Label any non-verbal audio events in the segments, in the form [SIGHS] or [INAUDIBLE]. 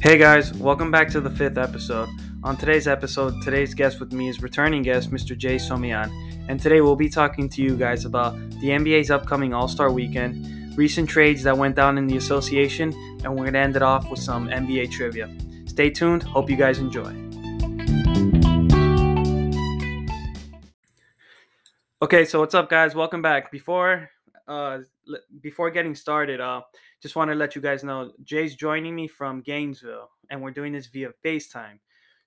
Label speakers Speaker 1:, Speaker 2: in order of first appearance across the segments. Speaker 1: Hey guys, welcome back to the fifth episode. On today's episode, today's guest with me is returning guest Mr. Jay Somian, and today we'll be talking to you guys about the NBA's upcoming All Star Weekend, recent trades that went down in the association, and we're gonna end it off with some NBA trivia. Stay tuned. Hope you guys enjoy. Okay, so what's up, guys? Welcome back. Before uh, l- before getting started, uh, just want to let you guys know Jay's joining me from Gainesville, and we're doing this via FaceTime.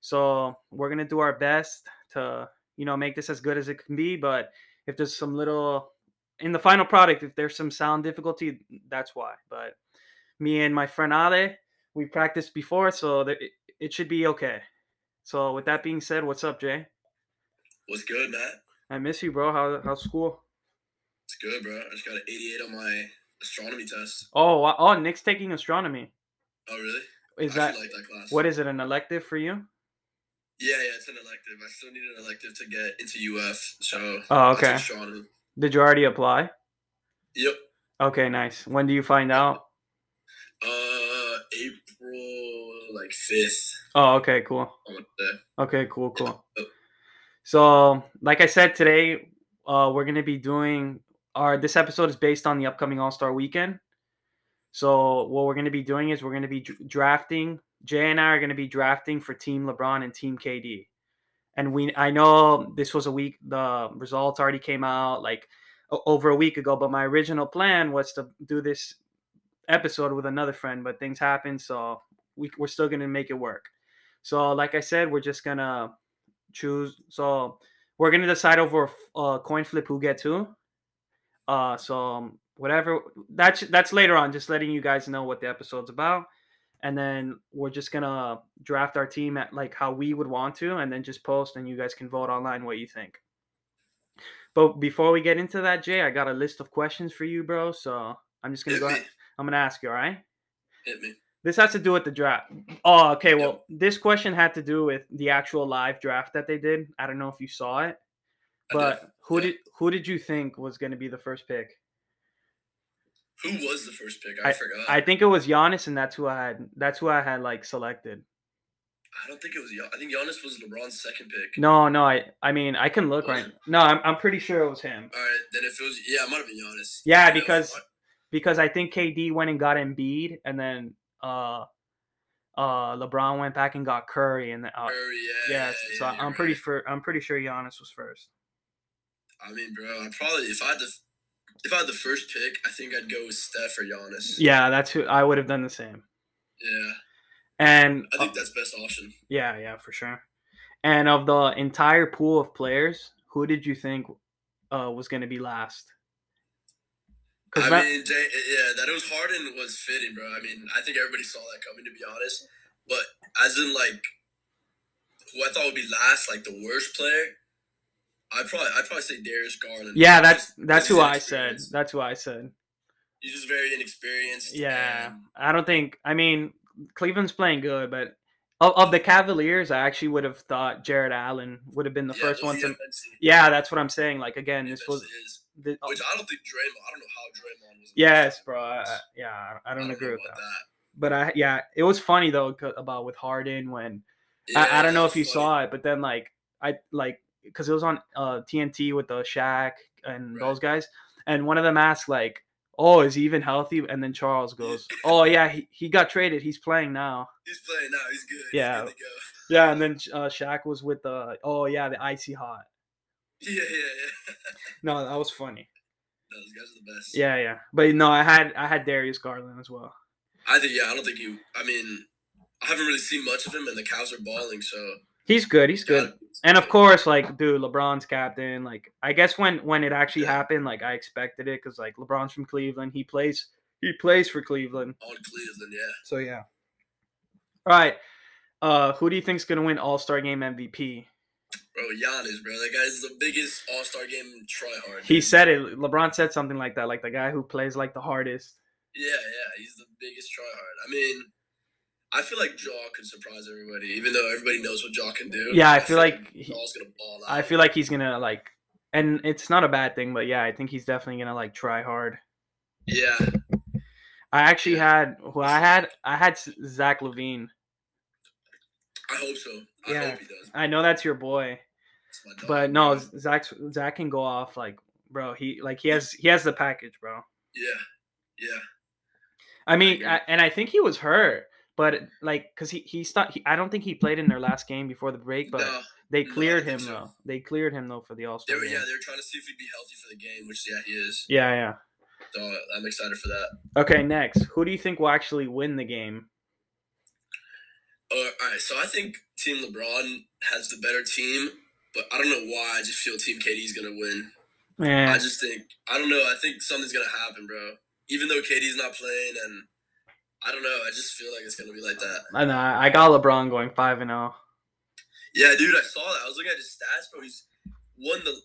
Speaker 1: So we're gonna do our best to, you know, make this as good as it can be. But if there's some little in the final product, if there's some sound difficulty, that's why. But me and my friend Ale, we practiced before, so that it, it should be okay. So with that being said, what's up, Jay?
Speaker 2: What's good, Matt?
Speaker 1: I miss you, bro. How how's school?
Speaker 2: It's good, bro. I just got an 88 on my astronomy test.
Speaker 1: Oh, wa- oh, Nick's taking astronomy.
Speaker 2: Oh, really?
Speaker 1: Is
Speaker 2: I
Speaker 1: that
Speaker 2: actually like that class?
Speaker 1: what is it? An elective for you?
Speaker 2: Yeah, yeah. It's an elective. I still need an elective to get into UF. So.
Speaker 1: Oh,
Speaker 2: I'll take
Speaker 1: okay.
Speaker 2: Astronomy.
Speaker 1: Did you already apply?
Speaker 2: Yep.
Speaker 1: Okay, nice. When do you find out?
Speaker 2: Uh, April like fifth.
Speaker 1: Oh, okay, cool.
Speaker 2: I want to.
Speaker 1: Okay, cool,
Speaker 2: Yeah.
Speaker 1: cool. So, like I said today, uh, we're gonna be doing our this episode is based on the upcoming All Star Weekend. So, what we're gonna be doing is we're gonna be dr- drafting. Jay and I are gonna be drafting for Team LeBron and Team KD. And we, I know this was a week. The results already came out like o- over a week ago. But my original plan was to do this episode with another friend, but things happened, so we, we're still gonna make it work. So, like I said, we're just gonna choose. So we're gonna decide over a f- uh, coin flip who gets who. Uh, so um, whatever that's that's later on. Just letting you guys know what the episode's about, and then we're just gonna draft our team at like how we would want to, and then just post, and you guys can vote online what you think. But before we get into that, Jay, I got a list of questions for you, bro. So I'm just gonna
Speaker 2: Hit
Speaker 1: go.
Speaker 2: me.
Speaker 1: Ahead. I'm gonna ask you. All right.
Speaker 2: Hit me.
Speaker 1: This has to do with the draft. Oh, okay.
Speaker 2: Yep.
Speaker 1: Well, this question had to do with the actual live draft that they did. I don't know if you saw it,
Speaker 2: I did.
Speaker 1: but who
Speaker 2: yeah.
Speaker 1: did who did you think was going to be the first pick?
Speaker 2: Who was the first pick? I, forgot.
Speaker 1: I think it was Giannis, and that's who I had. That's who I had like selected.
Speaker 2: I don't think it was. Gian- I think Giannis was LeBron's second pick.
Speaker 1: No, no. I I mean I can look right.
Speaker 2: Was
Speaker 1: No, I'm I'm pretty sure it was him
Speaker 2: All right. Then if it was, yeah, it might have been Giannis.
Speaker 1: Yeah,
Speaker 2: You know,
Speaker 1: because-
Speaker 2: I-
Speaker 1: because I think KD went and got Embiid, and then uh uh LeBron went back and got Curry, and then, uh,
Speaker 2: or, yeah.
Speaker 1: yes. So
Speaker 2: yeah,
Speaker 1: I'm
Speaker 2: you're
Speaker 1: pretty
Speaker 2: right.
Speaker 1: sure I'm pretty sure Giannis was first.
Speaker 2: I mean, bro, I probably if I had the if I had the first pick, I think I'd go with Steph or Giannis.
Speaker 1: Yeah, that's who I would have done the same.
Speaker 2: Yeah,
Speaker 1: And uh,
Speaker 2: I think that's best option.
Speaker 1: Yeah, yeah, for sure. And of the entire pool of players, who did you think uh, was going to be last?
Speaker 2: I
Speaker 1: Because that,
Speaker 2: mean, they, yeah, that it was Harden was fitting, bro. I mean, I think everybody saw that coming, to be honest. But as in like, who I thought would be last, like the worst player, I would probably I would probably say Darius Garland.
Speaker 1: yeah,
Speaker 2: He's
Speaker 1: that's
Speaker 2: just-
Speaker 1: that's
Speaker 2: he's
Speaker 1: who I said.
Speaker 2: inexperienced.
Speaker 1: That's who I said.
Speaker 2: He's just very inexperienced.
Speaker 1: Yeah,
Speaker 2: and-
Speaker 1: I don't think. I mean, Cleveland's playing good, but of, of the Cavaliers, I actually would have thought Jared Allen would have been the
Speaker 2: yeah,
Speaker 1: first
Speaker 2: we'll
Speaker 1: one
Speaker 2: see
Speaker 1: to.
Speaker 2: how fancy-
Speaker 1: Yeah, that's what I'm saying. Like again,
Speaker 2: how
Speaker 1: this
Speaker 2: fancy
Speaker 1: was.
Speaker 2: it is.
Speaker 1: The, uh,
Speaker 2: Which I don't think Draymond. I don't know how Draymond was.
Speaker 1: yes, bro. I, I- yeah, I- I don't agree with that. But I, yeah, it was funny though 'cause- about with Harden when I, I don't know if you saw it, but then like I like because it was on uh, TNT with the Shaq and
Speaker 2: Right.
Speaker 1: those guys, and one of them asked like, "Oh, is he even healthy?" And then Charles goes, "Oh yeah, he, he got traded. He's playing now."
Speaker 2: He's playing now. He's good.
Speaker 1: Yeah.
Speaker 2: He's good to go. [LAUGHS]
Speaker 1: Yeah, and then uh, Shaq was with the, "Oh yeah, the icy hot."
Speaker 2: Yeah, yeah, yeah.
Speaker 1: No, that was funny.
Speaker 2: No, those guys are the best.
Speaker 1: Yeah, yeah, but no, I had I had Darius Garland as well.
Speaker 2: I think. Yeah, I don't think you. I mean, I haven't really seen much of him, and the cows are balling. So
Speaker 1: He's good. He's good.
Speaker 2: God,
Speaker 1: And of course, like, dude, LeBron's captain. Like, I guess when when it actually
Speaker 2: Yeah.
Speaker 1: happened, like, I expected it because like LeBron's from Cleveland. He plays he plays for Cleveland.
Speaker 2: on Cleveland. Yeah.
Speaker 1: So yeah. All right. Uh, who do you think's gonna win All Star Game MVP?
Speaker 2: Bro, Giannis, bro, that guy's the biggest All Star game tryhard.
Speaker 1: He
Speaker 2: dude.
Speaker 1: said it. LeBron said something like that, like the guy who plays like the hardest.
Speaker 2: Yeah, yeah, he's the biggest tryhard. I mean, I feel like Jaw could surprise everybody, even though everybody knows what Jaw can do.
Speaker 1: Yeah, I feel like he-
Speaker 2: Jaw's gonna ball out.
Speaker 1: I feel like he's gonna like, and it's not a bad thing, but yeah, I think he's definitely gonna like try hard.
Speaker 2: Yeah,
Speaker 1: I actually had who I had I had S- Zach Levine
Speaker 2: I hope so. I
Speaker 1: Yeah.
Speaker 2: hope he does.
Speaker 1: I know that's your boy,
Speaker 2: It's my dog,
Speaker 1: but no,
Speaker 2: bro.
Speaker 1: Zach Zach can go off like bro. He like he has he has the package, bro.
Speaker 2: Yeah. Yeah.
Speaker 1: I mean,
Speaker 2: agree.
Speaker 1: I, and I think he was hurt, but like because he he stopped. He, I don't think he played in their last game before the break, but
Speaker 2: no,
Speaker 1: they
Speaker 2: no, I
Speaker 1: cleared
Speaker 2: think
Speaker 1: him
Speaker 2: so.
Speaker 1: though. They cleared him though for the All
Speaker 2: they
Speaker 1: Star.
Speaker 2: were, yeah,
Speaker 1: Yeah,
Speaker 2: they were trying to see if he'd be healthy for the game, which yeah, he is.
Speaker 1: yeah, yeah.
Speaker 2: So I'm excited for that.
Speaker 1: Okay, next, who do you think will actually win the game?
Speaker 2: Uh, all right, so I think Team LeBron has the better team, but I don't know why. I just feel Team KD's gonna win.
Speaker 1: Man,
Speaker 2: I just think I don't know. I think something's gonna happen, bro. Even though KD's not playing, and I don't know. I just feel like it's gonna be like that.
Speaker 1: I, know, I got LeBron going five and oh. zero.
Speaker 2: Yeah, dude, I saw that. I was looking at his stats, bro. He's won the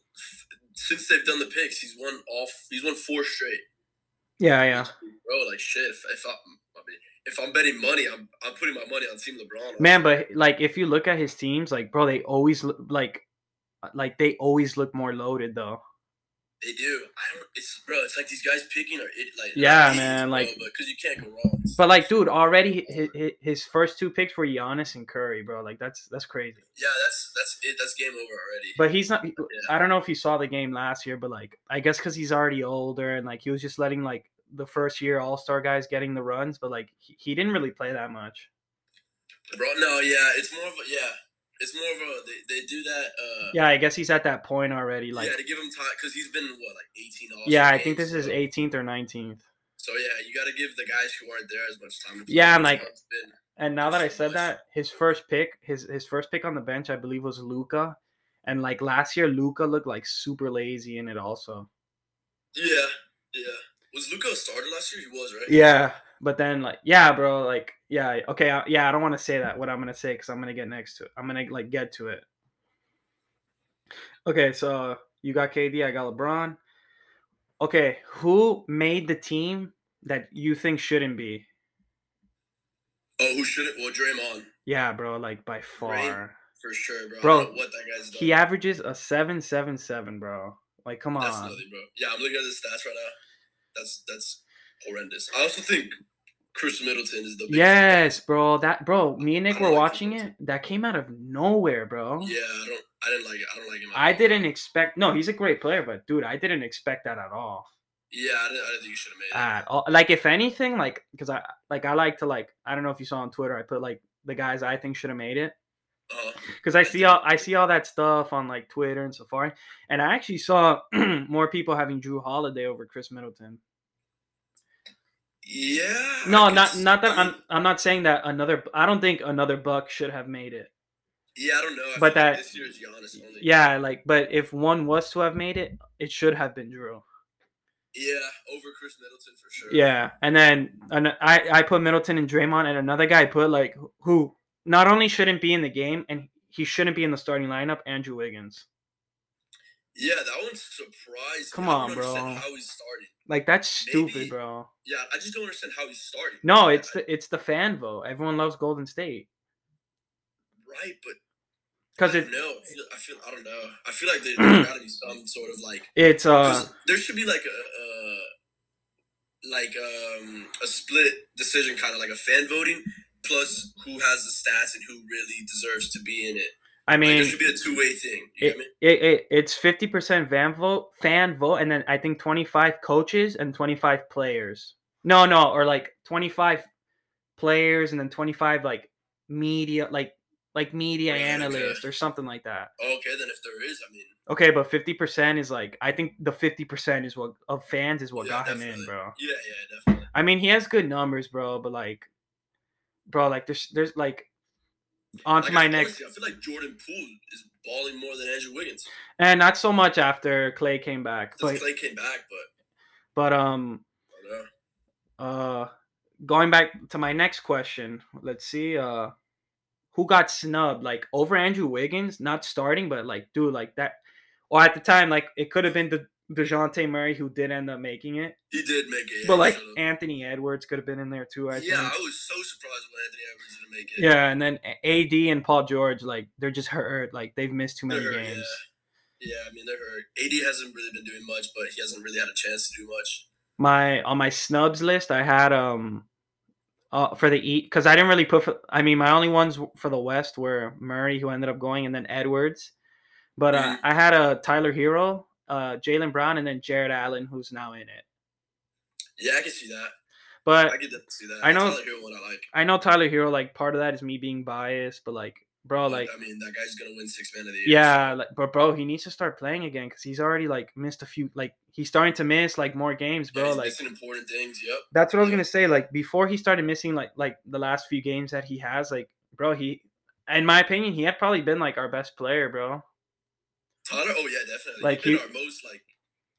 Speaker 2: since they've done the picks. He's won all. He's won four straight,
Speaker 1: Yeah, yeah.
Speaker 2: bro. Like shit. If, if I'm, I mean, if I'm betting money, I'm I'm putting my money on Team LeBron.
Speaker 1: Man, but like if you look at his teams, like bro, they always look like like they always look more loaded though.
Speaker 2: They do. I don't. It's bro. It's like these guys picking are it, like
Speaker 1: Yeah,
Speaker 2: idiots,
Speaker 1: man,
Speaker 2: bro,
Speaker 1: like-
Speaker 2: but because you can't go wrong.
Speaker 1: But like, dude, already his, his first two picks were Giannis and Curry, bro. Like that's that's crazy.
Speaker 2: yeah, that's that's it. That's game over already.
Speaker 1: But he's not. I don't know if you saw the game last year, but like I guess because he's already older and like he was just letting like the first year All Star guys getting the runs, but like he, he didn't really play that much.
Speaker 2: bro, no, yeah, it's more of a yeah, it's more of a they, they do that. uh
Speaker 1: Yeah, I guess he's at that point already. Like,
Speaker 2: yeah, to give him time because he's been what like eighteen. All-star
Speaker 1: yeah, I think
Speaker 2: games,
Speaker 1: this is
Speaker 2: so-
Speaker 1: 18th or 19th.
Speaker 2: So yeah, you got to give the guys who aren't there as much time. To play
Speaker 1: Yeah, and,
Speaker 2: as
Speaker 1: like-
Speaker 2: it's been.
Speaker 1: And now that I said
Speaker 2: Nice.
Speaker 1: that,
Speaker 2: [LAUGHS]
Speaker 1: his first pick, his his first pick on the bench, I believe was Luca. And like last year, Luca looked like super lazy in it also.
Speaker 2: yeah, yeah. Was Luca a starter last year? He was right.
Speaker 1: Yeah. But then like yeah, bro, like yeah, okay, I, yeah, I don't want to say that what I'm gonna say because I'm gonna get next to it. I'm gonna like get to it. Okay, so you got KD, I got LeBron. Okay, who made the team that you think shouldn't be?
Speaker 2: Oh, who should it? Well, Draymond
Speaker 1: Yeah, bro, like by far.
Speaker 2: for sure, bro. I
Speaker 1: Bro,
Speaker 2: don't know what that guy's done?
Speaker 1: He averages a seven seven seven, bro. Like, come
Speaker 2: That's
Speaker 1: on.
Speaker 2: nothing, bro. Yeah, I'm looking at the stats right now. That's that's horrendous. I also think Chris Middleton is the biggest.
Speaker 1: Yes, bro. That bro, me and Nick
Speaker 2: I
Speaker 1: were
Speaker 2: like it.
Speaker 1: watching it. That came out of nowhere, bro.
Speaker 2: Yeah, I don't. I didn't like it. I don't like him. at
Speaker 1: I
Speaker 2: all.
Speaker 1: didn't expect. No, he's a great player, but dude, I didn't expect that at all.
Speaker 2: Yeah, I didn't, I didn't think you should have made it.
Speaker 1: At all. Like, if anything, like, cause I like I like to like I don't know if you saw on Twitter, I put like the guys I think should have made it.
Speaker 2: Uh,
Speaker 1: Cause I see all I see all that stuff on like Twitter and Safari, and I actually saw [CLEARS THROAT] more people having Drew Holiday over Chris Middleton.
Speaker 2: yeah. I
Speaker 1: No,
Speaker 2: guess-
Speaker 1: not not that
Speaker 2: I
Speaker 1: I'm
Speaker 2: mean,
Speaker 1: I'm not saying that another I don't think another buck should have made it.
Speaker 2: Yeah, I don't know. I
Speaker 1: but
Speaker 2: feel like
Speaker 1: that-
Speaker 2: this year is Giannis only.
Speaker 1: Yeah, like but if one was to have made it, it should have been Drew.
Speaker 2: Yeah, over Chris Middleton for sure.
Speaker 1: Yeah. And then and I I put Middleton and Draymond and another guy put like who not only shouldn't be in the game and he shouldn't be in the starting lineup, Andrew Wiggins.
Speaker 2: Yeah, that one surprised.
Speaker 1: Come
Speaker 2: me. I don't
Speaker 1: on,
Speaker 2: understand
Speaker 1: bro.
Speaker 2: How he's starting?
Speaker 1: Like that's stupid,
Speaker 2: Maybe-
Speaker 1: bro.
Speaker 2: Yeah, I just don't understand how he's starting.
Speaker 1: No, it's the it's the fan vote. Everyone loves Golden State
Speaker 2: right, but
Speaker 1: because
Speaker 2: I
Speaker 1: it
Speaker 2: don't know. I feel, I feel. I don't know. I feel
Speaker 1: [CLEARS THROAT]
Speaker 2: like there, there's got to be some sort of like
Speaker 1: it's uh
Speaker 2: There's- there should be like a, a like um a split decision kind of like a fan voting plus who has the stats and who really deserves to be in it
Speaker 1: I
Speaker 2: like,
Speaker 1: mean
Speaker 2: there should be a two-way thing you get me?
Speaker 1: it, it it's fifty percent fan vote, fan vote, and then I think twenty five coaches and twenty five players. No, no, or like twenty five players and then twenty five like media, like like media
Speaker 2: Yeah, okay.
Speaker 1: analyst or something like that.
Speaker 2: Oh, okay then if there is i mean
Speaker 1: Okay, but fifty percent is like I think the fifty percent is what of fans is what
Speaker 2: Yeah,
Speaker 1: got him in,
Speaker 2: definitely.
Speaker 1: bro.
Speaker 2: yeah yeah definitely
Speaker 1: I mean, he has good numbers, bro, but like, bro, like there's there's like on to
Speaker 2: Like,
Speaker 1: my
Speaker 2: I-
Speaker 1: next
Speaker 2: honestly, i feel like jordan poole is balling more than andrew wiggins
Speaker 1: and not so much after Clay came back,
Speaker 2: since
Speaker 1: but
Speaker 2: clay came back but
Speaker 1: but um
Speaker 2: i don't know
Speaker 1: uh going back to my next question let's see uh who got snubbed like over andrew wiggins not starting but like dude like that or at the time like it could have been the DeJounte Murray who did end up making it.
Speaker 2: he did make it yeah,
Speaker 1: but like
Speaker 2: so-
Speaker 1: Anthony Edwards could have been in there too, I
Speaker 2: yeah oh,
Speaker 1: think.
Speaker 2: i was so surprised when anthony edwards didn't make it
Speaker 1: Yeah, and then A- AD and Paul George, like they're just hurt, like they've missed too many
Speaker 2: They're hurt,
Speaker 1: games.
Speaker 2: yeah i mean they're hurt ad hasn't really been doing much but he hasn't really had a chance to do much
Speaker 1: My on my snubs list, I had um uh, for the East because I didn't really put. For, I mean, my only ones for the West were Murray, who ended up going, and then Edwards. But
Speaker 2: Mm.
Speaker 1: uh, I had a Tyler Hero, uh, Jalen Brown, and then Jared Allen, who's now in it.
Speaker 2: Yeah, I can see that. I
Speaker 1: But
Speaker 2: can definitely see that.
Speaker 1: I know-
Speaker 2: Tyler Hero, what I like.
Speaker 1: I know Tyler Hero. Like part of that is me being biased, but like, bro, Oh, like,
Speaker 2: I mean, that guy's gonna win six man of the year.
Speaker 1: yeah, like, but bro, he needs to start playing again because he's already like missed a few. Like he's starting to miss like more games,
Speaker 2: Yeah,
Speaker 1: bro.
Speaker 2: he's
Speaker 1: like
Speaker 2: missing important things. Yep.
Speaker 1: that's what I was
Speaker 2: Yeah.
Speaker 1: gonna say. Like before he started missing like like the last few games that he has, like bro, he in my opinion, he had probably been like our best player, bro.
Speaker 2: Tyler. Oh yeah, definitely.
Speaker 1: Like,
Speaker 2: he's
Speaker 1: he-
Speaker 2: been our most like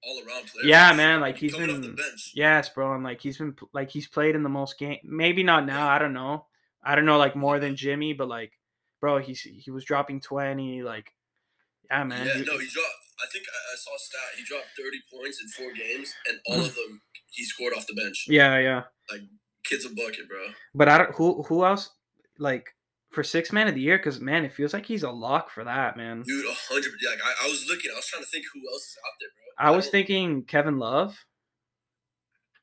Speaker 2: all around player.
Speaker 1: Yeah, man, like,
Speaker 2: He
Speaker 1: he's
Speaker 2: coming off
Speaker 1: been-
Speaker 2: the bench.
Speaker 1: Yes, bro. And like he's been pl- like he's played in the most game maybe not now, I don't know. I don't know like more than Jimmy, but like bro, he's he was dropping twenty, like yeah, man.
Speaker 2: yeah,
Speaker 1: he-
Speaker 2: no, he dropped. I think I, I saw a stat. He dropped 30 points in four games, and all of them he scored off the bench.
Speaker 1: Mm. yeah, yeah.
Speaker 2: Kid's a bucket, bro.
Speaker 1: But I don't who who else like for six man of the year, because man, it feels like he's a lock for that, man.
Speaker 2: Dude, 100. yeah, Like I, I was looking, I was trying to think who else is out there, bro.
Speaker 1: I was
Speaker 2: don't-
Speaker 1: thinking Kevin Love.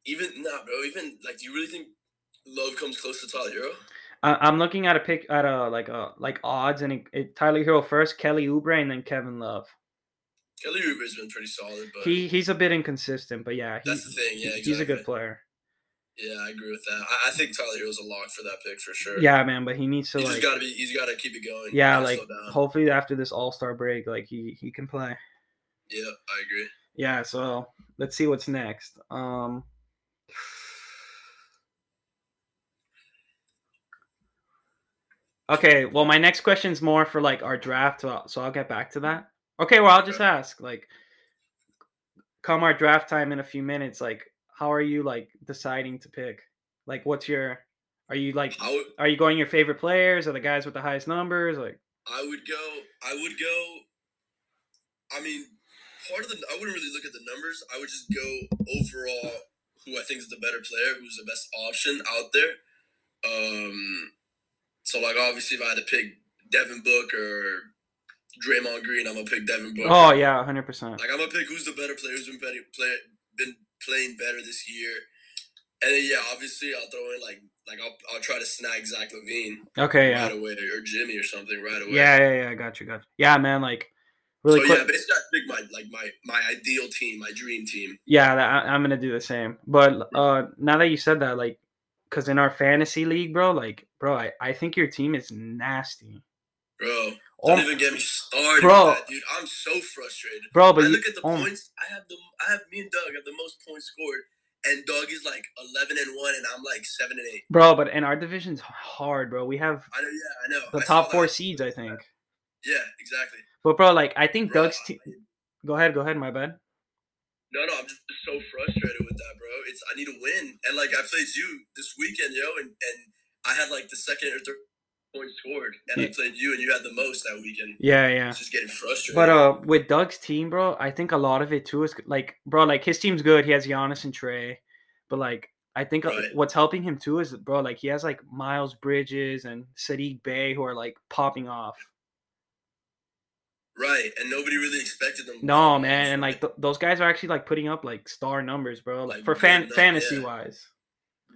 Speaker 2: even nah, bro. Even like, do you really think Love comes close to Tyler Hero?
Speaker 1: I, I'm looking at a pick at a like a like odds and it, it, Tyler Hero first, Kelly Oubre, and then Kevin Love.
Speaker 2: Kelly Oubre has been pretty solid, but
Speaker 1: He he's a bit inconsistent, but yeah, he,
Speaker 2: that's the thing.
Speaker 1: he-
Speaker 2: Yeah, exactly.
Speaker 1: he's a good player.
Speaker 2: Yeah, I agree with that. I, I think Tyler Hero's a lock for that pick for sure.
Speaker 1: Yeah, man, but he needs to
Speaker 2: he
Speaker 1: like
Speaker 2: just gotta be. He's gotta keep it going.
Speaker 1: yeah,
Speaker 2: Gotta
Speaker 1: like
Speaker 2: slow down.
Speaker 1: hopefully after this All Star break, like he he can play.
Speaker 2: yeah, I agree.
Speaker 1: Yeah, so let's see what's next. Um, okay, well, my next question's more for like our draft, so I'll, so I'll get back to that. Okay, well, I'll just ask like, come our draft time in a few minutes, like, how are you like deciding to pick? Like, what's your, are you like,
Speaker 2: I would.
Speaker 1: are you going your favorite players or the guys with the highest numbers? Like,
Speaker 2: I would go. I would go. I mean, part of the. I wouldn't really look at the numbers. I would just go overall who I think is the better player, who's the best option out there. Um, so like obviously, if I had to pick Devin Book or Draymond Green, I'm gonna pick Devin Book.
Speaker 1: oh yeah, hundred percent.
Speaker 2: Like I'm gonna pick who's the better player, who's been better, play, been playing better this year, and then yeah, obviously I'll throw in like like I'll, I'll try to snag Zach Levine
Speaker 1: Okay, yeah.
Speaker 2: right away or Jimmy or something right away.
Speaker 1: Yeah, yeah, yeah. Gotcha, gotcha. Yeah, man. Like, really
Speaker 2: so
Speaker 1: quick.
Speaker 2: Oh, yeah, basically I pick my like my my ideal team, my dream team.
Speaker 1: Yeah, that, I, I'm gonna do the same. But uh now that you said that, like, cause in our fantasy league, bro, like, bro, I, I think your team is nasty.
Speaker 2: Bro, don't
Speaker 1: Oh,
Speaker 2: even get me started,
Speaker 1: Bro.
Speaker 2: with that, dude. I'm so frustrated.
Speaker 1: bro, but
Speaker 2: I
Speaker 1: you,
Speaker 2: look at the
Speaker 1: oh my-
Speaker 2: points. I have the I have me and Doug have the most points scored, and Doug is like eleven and one, and I'm like seven and eight.
Speaker 1: bro, but and our division's hard, bro. We have
Speaker 2: I know, yeah, I know.
Speaker 1: the
Speaker 2: I saw
Speaker 1: top
Speaker 2: that.
Speaker 1: four seeds, I think.
Speaker 2: Yeah, exactly.
Speaker 1: But bro, like, I think
Speaker 2: Bro,
Speaker 1: Doug's team. Go ahead, go ahead, my bad.
Speaker 2: No, no, I'm just so frustrated with that, bro. It's I need to win, and like I played you this weekend, yo, and and I had like the second or third point scored, and I
Speaker 1: Yeah.
Speaker 2: played you, and you had the most that weekend.
Speaker 1: Yeah, yeah.
Speaker 2: It's just getting frustrated.
Speaker 1: But uh, with Doug's team, bro, I think a lot of it too is like, bro, like his team's good. He has Giannis and Trey, but like I think uh
Speaker 2: Right.
Speaker 1: what's helping him too is, bro, like he has like Miles Bridges and Sadiq Bay who are like popping off.
Speaker 2: right, and nobody really expected them. to
Speaker 1: No
Speaker 2: play.
Speaker 1: man, and like th- those guys are actually like putting up like star numbers, bro. Like
Speaker 2: Like,
Speaker 1: for
Speaker 2: good
Speaker 1: fan
Speaker 2: enough,
Speaker 1: fantasy
Speaker 2: yeah.
Speaker 1: wise.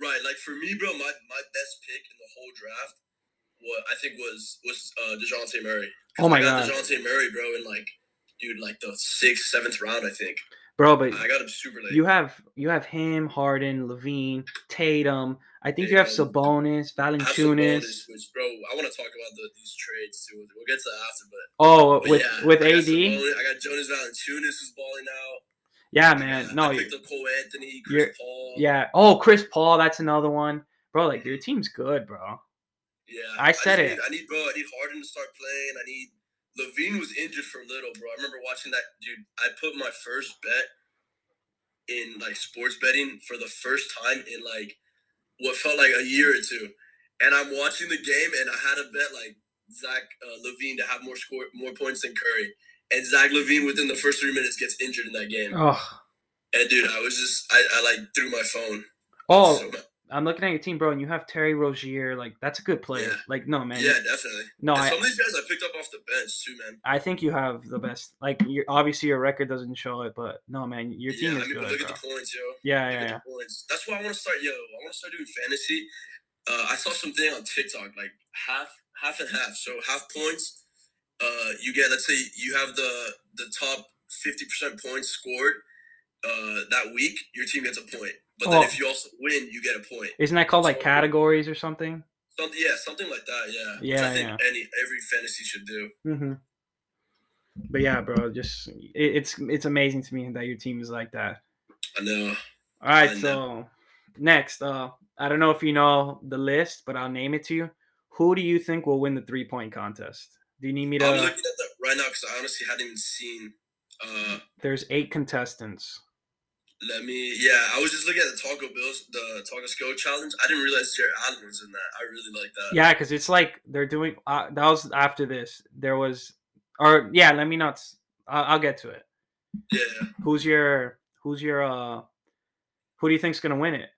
Speaker 2: right, like for me, bro, my my best pick in the whole draft, what I think was was uh, Dejounte Murray. 'Cause
Speaker 1: Oh my
Speaker 2: I got
Speaker 1: God.
Speaker 2: Dejounte Murray, bro, in like dude, like the sixth, seventh round, I think.
Speaker 1: Bro, but
Speaker 2: I got him super late.
Speaker 1: you have you have him, Harden, Levine, Tatum. I think you have
Speaker 2: Tatum.
Speaker 1: Sabonis,
Speaker 2: After Sabonis,
Speaker 1: Valanciunis.
Speaker 2: which bro, I want to talk about the, these trades too. We'll get to that after, but,
Speaker 1: Oh,
Speaker 2: but
Speaker 1: with
Speaker 2: yeah,
Speaker 1: with
Speaker 2: I got
Speaker 1: AD.
Speaker 2: Sabonis- I got Jonas Valanciunas who's balling out.
Speaker 1: Yeah,
Speaker 2: I
Speaker 1: man.
Speaker 2: got-
Speaker 1: No,
Speaker 2: I
Speaker 1: you-
Speaker 2: picked up Cole Anthony, Chris
Speaker 1: you're-
Speaker 2: Paul.
Speaker 1: Yeah. Oh, Chris Paul, that's another one. Bro, like your team's good, bro.
Speaker 2: yeah.
Speaker 1: I
Speaker 2: just
Speaker 1: said
Speaker 2: need-
Speaker 1: it.
Speaker 2: I need bro. I need Harden to start playing. I need Levine was injured for a little, bro. I remember watching that dude. I put my first bet in like sports betting for the first time in like what felt like a year or two, and I'm watching the game and I had a bet like Zach uh, Levine to have more score more points than Curry, and Zach Levine within the first three minutes gets injured in that game.
Speaker 1: Oh,
Speaker 2: And dude, I was just I, I like threw my phone.
Speaker 1: oh,
Speaker 2: So,
Speaker 1: I'm looking at your team, bro, and you have Terry Rozier. Like that's a good player.
Speaker 2: Yeah.
Speaker 1: Like no, man.
Speaker 2: yeah, definitely.
Speaker 1: No,
Speaker 2: and
Speaker 1: I,
Speaker 2: some of these guys I picked up off the bench too, man.
Speaker 1: I think you have the best. Like you obviously your record doesn't show it, but no, man, your team
Speaker 2: yeah,
Speaker 1: is
Speaker 2: I mean, but
Speaker 1: good,
Speaker 2: look
Speaker 1: bro.
Speaker 2: at the points, yo.
Speaker 1: Yeah,
Speaker 2: Look
Speaker 1: yeah,
Speaker 2: at
Speaker 1: yeah.
Speaker 2: the points. That's why I want to start, yo. I want to start doing fantasy. uh, I saw something on TikTok, like half half and half. So half points, uh, you get let's say you have the the top fifty percent points scored uh, that week, your team gets a point. But then
Speaker 1: Oh.
Speaker 2: if you also win, you get a point.
Speaker 1: Isn't that called like
Speaker 2: So-
Speaker 1: categories or something?
Speaker 2: Something, yeah, something like that. Yeah, Which
Speaker 1: Yeah,
Speaker 2: I think
Speaker 1: yeah.
Speaker 2: any every fantasy should do.
Speaker 1: Mm-hmm. But yeah, bro, just it, it's it's amazing to me that your team is like that.
Speaker 2: I know.
Speaker 1: All right,
Speaker 2: I know.
Speaker 1: so next, uh, I don't know if you know the list, but I'll name it to you. Who do you think will win the three point contest? Do you need me
Speaker 2: I'm
Speaker 1: to?
Speaker 2: looking at that right now because I honestly hadn't even seen. Uh,
Speaker 1: There's eight contestants.
Speaker 2: let me. Yeah, I was just looking at the Taco Bills, the Taco Skill Challenge. I didn't realize Jared Allen was in that. I really like that.
Speaker 1: Yeah, because it's like they're doing. Uh, that was after this. There was, or yeah, let me not. s- I'll, I'll get to it.
Speaker 2: Yeah.
Speaker 1: Who's your? Who's your? uh Who do you think's gonna win it?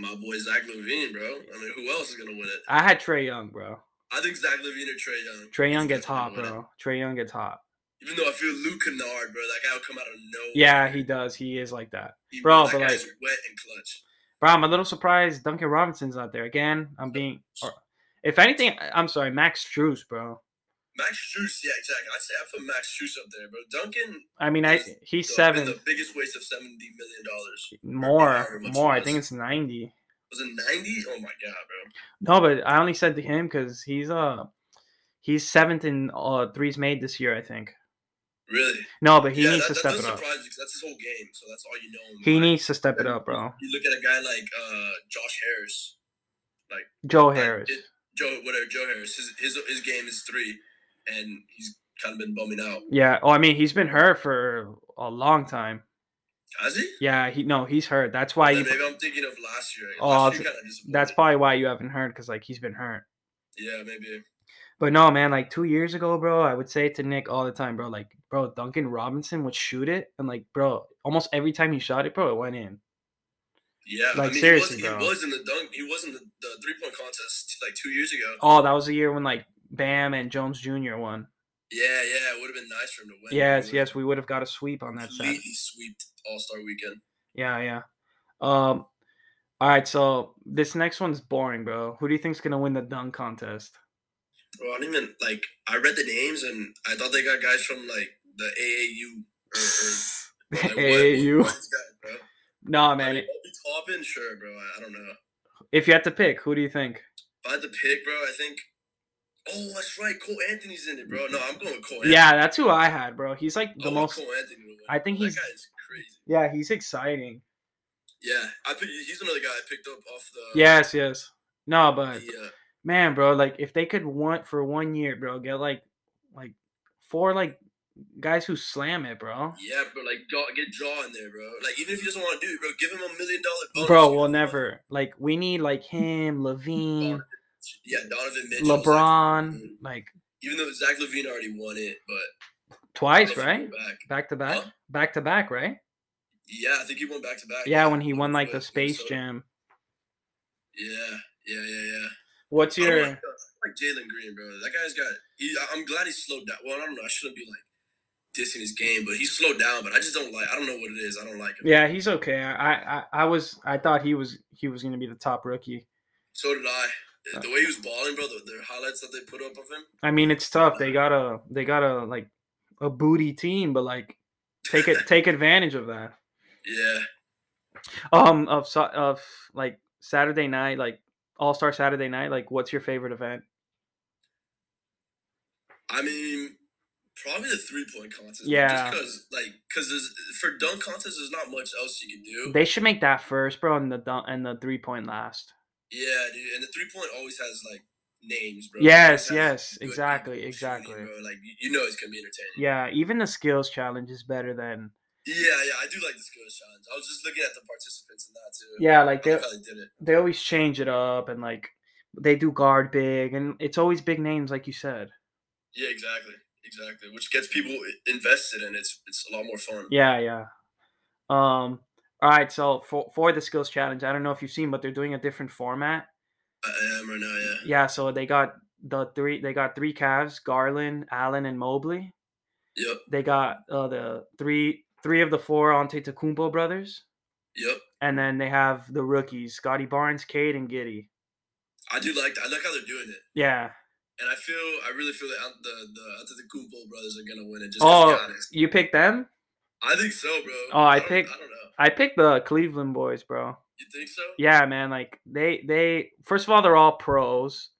Speaker 2: My boy Zach Levine, bro. I mean, who else is gonna win it?
Speaker 1: I had Trey Young, bro.
Speaker 2: I think Zach Levine or Trey Young.
Speaker 1: Trey
Speaker 2: is
Speaker 1: Young gets hot,
Speaker 2: definitely gonna win
Speaker 1: bro. Trey Young gets hot.
Speaker 2: it. Even though I feel Luke Kennard, bro, that guy will come out of nowhere.
Speaker 1: Yeah, he does. He is like that.
Speaker 2: He-
Speaker 1: bro,
Speaker 2: that
Speaker 1: but,
Speaker 2: guy's
Speaker 1: like-
Speaker 2: wet and clutch.
Speaker 1: Bro, I'm a little surprised Duncan Robinson's not there again. I'm being, or, if anything, I- I'm sorry, Max Struess, bro.
Speaker 2: Max Struess, yeah, exactly. I'd say I put Max Struess up there, bro. Duncan,
Speaker 1: I mean, I
Speaker 2: Yes,
Speaker 1: he's
Speaker 2: the, been
Speaker 1: seven
Speaker 2: the biggest waste of seventy million dollars.
Speaker 1: more,
Speaker 2: much
Speaker 1: more. I
Speaker 2: less.
Speaker 1: think it's ninety.
Speaker 2: Was it ninety? Oh my god, bro.
Speaker 1: No, but I only said to him because he's uh he's seventh in uh threes made this year, I think.
Speaker 2: Really?
Speaker 1: No, but he
Speaker 2: yeah,
Speaker 1: needs to
Speaker 2: that, that
Speaker 1: step
Speaker 2: does
Speaker 1: it up.
Speaker 2: surprise me 'cause that's his whole game. So that's all you know. him
Speaker 1: He
Speaker 2: by.
Speaker 1: needs to step it
Speaker 2: Then
Speaker 1: up, bro.
Speaker 2: You look at a guy like uh, Josh Harris,
Speaker 1: Joe
Speaker 2: like,
Speaker 1: Harris.
Speaker 2: it- Joe, whatever Joe Harris. His his, his game is three, and he's kind of been bumming out.
Speaker 1: Yeah. Oh, I mean, he's been hurt for a long time.
Speaker 2: Has he?
Speaker 1: Yeah. He no, he's hurt. That's why
Speaker 2: Then
Speaker 1: you.
Speaker 2: maybe I'm thinking of last year.
Speaker 1: Oh,
Speaker 2: Last
Speaker 1: I'll
Speaker 2: year kinda disappointed.
Speaker 1: That's probably why you haven't heard because like he's been hurt.
Speaker 2: yeah, maybe.
Speaker 1: But no, man, like two years ago, bro, I would say to Nick all the time, bro, like, bro, Duncan Robinson would shoot it, and like, bro, almost every time he shot it, bro, it went in.
Speaker 2: Yeah, I
Speaker 1: Like,
Speaker 2: mean, he
Speaker 1: seriously,
Speaker 2: was,
Speaker 1: bro.
Speaker 2: he was in the dunk. He was in the, the three point contest like two years ago.
Speaker 1: Oh, that was the year when like Bam and Jones Jr. won.
Speaker 2: Yeah, yeah, it would have been nice for him to win.
Speaker 1: Yes, yes, we would have got a sweep on that set.
Speaker 2: Completely sweeped All Star Weekend.
Speaker 1: Yeah, yeah. Um, all right, so this next one's boring, bro. Who do you think's gonna win the dunk contest?
Speaker 2: Bro, I didn't even like. I read the names and I thought they got guys from like the AAU.
Speaker 1: [LAUGHS]
Speaker 2: Or, or, like, [LAUGHS] what-
Speaker 1: AAU.
Speaker 2: What, what is that, bro?
Speaker 1: No,
Speaker 2: I
Speaker 1: man.
Speaker 2: mean,
Speaker 1: it-
Speaker 2: Obi Toppin, sure, bro. I, I don't know.
Speaker 1: If you had to pick, who do you think?
Speaker 2: If I had to pick, bro, I think. Oh, that's right. Cole Anthony's in it, bro. No, I'm going with Cole. Anthony.
Speaker 1: Yeah, that's who I had, bro. He's like
Speaker 2: I
Speaker 1: the
Speaker 2: want
Speaker 1: most.
Speaker 2: Cole Anthony to win.
Speaker 1: I think
Speaker 2: that
Speaker 1: he's-
Speaker 2: guy is crazy.
Speaker 1: Yeah, he's exciting.
Speaker 2: Yeah, I pick, he's another guy I picked up off the
Speaker 1: Yes, yes. No,
Speaker 2: the,
Speaker 1: but
Speaker 2: uh,
Speaker 1: man, bro, like if they could want for one year, bro, get like like four like guys who slam it, bro.
Speaker 2: Yeah, bro, like go, get Jaw in there, bro. Like even if he doesn't want to do it, bro, give him a million dollar bonus.
Speaker 1: Bro,
Speaker 2: you
Speaker 1: we'll
Speaker 2: know?
Speaker 1: never like we need like him,
Speaker 2: [LAUGHS]
Speaker 1: Levine,
Speaker 2: Yeah, Donovan Mitchell. Zach- [LAUGHS]
Speaker 1: LeBron, like
Speaker 2: even though Zach Levine already won it, but
Speaker 1: twice,
Speaker 2: if he
Speaker 1: right?
Speaker 2: went Back.
Speaker 1: Back to back,
Speaker 2: Huh?
Speaker 1: back to back, right?
Speaker 2: Yeah, I think he won back to back.
Speaker 1: Yeah, when he won like the
Speaker 2: Minnesota.
Speaker 1: Space Jam.
Speaker 2: Yeah, yeah, yeah, yeah.
Speaker 1: What's
Speaker 2: I don't
Speaker 1: your?
Speaker 2: Like, I like Jalen Green, bro. That guy's got. He, I- I'm glad he slowed down. Well, I don't know. I shouldn't be like dissing his game, but he slowed down. But I just don't like. I don't know what it is. I don't like him.
Speaker 1: Yeah, he's okay. I, I I was I thought he was he was gonna be the top rookie.
Speaker 2: So did I. The
Speaker 1: Uh.
Speaker 2: way he was balling, bro. The, the highlights that they put up of him.
Speaker 1: I mean, it's tough. They got a they got a like a booty team, but like take it take advantage of that.
Speaker 2: Yeah.
Speaker 1: um of Sa- of like Saturday night, like All Star Saturday night. Like, what's your favorite event?
Speaker 2: I mean, probably the three point contest. man,
Speaker 1: Yeah.
Speaker 2: Just because, like, because for dunk contests, there's not much else you can do.
Speaker 1: They should make that first, bro, and the dun- and the three point last.
Speaker 2: yeah, dude. And the three point always has, like, names, bro. It always
Speaker 1: yes,
Speaker 2: has
Speaker 1: yes,
Speaker 2: good people
Speaker 1: exactly,
Speaker 2: shooting,
Speaker 1: exactly.
Speaker 2: Bro. Like, you, you know it's going to be entertaining.
Speaker 1: Yeah, even the skills challenge is better than
Speaker 2: Yeah, yeah. I do like the skills challenge. I was just looking at the participants in that, too.
Speaker 1: yeah. Like
Speaker 2: I
Speaker 1: they
Speaker 2: like how they did it.
Speaker 1: they always change it up and like they do guard big and it's always big names, like you said.
Speaker 2: Yeah, exactly. Exactly. Which gets people i- invested and it's it's a lot more fun.
Speaker 1: Yeah, yeah. Um. All right, so for for the skills challenge, I don't know if you've seen, but they're doing a different format.
Speaker 2: I I am right now, yeah.
Speaker 1: Yeah, so they got the three. They got three Cavs: Garland, Allen, and Mobley.
Speaker 2: Yep,
Speaker 1: They got uh, the three three of the four Antetokounmpo brothers,
Speaker 2: yep.
Speaker 1: and then they have the rookies: Scotty Barnes, Cade, and Giddy.
Speaker 2: I do like. I like how they're doing it,
Speaker 1: Yeah.
Speaker 2: and I feel. I really feel that the the Antetokounmpo brothers are gonna win it. Just oh.
Speaker 1: Oh, you picked them?
Speaker 2: I think so, bro.
Speaker 1: Oh, I
Speaker 2: don't-
Speaker 1: pick-
Speaker 2: I don't know.
Speaker 1: I picked the Cleveland boys, bro.
Speaker 2: You think so?
Speaker 1: Yeah, man. Like they they first of all they're all pros.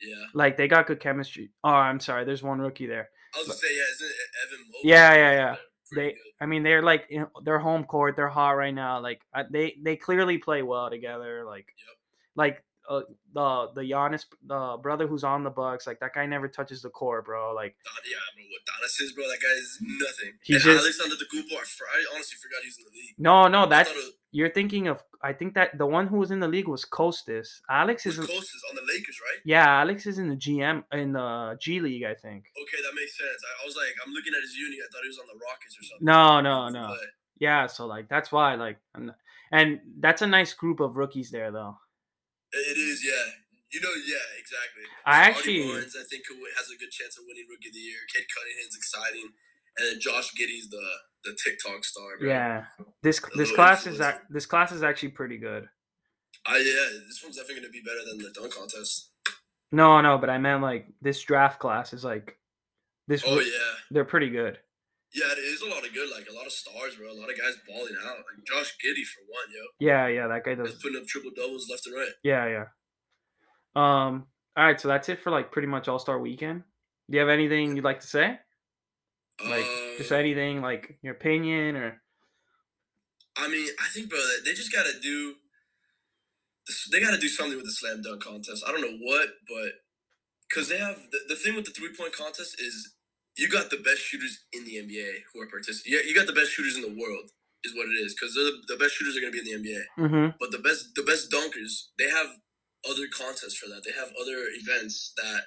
Speaker 2: Yeah.
Speaker 1: Like they got good chemistry. Oh, I'm sorry. There's one rookie there.
Speaker 2: I was gonna say yeah. Isn't it Evan Mobley?
Speaker 1: Yeah, yeah, yeah.
Speaker 2: Pretty
Speaker 1: They,
Speaker 2: good.
Speaker 1: I mean, they're like in their home court. They're hot right now. Like I, they, they clearly play well together. Like,
Speaker 2: Yep.
Speaker 1: like uh, the the Giannis, the brother who's on the Bucks. Like that guy never touches the court, bro. Like
Speaker 2: Don- yeah, I don't know what Donis is, bro. That guy is nothing.
Speaker 1: He's
Speaker 2: and
Speaker 1: just-
Speaker 2: Alexander the Google, I, fr- I honestly forgot he's in the league.
Speaker 1: no, no,
Speaker 2: I
Speaker 1: that's
Speaker 2: thought it
Speaker 1: you're thinking of. I think that the one who was in the league was Costas. Alex
Speaker 2: was
Speaker 1: is, in-
Speaker 2: Coast is on the Lakers, right?
Speaker 1: yeah, Alex is in the GM in the G League, I think.
Speaker 2: Okay, that makes sense. I, I was like, I'm looking at his uni. I thought he was on the Rockets or something.
Speaker 1: No, no, no.
Speaker 2: But
Speaker 1: Yeah, so like that's why like, and, and that's a nice group of rookies there though.
Speaker 2: it is, yeah. You know, yeah, exactly.
Speaker 1: I
Speaker 2: Scotty
Speaker 1: actually.
Speaker 2: Barnes, I think, could win- has a good chance of winning Rookie of the Year. Kid Cunningham's exciting, and then Josh Giddy's the the TikTok star. Bro.
Speaker 1: Yeah, this this
Speaker 2: little
Speaker 1: class is
Speaker 2: influencer.
Speaker 1: ac- this class is actually pretty good.
Speaker 2: I, yeah, this one's definitely gonna be better than the dunk contest.
Speaker 1: No, no, but I meant like this draft class is like this.
Speaker 2: Oh
Speaker 1: r-
Speaker 2: yeah.
Speaker 1: They're pretty good.
Speaker 2: Yeah, it is a lot of good, like a lot of stars, bro. A lot of guys balling out. Like Josh Giddy for one, yo.
Speaker 1: Yeah, yeah, that guy does.
Speaker 2: Just putting up triple doubles left and right.
Speaker 1: Yeah, yeah. Um. All right, so that's it for like pretty much All Star Weekend. Do you have anything you'd like to say? Like just
Speaker 2: Um,
Speaker 1: anything, like your opinion or
Speaker 2: I mean, I think, bro, that they just gotta do. this- They gotta do something with the slam dunk contest. I don't know what, but because they have the, the thing with the three point contest is you got the best shooters in the NBA who are participating. Yeah, you got the best shooters in the world is what it is because the, the best shooters are gonna be in the NBA.
Speaker 1: mm-hmm.
Speaker 2: But the best the best dunkers, they have other contests for that. They have other events that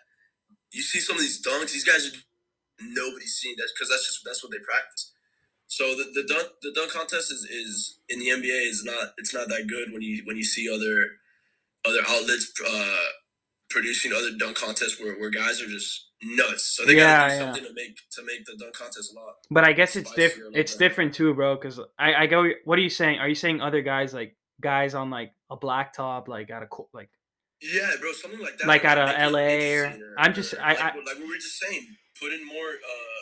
Speaker 2: you see some of these dunks. These guys are nobody's seen. That's because that's just that's what they practice. So the, the dunk the dunk contest is, is in the NBA is not it's not that good when you when you see other other outlets uh, producing other dunk contests where, where guys are just nuts. So they gotta
Speaker 1: Yeah,
Speaker 2: do
Speaker 1: yeah.
Speaker 2: something to make to make the dunk contest a lot.
Speaker 1: But I guess it's
Speaker 2: Spicier
Speaker 1: diff-
Speaker 2: like
Speaker 1: It's
Speaker 2: that.
Speaker 1: different too, bro. Because I I go. What are you saying? Are you saying other guys like guys on like a blacktop like out of co- like
Speaker 2: Yeah, bro, something like that.
Speaker 1: Like
Speaker 2: bro,
Speaker 1: out of
Speaker 2: make it
Speaker 1: LA or-
Speaker 2: interesting
Speaker 1: I'm just- I-
Speaker 2: like,
Speaker 1: I-
Speaker 2: what- like we were just saying, put in more uh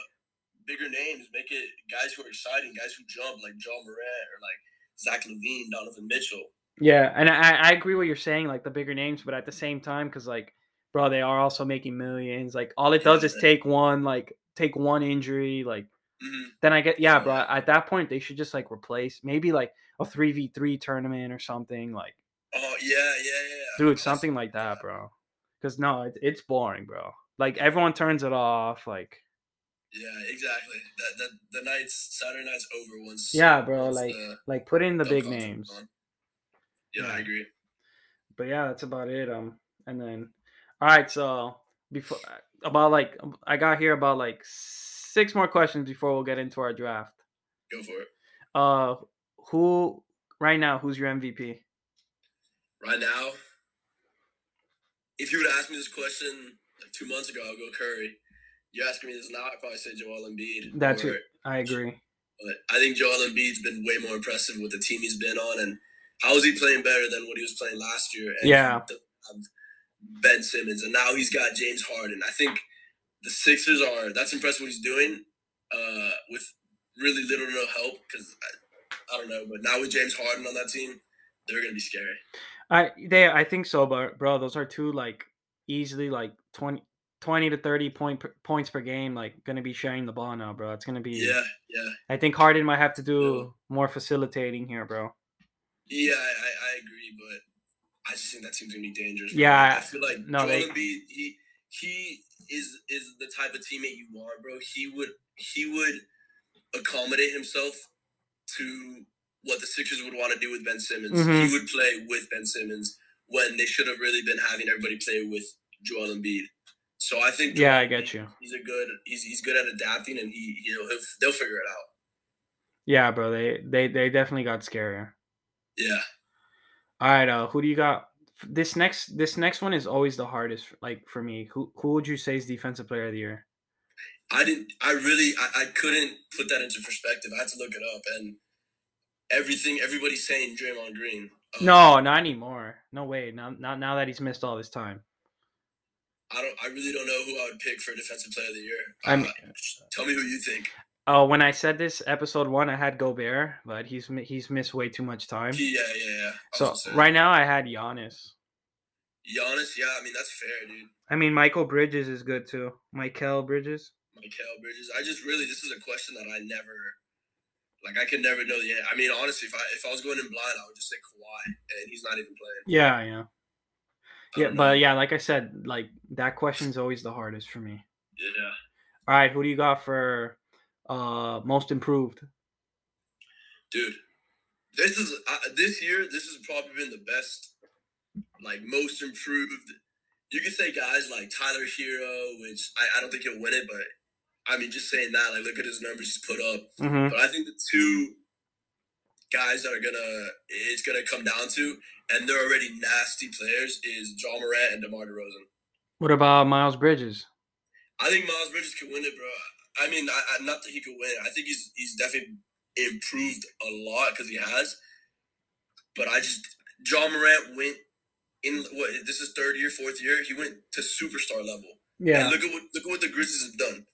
Speaker 2: bigger names, make it guys who are exciting, guys who jump, like John Morant or like Zach Levine, Donovan Mitchell.
Speaker 1: Yeah, and I, I agree what you're saying, like the bigger names, but at the same time, because like, bro, they are also making millions. Like, all it does is
Speaker 2: Yeah.
Speaker 1: take one, like, take one injury. Like,
Speaker 2: Mm-hmm.
Speaker 1: then I get, yeah,
Speaker 2: Yeah.
Speaker 1: bro. At that point, they should just like replace maybe like a three v three tournament or something, like,
Speaker 2: Oh yeah, yeah, yeah. yeah.
Speaker 1: dude,
Speaker 2: That's-
Speaker 1: something like that,
Speaker 2: yeah.
Speaker 1: bro. Because no, it, it's boring, bro. Like everyone turns it off. Like,
Speaker 2: Yeah, exactly. That that the night's Saturday night's over once.
Speaker 1: yeah, bro.
Speaker 2: once
Speaker 1: Like,
Speaker 2: the
Speaker 1: like put in the
Speaker 2: dunk
Speaker 1: big
Speaker 2: contest is
Speaker 1: names.
Speaker 2: on. Yeah, I
Speaker 1: Yeah.
Speaker 2: agree.
Speaker 1: but yeah, that's about it. Um, and then, all right. So before about like um, I got here about like six more questions before we'll get into our draft.
Speaker 2: Go for it.
Speaker 1: Uh, who right now? Who's your MVP?
Speaker 2: Right now, if you would ask me this question like two months ago, I'll go Curry. You're asking me this now, I'd probably say Joel Embiid.
Speaker 1: That's
Speaker 2: or-
Speaker 1: it. I agree.
Speaker 2: But I think Joel Embiid's been way more impressive with the team he's been on, and how is he playing better than what he was playing last year? And
Speaker 1: Yeah.
Speaker 2: he doesn't have Ben Simmons, and now he's got James Harden. I think the Sixers are that's impressive what he's doing uh, with really little to no help because I, I don't know, but now with James Harden on that team, they're gonna be scary.
Speaker 1: I they I think so, but bro, those are two like easily like 20, 20 to thirty point per, points per game. Like gonna be sharing the ball now, bro. It's gonna be.
Speaker 2: Yeah, yeah.
Speaker 1: I think Harden might have to do more facilitating here, bro.
Speaker 2: Yeah, I, I, I agree, but I just think that team's gonna be dangerous. bro.
Speaker 1: Yeah,
Speaker 2: I feel like
Speaker 1: no,
Speaker 2: Joel
Speaker 1: they-
Speaker 2: Embiid, he he is is the type of teammate you want, bro. He would he would accommodate himself to what the Sixers would want to do with Ben Simmons.
Speaker 1: Mhm.
Speaker 2: He would play with Ben Simmons when they should have really been having everybody play with Joel Embiid. So I think Joel
Speaker 1: Yeah, I get
Speaker 2: Embiid,
Speaker 1: you.
Speaker 2: He's a good he's he's good at adapting, and he you know he'll, they'll figure it out.
Speaker 1: Yeah, bro. They they they definitely got scarier.
Speaker 2: Yeah.
Speaker 1: All right, uh, who do you got? F- This next this next one is always the hardest, f- like for me. Who who would you say is defensive player of the year?
Speaker 2: I didn't. I really. I, I couldn't put that into perspective. I had to look it up, and everything everybody's saying Draymond Green. Um,
Speaker 1: No, not anymore. No way. Not, not now that he's missed all this time.
Speaker 2: I don't. I really don't know who I would pick for defensive player of the year.
Speaker 1: I mean,
Speaker 2: Uh, tell me who you think.
Speaker 1: uh, when I said this episode one, I had Gobert, but he's mi- he's missed way too much time.
Speaker 2: He- yeah, yeah, yeah. I
Speaker 1: So
Speaker 2: was gonna say.
Speaker 1: right now, I had Giannis.
Speaker 2: Giannis. Yeah, I mean that's fair, dude.
Speaker 1: I mean, Michael Bridges is good too. Michael Bridges.
Speaker 2: Mikael Bridges. I just really this is a question that I never, like, I could never know the. an- I mean, honestly, if I if I was going in blind, I would just say Kawhi, and he's not even playing.
Speaker 1: Yeah, yeah,
Speaker 2: I
Speaker 1: yeah.
Speaker 2: don't know.
Speaker 1: But yeah, like I said, like that question's always the hardest for me.
Speaker 2: yeah,
Speaker 1: All right, who do you got for uh most improved?
Speaker 2: dude, this is I this year. This has probably been the best, like, most improved. You could say guys like Tyler Hero, which I, I don't think he'll win it, but I mean, just saying that, like, look at his numbers he's put up.
Speaker 1: Mm-hmm.
Speaker 2: But I think the two guys that are gonna it's gonna come down to, and they're already nasty players, is John Morant and DeMar DeRozan.
Speaker 1: What about Miles Bridges?
Speaker 2: I think Miles Bridges can win it, bro. I mean, I, I, not that he could win. I think he's he's definitely improved a lot because he has. But I just John Morant went in what this is third year, fourth year. He went to superstar level. And
Speaker 1: Yeah,
Speaker 2: look at what look at what the Grizzlies have done.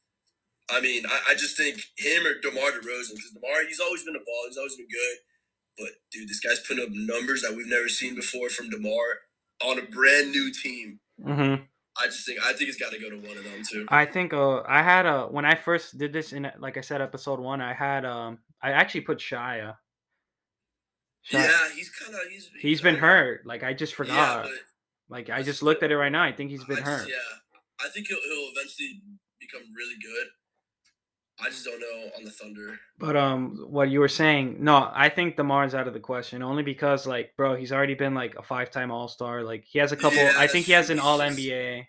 Speaker 2: I mean, I, I just think him or DeMar DeRozan, because DeMar, he's always been a ball, he's always been good. But dude, this guy's putting up numbers that we've never seen before from DeMar on a brand new team.
Speaker 1: mm-hmm.
Speaker 2: I just think I think it's gotta go to one of them too.
Speaker 1: I think uh, I had a when I first did this in uh, like I said episode one, I had um I actually put Shia. Shia.
Speaker 2: yeah, he's kinda he's
Speaker 1: he's been hurt. Like I just
Speaker 2: Yeah,
Speaker 1: forgot.
Speaker 2: but
Speaker 1: like I just looked at it right now. I think he's been
Speaker 2: I just-
Speaker 1: hurt.
Speaker 2: Yeah. I think he'll, he'll eventually become really good. I just don't know on the Thunder.
Speaker 1: But um, what you were saying? No, I think Demar's out of the question only because like, bro, he's already been like a five-time All Star. Like he has a couple.
Speaker 2: Yeah,
Speaker 1: I think
Speaker 2: that's
Speaker 1: he has an
Speaker 2: true.
Speaker 1: All NBA.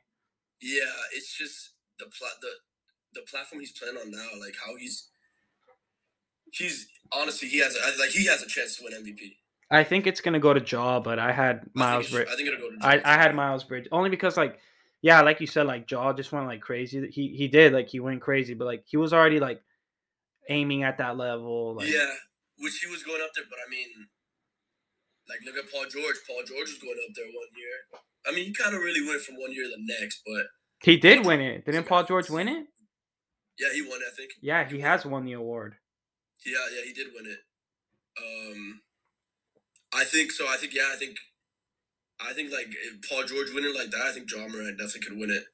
Speaker 2: Yeah, it's just the plat the the platform he's playing on now, like how he's he's honestly he has a, I- like he has a chance to win MVP.
Speaker 1: I think it's gonna go to Jaw, but I had Miles. Brid-
Speaker 2: I think, it's- I think it'll go to.
Speaker 1: I,
Speaker 2: Jokic.
Speaker 1: I had Miles Bridge only because like yeah, like you said, like Jaw just went like crazy. He he did like he went crazy, but like he was already like aiming at that level. Like,
Speaker 2: yeah, which he was going up there, but I mean, like look at Paul George. Paul George was going up there one year. I mean, he kind of really went from one year to the next, but
Speaker 1: he did win it. Didn't Paul George
Speaker 2: Yes.
Speaker 1: win it?
Speaker 2: yeah, he won. I think.
Speaker 1: Yeah, he has won the award.
Speaker 2: Yeah, yeah, he did win it. Um, I think so. I think yeah. I think, I think like if Paul George winning like that, I think John Morant definitely could win it.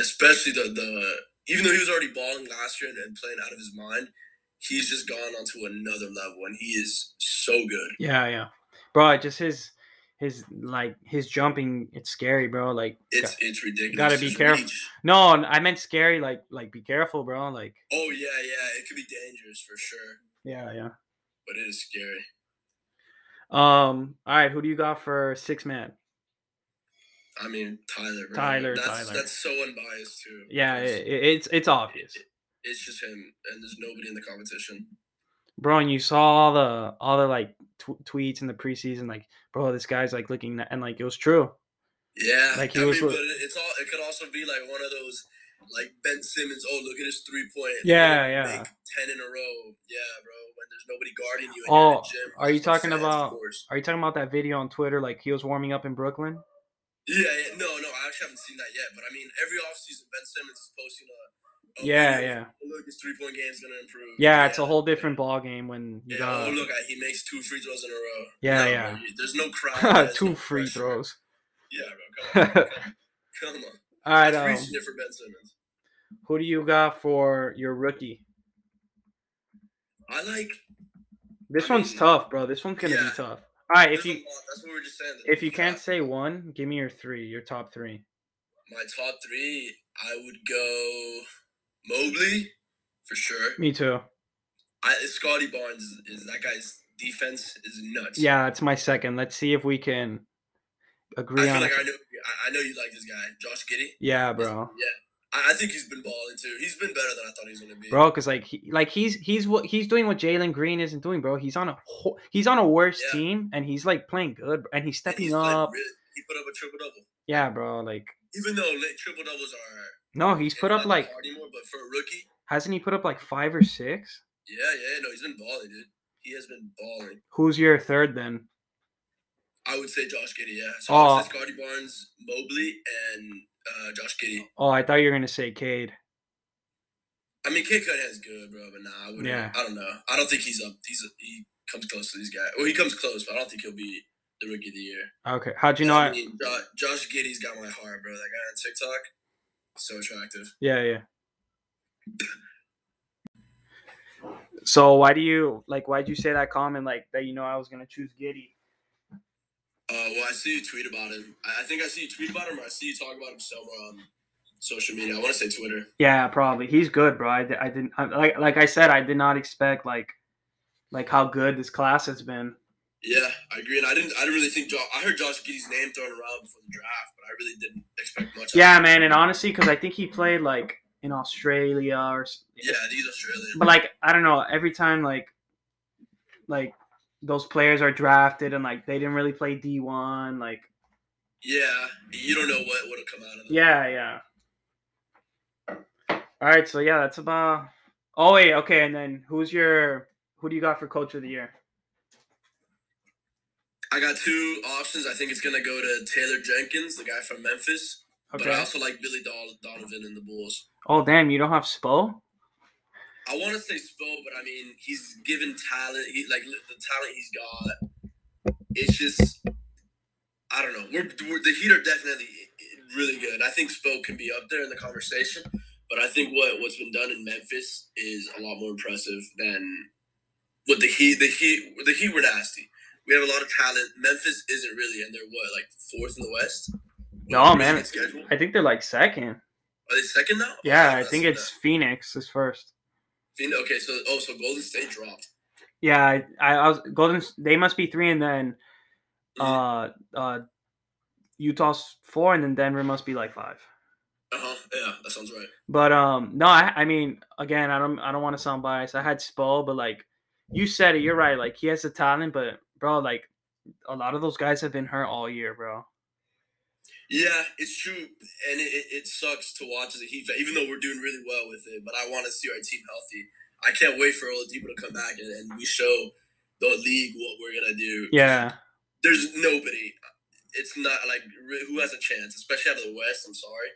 Speaker 2: Especially the the even though he was already balling last year and, and playing out of his mind, he's just gone onto another level and he is so good.
Speaker 1: Yeah, yeah, bro. Just his his like his jumping, it's scary, bro. Like
Speaker 2: It's it's ridiculous.
Speaker 1: gotta be
Speaker 2: His
Speaker 1: careful.
Speaker 2: reach.
Speaker 1: no, n- I meant scary. Like like be careful, bro. Like
Speaker 2: Oh yeah, yeah. It could be dangerous for sure,
Speaker 1: yeah, yeah.
Speaker 2: but it is scary.
Speaker 1: Um, all right, who do you got for six man?
Speaker 2: I mean, Tyler. bro,
Speaker 1: Tyler,
Speaker 2: That's,
Speaker 1: Tyler.
Speaker 2: That's so unbiased too.
Speaker 1: Yeah,
Speaker 2: It's-
Speaker 1: it, it's it's obvious,
Speaker 2: it's just him, and there's nobody in the competition.
Speaker 1: bro. And you saw all the all the like tw- tweets in the preseason, like bro, this guy's like looking, na- and like it was true.
Speaker 2: Yeah,
Speaker 1: Like,
Speaker 2: like
Speaker 1: he
Speaker 2: I
Speaker 1: was
Speaker 2: mean,
Speaker 1: look-
Speaker 2: but it- it's all. It could also be like one of those, like Ben Simmons. Oh, look at his three point.
Speaker 1: Yeah, yeah.
Speaker 2: Ten in a row. Yeah, bro. When there's nobody guarding you. And
Speaker 1: Oh,
Speaker 2: you're in the gym,
Speaker 1: are you
Speaker 2: there's no
Speaker 1: talking
Speaker 2: fans, of
Speaker 1: about-
Speaker 2: course.
Speaker 1: Are you talking about that video on Twitter? Like he was warming up in Brooklyn.
Speaker 2: Yeah, yeah. No, no. I actually haven't seen that yet. But I mean, every offseason, Ben Simmons is posting a. a
Speaker 1: Yeah,
Speaker 2: video,
Speaker 1: yeah,
Speaker 2: "Oh, Look, his three point game's gonna improve.
Speaker 1: yeah. It's a whole different ball game when you
Speaker 2: Yeah.
Speaker 1: got
Speaker 2: Oh,
Speaker 1: [LAUGHS]
Speaker 2: look, I, he makes two free throws in a row.
Speaker 1: Yeah,
Speaker 2: No,
Speaker 1: yeah.
Speaker 2: bro, you- there's
Speaker 1: [LAUGHS]
Speaker 2: no crowd. there's
Speaker 1: two
Speaker 2: no
Speaker 1: free
Speaker 2: pressure.
Speaker 1: throws. [LAUGHS]
Speaker 2: Yeah, bro.
Speaker 1: all
Speaker 2: Come on. come on. Come on.
Speaker 1: right,
Speaker 2: That's
Speaker 1: um,
Speaker 2: reaching it for Ben Simmons.
Speaker 1: Who do you got for your rookie?
Speaker 2: I like.
Speaker 1: This
Speaker 2: I
Speaker 1: one's
Speaker 2: mean,
Speaker 1: tough, bro. This one's gonna
Speaker 2: yeah.
Speaker 1: be tough. All right,
Speaker 2: If
Speaker 1: if you
Speaker 2: that's what we we're just saying. that
Speaker 1: if you can't
Speaker 2: I-
Speaker 1: say one, give me your three, your top three.
Speaker 2: my top three, I would go Mobley for sure.
Speaker 1: Me too.
Speaker 2: I Scotty Barnes is, that guy's defense is nuts.
Speaker 1: Yeah, it's my second. Let's see if we can
Speaker 2: I
Speaker 1: agree
Speaker 2: feel
Speaker 1: on.
Speaker 2: like
Speaker 1: it.
Speaker 2: I know. I, I know you like this guy, Josh Giddy.
Speaker 1: yeah, bro,
Speaker 2: I, I think he's been balling too. He's been better than I thought he was gonna be.
Speaker 1: bro, because like he, like he's he's what he's doing what Jalen Green isn't doing, bro. He's on a ho- he's on a worse
Speaker 2: Yeah.
Speaker 1: team and he's like playing good bro, and he's
Speaker 2: And
Speaker 1: stepping
Speaker 2: he's played
Speaker 1: up.
Speaker 2: really- he put up a triple double.
Speaker 1: Yeah, bro, like
Speaker 2: Even though late triple doubles are
Speaker 1: no, he's put
Speaker 2: it's
Speaker 1: up
Speaker 2: not that
Speaker 1: like
Speaker 2: hard anymore, but for a rookie,
Speaker 1: hasn't he put up like five or six?
Speaker 2: yeah, yeah, no, he's been balling, dude. he has been balling.
Speaker 1: Who's your third then?
Speaker 2: I would say Josh Giddy. Yeah. So
Speaker 1: Oh.
Speaker 2: oh. it's Scotty Barnes, Mobley, and uh, Josh Giddy.
Speaker 1: Oh, I thought you were gonna say Cade.
Speaker 2: I mean, Kid Cunningham's good, bro, but nah, I wouldn't.
Speaker 1: Yeah.
Speaker 2: I don't know. I don't think he's up. He's he comes close to these guys. Well, he comes close, but I don't think he'll be the rookie of the year.
Speaker 1: Okay, how'd you know?
Speaker 2: I
Speaker 1: I,
Speaker 2: mean, Jo- Josh Giddy's got my heart, bro. That guy on TikTok, so attractive.
Speaker 1: yeah, yeah. So why do you like? Why'd you say that comment? Like that you know I was gonna choose Giddy.
Speaker 2: Uh, well, I see you tweet about him. I, I think I see you tweet about him, or I see you talk about him somewhere on social media. I want to say Twitter.
Speaker 1: Yeah, probably. He's good, bro. I, di- I didn't I, like like I said I did not expect like like how good this class has been.
Speaker 2: Yeah, I agree. And I didn't. I didn't really think. Josh, I heard Josh Giddy's name thrown around before the draft, but I really didn't expect much. out of
Speaker 1: Yeah,
Speaker 2: him.
Speaker 1: man. And honestly, because I think he played like in Australia or s-
Speaker 2: Yeah, these Australian.
Speaker 1: but like I don't know. Every time like like those players are drafted and like they didn't really play D one. Like
Speaker 2: Yeah, you don't know what would have come out of them.
Speaker 1: yeah, yeah. All right, so yeah, that's about. Oh wait, okay, and then who's your who do you got for coach of the year?
Speaker 2: I got two options. I think it's gonna go to Taylor Jenkins, the guy from Memphis. But I
Speaker 1: Okay.
Speaker 2: also like Billy Don- Donovan and the Bulls.
Speaker 1: Oh damn, you don't have Spo.
Speaker 2: I want to say Spo, but I mean he's given talent. He like li- the talent he's got. It's just I don't know. We're, we're the Heat are definitely really good. I think Spo can be up there in the conversation, but I think what what's been done in Memphis is a lot more impressive than what the Heat the Heat the Heat were nasty. We have a lot of talent. Memphis isn't really, and they're what like fourth in the West.
Speaker 1: No,
Speaker 2: With the
Speaker 1: man.
Speaker 2: recent Schedule.
Speaker 1: I think they're like second.
Speaker 2: Are they second now?
Speaker 1: Yeah, I
Speaker 2: That's-
Speaker 1: think it's Phoenix is first.
Speaker 2: Phoenix- Okay, so oh, so Golden State dropped.
Speaker 1: Yeah, I, I, I was Golden. S- They must be three, and then uh uh Utah's four, and then Denver must be like five.
Speaker 2: Uh huh. Yeah, that sounds right.
Speaker 1: But um, no, I, I mean, again, I don't, I don't want to sound biased. I had Spo, but like you said it, you're right. Like he has the talent, but bro, like a lot of those guys have been hurt all year, bro.
Speaker 2: Yeah, it's true, and it, it, it sucks to watch as a Heat fan, even though we're doing really well with it. But I want to see our team healthy. I can't wait for Oladipo to come back and, and we show the league what we're gonna do.
Speaker 1: Yeah,
Speaker 2: There's nobody. It's not like re- who has a chance, especially out of the West. I'm sorry,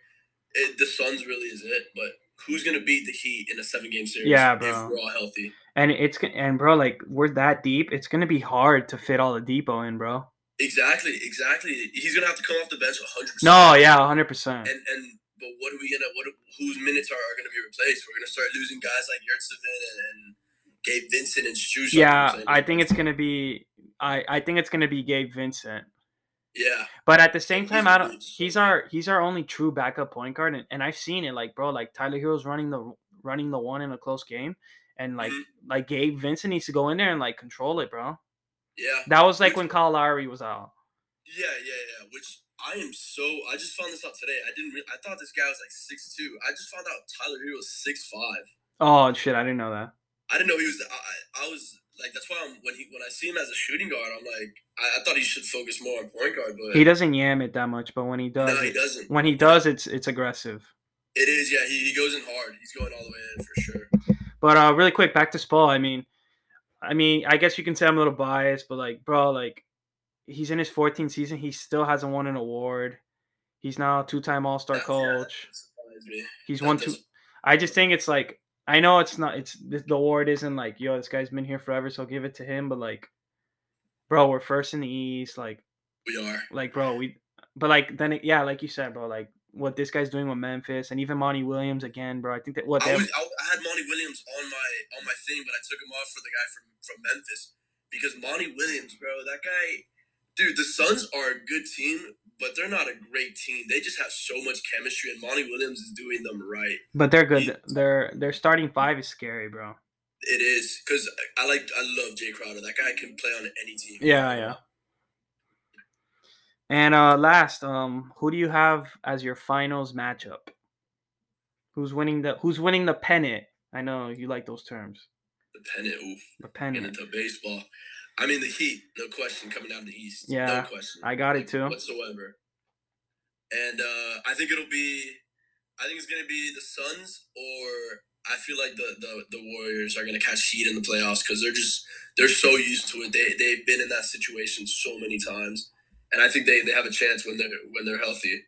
Speaker 2: it, the Suns really is it, but who's gonna beat the Heat in a seven game series?
Speaker 1: Yeah, bro.
Speaker 2: If we're all healthy.
Speaker 1: and it's g- and bro, like we're that deep. It's gonna be hard to fit all the depot in, bro.
Speaker 2: Exactly, exactly. He's gonna have to come off the bench 100.
Speaker 1: No, yeah, hundred percent.
Speaker 2: and and but what are we gonna what whose minutes are, are gonna be replaced? We're gonna start losing guys like Yurtsevin and, and Gabe Vincent and Struce.
Speaker 1: Yeah, I think it's gonna be. I I think it's gonna be Gabe Vincent.
Speaker 2: yeah,
Speaker 1: But at the same
Speaker 2: He's
Speaker 1: time,
Speaker 2: a
Speaker 1: I don't.
Speaker 2: good
Speaker 1: He's
Speaker 2: shooter.
Speaker 1: our he's our only true backup point guard, and, and I've seen it. Like bro, like Tyler Hero's running the running the one in a close game, and like
Speaker 2: Mhm.
Speaker 1: like Gabe Vincent needs to go in there and like control it, bro.
Speaker 2: yeah,
Speaker 1: That was like
Speaker 2: Which-
Speaker 1: when Kyle Lowry was out.
Speaker 2: yeah, yeah, yeah. Which I am so I just found this out today. I didn't re- I thought this guy was like six two. I just found out Tyler Hero was six five.
Speaker 1: Oh shit, I didn't know that.
Speaker 2: I didn't know he was. I, I- I was like that's why I'm, when he when I see him as a shooting guard, I'm like I, I thought he should focus more on point guard, but
Speaker 1: He doesn't yam it that much, but when he does,
Speaker 2: no, he
Speaker 1: it-
Speaker 2: doesn't.
Speaker 1: when he does, it's it's aggressive.
Speaker 2: It is yeah. He, he goes in hard. He's going all the way in for sure.
Speaker 1: But uh, really quick, back to Spall. I mean, I mean, I guess you can say I'm a little biased, but like, bro, like, he's in his 14th season. He still hasn't won an award. He's now a two-time All-Star
Speaker 2: That's- yeah, that
Speaker 1: coach.
Speaker 2: surprised me.
Speaker 1: He's
Speaker 2: That
Speaker 1: won two.
Speaker 2: does-
Speaker 1: I just think it's like I know it's not. It's the the award isn't like yo, this guy's been here forever, so give it to him. But like, bro, we're first in the East. Like,
Speaker 2: We are.
Speaker 1: like, bro, we. But like, then it, yeah, like you said, bro, like what this guy's doing with Memphis and even Monty Williams again, bro. I think that what they
Speaker 2: I,
Speaker 1: have-
Speaker 2: was, I, I had Monty Williams on my on my thing, but I took him off for the guy from from Memphis because Monty Williams, bro, that guy, dude. The Suns are a good team, but they're not a great team. They just have so much chemistry, and Monty Williams is doing them right.
Speaker 1: but they're
Speaker 2: he-
Speaker 1: good. Their their starting five is scary, bro.
Speaker 2: It is because I, I like I love Jay Crowder. That guy can play on any team.
Speaker 1: Yeah, yeah. And uh last, um, who do you have as your finals matchup? Who's winning the who's winning the pennant? I know you like those terms.
Speaker 2: The pennant, oof,
Speaker 1: The
Speaker 2: and
Speaker 1: pennant.
Speaker 2: into baseball. I mean the Heat, no question, coming out of the East.
Speaker 1: Yeah,
Speaker 2: no question.
Speaker 1: I got it
Speaker 2: like,
Speaker 1: too.
Speaker 2: Whatsoever. And uh, I think it'll be, I think it's gonna be the Suns or I feel like the, the, the Warriors are gonna catch heat in the playoffs because they're just they're so used to it. They they've been in that situation so many times, and I think they, they have a chance when they're when they're healthy.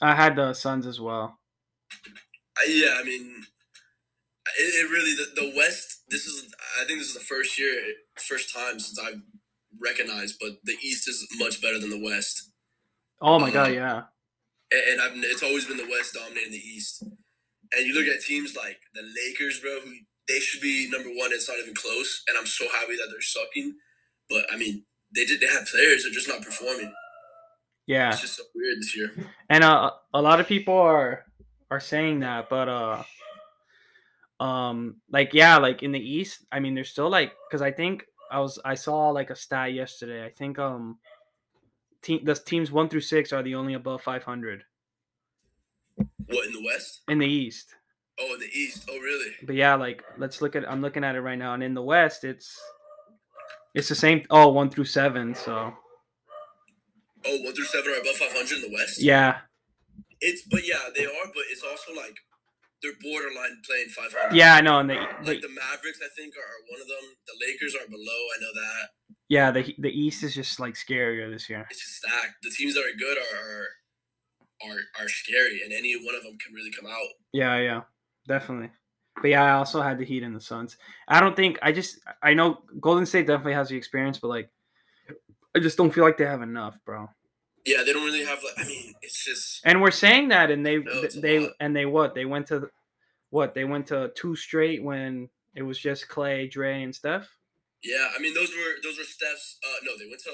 Speaker 1: I had the Suns as well.
Speaker 2: I, yeah, I mean, it, it really the, the West. This is I think this is the first year, first time since I've recognized, but the East is much better than the West.
Speaker 1: Oh my god,
Speaker 2: Um,
Speaker 1: yeah.
Speaker 2: and, and I've, it's always been the West dominating the East. And you look at teams like the Lakers, bro, who they should be number one. It's not even close. And I'm so happy that they're sucking. But I mean, they did. They have players. They're just not performing.
Speaker 1: Yeah.
Speaker 2: It's just so weird this year.
Speaker 1: and uh, a lot of people are are saying that but uh um like yeah like in the east i mean there's still like because i think i was i saw like a stat yesterday i think um team the teams one through six are the only above 500
Speaker 2: What in the West?
Speaker 1: in the east
Speaker 2: Oh, in the East. Oh, really?
Speaker 1: but yeah like let's look at i'm looking at it right now and in the west it's it's the same oh one through seven so
Speaker 2: Oh, one through seven are above 500 in the West.
Speaker 1: yeah
Speaker 2: It's but yeah, they are. But it's also like they're borderline playing 500.
Speaker 1: yeah i know and the, the
Speaker 2: Like the Mavericks, I think, are, are one of them. The Lakers are below. I know that.
Speaker 1: yeah the the east is just like scarier this year
Speaker 2: it's just stacked. The teams that are good are are are, are scary, and any one of them can really come out.
Speaker 1: Yeah, yeah, definitely. But yeah, I also had the Heat and the Suns. I don't think I just I know Golden State definitely has the experience, but like I just don't feel like they have enough, bro.
Speaker 2: Yeah, they don't really have. Like, I mean, it's just
Speaker 1: And we're saying that, and they
Speaker 2: No, it's a
Speaker 1: they
Speaker 2: lot.
Speaker 1: and they what they went to the- what they went to two straight when it was just Clay, Dre, and Steph.
Speaker 2: yeah. I mean, those were those were steps. Uh, no, they went to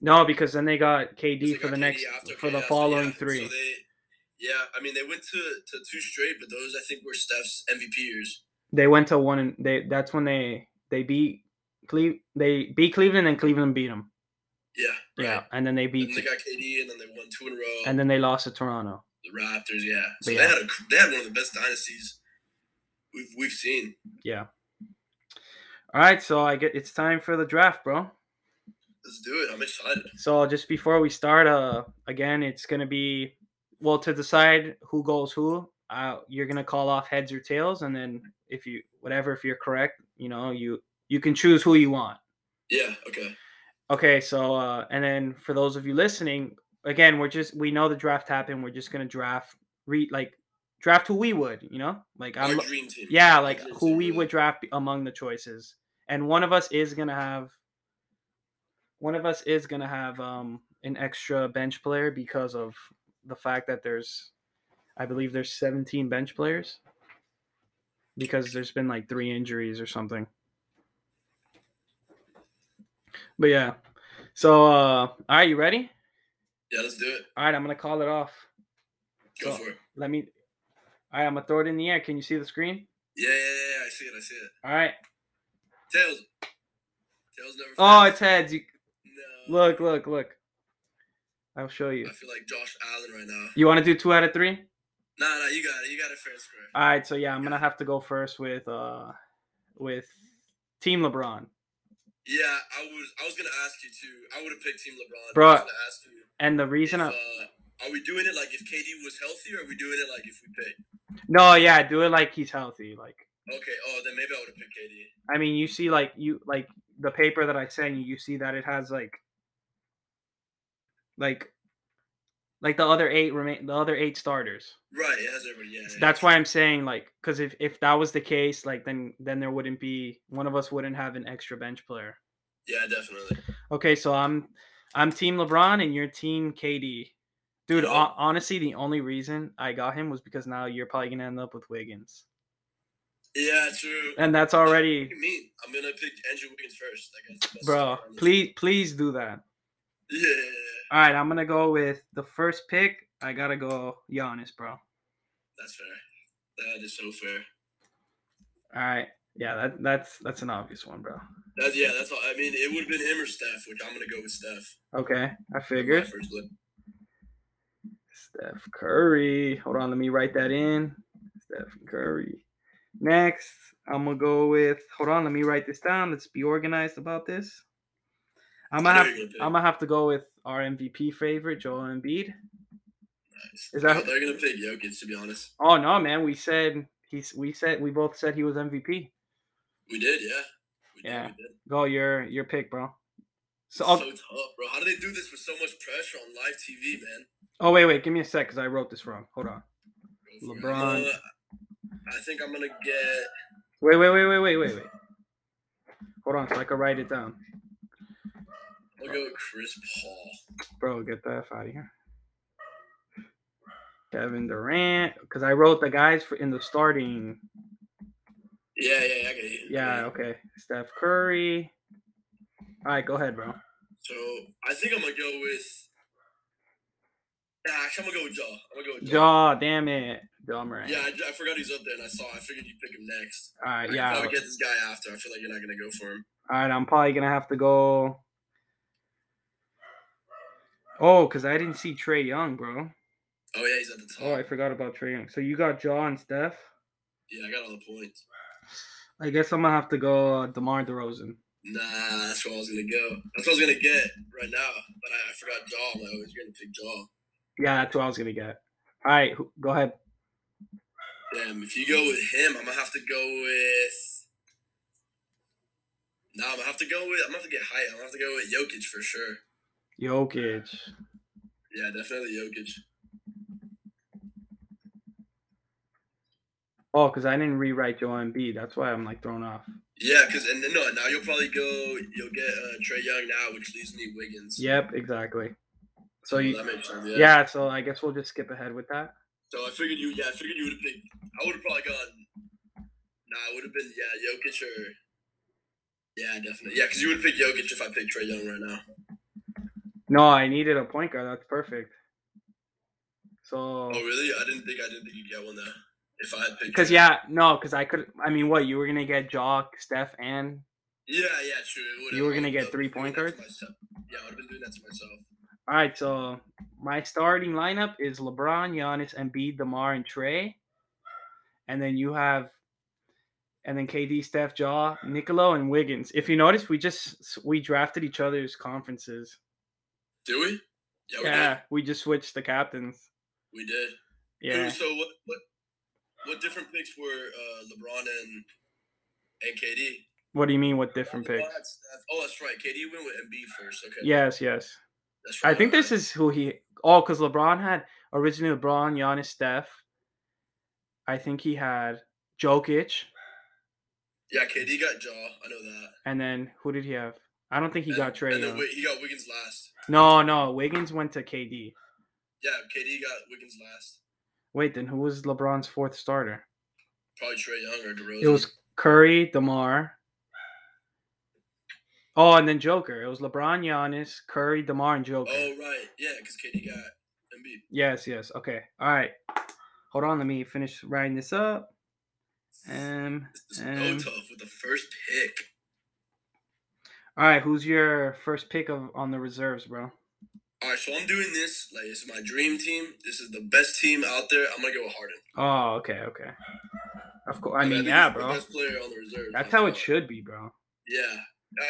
Speaker 1: No, because then they got
Speaker 2: they
Speaker 1: KD for
Speaker 2: got
Speaker 1: the
Speaker 2: KD
Speaker 1: next
Speaker 2: after
Speaker 1: for the
Speaker 2: KD, so
Speaker 1: following
Speaker 2: yeah,
Speaker 1: three.
Speaker 2: So they, yeah, I mean, they went to to two straight, but those I think were Steph's MVP years.
Speaker 1: they went to one, and they that's when they they beat Cleve they beat Cleveland, and Cleveland beat them.
Speaker 2: Yeah,
Speaker 1: Yeah,
Speaker 2: right.
Speaker 1: and then they
Speaker 2: And
Speaker 1: beat
Speaker 2: they got KD, and then they won two in a row.
Speaker 1: and then they lost to Toronto.
Speaker 2: the Raptors, yeah.
Speaker 1: But
Speaker 2: So they
Speaker 1: yeah.
Speaker 2: had a cr- they had one of the best dynasties we've we've seen.
Speaker 1: All right, so I get it's time for the draft, bro.
Speaker 2: Let's do it. I'm excited.
Speaker 1: So just before we start, uh, again, it's gonna be well to decide who goes who. Uh, you're gonna call off heads or tails, and then if you whatever, if you're correct, you know you you can choose who you want.
Speaker 2: Yeah. Okay.
Speaker 1: Okay, so uh, and then for those of you listening, again, we're just we know the draft happened. We're just gonna draft re like draft who we would, you know, like
Speaker 2: Our
Speaker 1: I'm
Speaker 2: dream team.
Speaker 1: yeah, like
Speaker 2: Dream
Speaker 1: who
Speaker 2: team,
Speaker 1: we
Speaker 2: really.
Speaker 1: would draft be- among the choices, and one of us is gonna have one of us is gonna have um an extra bench player because of the fact that there's, I believe there's 17 bench players because there's been like three injuries or something. But yeah, so uh, all right, you ready?
Speaker 2: Yeah, let's do it.
Speaker 1: All right, I'm gonna call it off.
Speaker 2: Go
Speaker 1: So-
Speaker 2: for it.
Speaker 1: Let me. All right, I'm gonna throw it in the air. Can you see the screen?
Speaker 2: Yeah, yeah, yeah, yeah. I see it. I see it.
Speaker 1: All right.
Speaker 2: Tails. Tails never.
Speaker 1: Oh,
Speaker 2: fails.
Speaker 1: it's heads. You
Speaker 2: no.
Speaker 1: Look, look, look. I'll show you.
Speaker 2: I feel like Josh Allen right now.
Speaker 1: You want to do two out of three?
Speaker 2: Nah, nah, you got it. You got it fair and square.
Speaker 1: All right, so yeah, I'm gonna have to go first with uh with Team LeBron,
Speaker 2: Yeah, I was. I was gonna ask you to. I would have picked Team LeBron.
Speaker 1: Bro,
Speaker 2: I was gonna ask you.
Speaker 1: and the
Speaker 2: If,
Speaker 1: reason I
Speaker 2: uh, are we doing it like if KD was healthy, or are we doing it like if we picked?
Speaker 1: no, yeah, do it like he's healthy. Like,
Speaker 2: Okay. Oh, then maybe I would have picked KD.
Speaker 1: I mean, you see, like you like the paper that I sent you. You see that it has like like like the other eight remain the other eight starters.
Speaker 2: Right. It has everybody. Yeah.
Speaker 1: So
Speaker 2: yeah.
Speaker 1: that's why I'm saying like because if if that was the case, like then then there wouldn't be one of us wouldn't have an extra bench player.
Speaker 2: Yeah, definitely.
Speaker 1: Okay, so I'm I'm team LeBron and you're team KD. Dude,
Speaker 2: Yeah.
Speaker 1: hon- honestly, the only reason I got him was because now you're probably gonna end up with Wiggins,
Speaker 2: Yeah, true.
Speaker 1: and that's
Speaker 2: What
Speaker 1: already,
Speaker 2: do you mean? I'm gonna pick Andrew Wiggins first. That guy's the best
Speaker 1: bro.
Speaker 2: player on the team.
Speaker 1: Please, please do that.
Speaker 2: Yeah. yeah, yeah.
Speaker 1: All right, I'm gonna go with the first pick. I gotta go Giannis, bro. All
Speaker 2: That's fair. That is so fair.
Speaker 1: right, yeah, that that's that's an obvious one, bro.
Speaker 2: That, yeah, that's all. I mean, it would have been him or Steph, which I'm gonna go with Steph.
Speaker 1: Okay, I
Speaker 2: for my
Speaker 1: figured.
Speaker 2: first look.
Speaker 1: Steph Curry. Hold on, let me write that in. Steph Curry. Next, I'm gonna go with. Hold on, let me write this down. Let's be organized about this. I'm
Speaker 2: I
Speaker 1: gonna
Speaker 2: know
Speaker 1: have,
Speaker 2: you're gonna pick.
Speaker 1: I'm gonna have to go with our MVP favorite, Joel Embiid.
Speaker 2: Nice.
Speaker 1: is that-
Speaker 2: they're gonna pick Jokic? To be honest,
Speaker 1: Oh no, man, we said he He's we said we both said he was MVP.
Speaker 2: We did, yeah. We
Speaker 1: Yeah.
Speaker 2: Did, we did.
Speaker 1: Go your your pick, bro. So, oh,
Speaker 2: So,
Speaker 1: I'll-
Speaker 2: tough, bro. How do they do this with so much pressure on live TV, man?
Speaker 1: oh wait, wait, give me a sec because I wrote this wrong. Hold on.
Speaker 2: Go for it.
Speaker 1: LeBron.
Speaker 2: Uh, I think I'm gonna get.
Speaker 1: Wait, wait, wait, wait, wait, wait, wait. Hold on, so I can write it down.
Speaker 2: I'll go with Chris Paul.
Speaker 1: Bro, get the F out of here. Kevin Durant, because I wrote the guys for in the starting.
Speaker 2: Yeah, yeah, yeah. I get it.
Speaker 1: Yeah, okay. Steph Curry. All right, go ahead, bro.
Speaker 2: So I think I'm gonna go with. Nah, actually, I'm gonna go with Jaw. I'm gonna go with Jaw.
Speaker 1: Jaw, damn it. Jaw Morant.
Speaker 2: Yeah, I, I forgot he's up there, and I saw. I figured you'd pick him next.
Speaker 1: All right,
Speaker 2: I
Speaker 1: yeah.
Speaker 2: could probably get this guy after. I feel like you're not gonna go for him.
Speaker 1: All right, I'm probably gonna have to go. Oh, because I didn't see Trey Young, bro.
Speaker 2: Oh yeah, he's at the top.
Speaker 1: Oh, I forgot about Trey Young. So you got Jaw and Steph.
Speaker 2: Yeah, I got all the points.
Speaker 1: I guess I'm gonna have to go uh, DeMar DeRozan.
Speaker 2: Nah, that's where I was gonna go. That's what I was gonna get right now, but I, I forgot Jaw. I'm like, oh, he's gonna pick Jaw.
Speaker 1: Yeah, that's what I was gonna get. All right, who- go ahead.
Speaker 2: Damn, if you go with him, I'm gonna have to go with. Nah, I'm gonna have to go with. I'm gonna have to get high. I'm gonna have to go with Jokic for sure.
Speaker 1: Jokic.
Speaker 2: Yeah, definitely Jokic.
Speaker 1: Oh, because I didn't rewrite Joel Embiid. That's why I'm like thrown off.
Speaker 2: Yeah, because and then, no, now you'll probably go. You'll get uh, Trey Young now, which leaves me Wiggins.
Speaker 1: Yep, exactly. So
Speaker 2: Well,
Speaker 1: you,
Speaker 2: that makes sense.
Speaker 1: yeah.
Speaker 2: Yeah.
Speaker 1: So I guess we'll just skip ahead with that.
Speaker 2: So I figured you. Yeah, I figured you would have picked. I would have probably gone. Nah, it would have been yeah Jokic or. Yeah, definitely. Yeah, because you would pick Jokic if I picked Trey Young right now.
Speaker 1: No, I needed a point guard. That's perfect. So.
Speaker 2: Oh really? I didn't think I didn't think you'd get one though. If I had picked.
Speaker 1: Because
Speaker 2: Trey Young.
Speaker 1: yeah, no, because I could. I mean, what you were gonna get? Jock, Steph, and
Speaker 2: Yeah, yeah, true. It would've-
Speaker 1: You were
Speaker 2: I
Speaker 1: gonna
Speaker 2: would've
Speaker 1: get
Speaker 2: been
Speaker 1: three
Speaker 2: doing
Speaker 1: point
Speaker 2: that to
Speaker 1: guards?
Speaker 2: myself. Yeah, I would have been doing that to myself.
Speaker 1: all right. So my starting lineup is LeBron, Giannis, Embiid, Demar, and Trey. And then you have, and then KD, Steph, Jaw, Nicolo, and Wiggins. If you notice, we just s- we drafted each other's conferences.
Speaker 2: Do we? Yeah, we [LAUGHS]
Speaker 1: Yeah, we just switched the captains.
Speaker 2: did. We did. Who-
Speaker 1: Yeah,
Speaker 2: So what what what different picks were uh, LeBron and and KD?
Speaker 1: what do you mean? What different
Speaker 2: LeBron
Speaker 1: picks?
Speaker 2: had Steph- Oh, that's right. KD went with Embiid first. Okay.
Speaker 1: Yes, yes.
Speaker 2: That's
Speaker 1: I
Speaker 2: right,
Speaker 1: think this
Speaker 2: alright.
Speaker 1: is who he. Oh, because LeBron had originally LeBron, Giannis, Steph. I think he had Jokic,
Speaker 2: Yeah, KD got Jaw. I know that.
Speaker 1: and then who did he have? I don't think he
Speaker 2: And-
Speaker 1: got Trey
Speaker 2: And then
Speaker 1: Young.
Speaker 2: Wi- he got Wiggins last.
Speaker 1: No, no, Wiggins went to KD.
Speaker 2: Yeah, KD got Wiggins last.
Speaker 1: Wait, then who was LeBron's fourth starter?
Speaker 2: Probably Trey Young or DeRozan.
Speaker 1: It was Curry, Demar. Oh, and then Joker. It was LeBron, Giannis, Curry, Demar, and Joker.
Speaker 2: Oh right, yeah, because KD got Embiid.
Speaker 1: Yes, yes. Okay. All right. Hold on. Let me finish writing this up. Um,
Speaker 2: This is
Speaker 1: um,
Speaker 2: so tough with the first pick.
Speaker 1: All right, who's your first pick of on the reserves, bro?
Speaker 2: All right, so I'm doing this. Like, it's my dream team. This is the best team out there. I'm gonna go with Harden.
Speaker 1: Oh, okay, okay. Of course, I
Speaker 2: Like,
Speaker 1: mean,
Speaker 2: think
Speaker 1: yeah,
Speaker 2: he's the
Speaker 1: bro.
Speaker 2: Best player on the reserve.
Speaker 1: That's how it should be, bro.
Speaker 2: Yeah,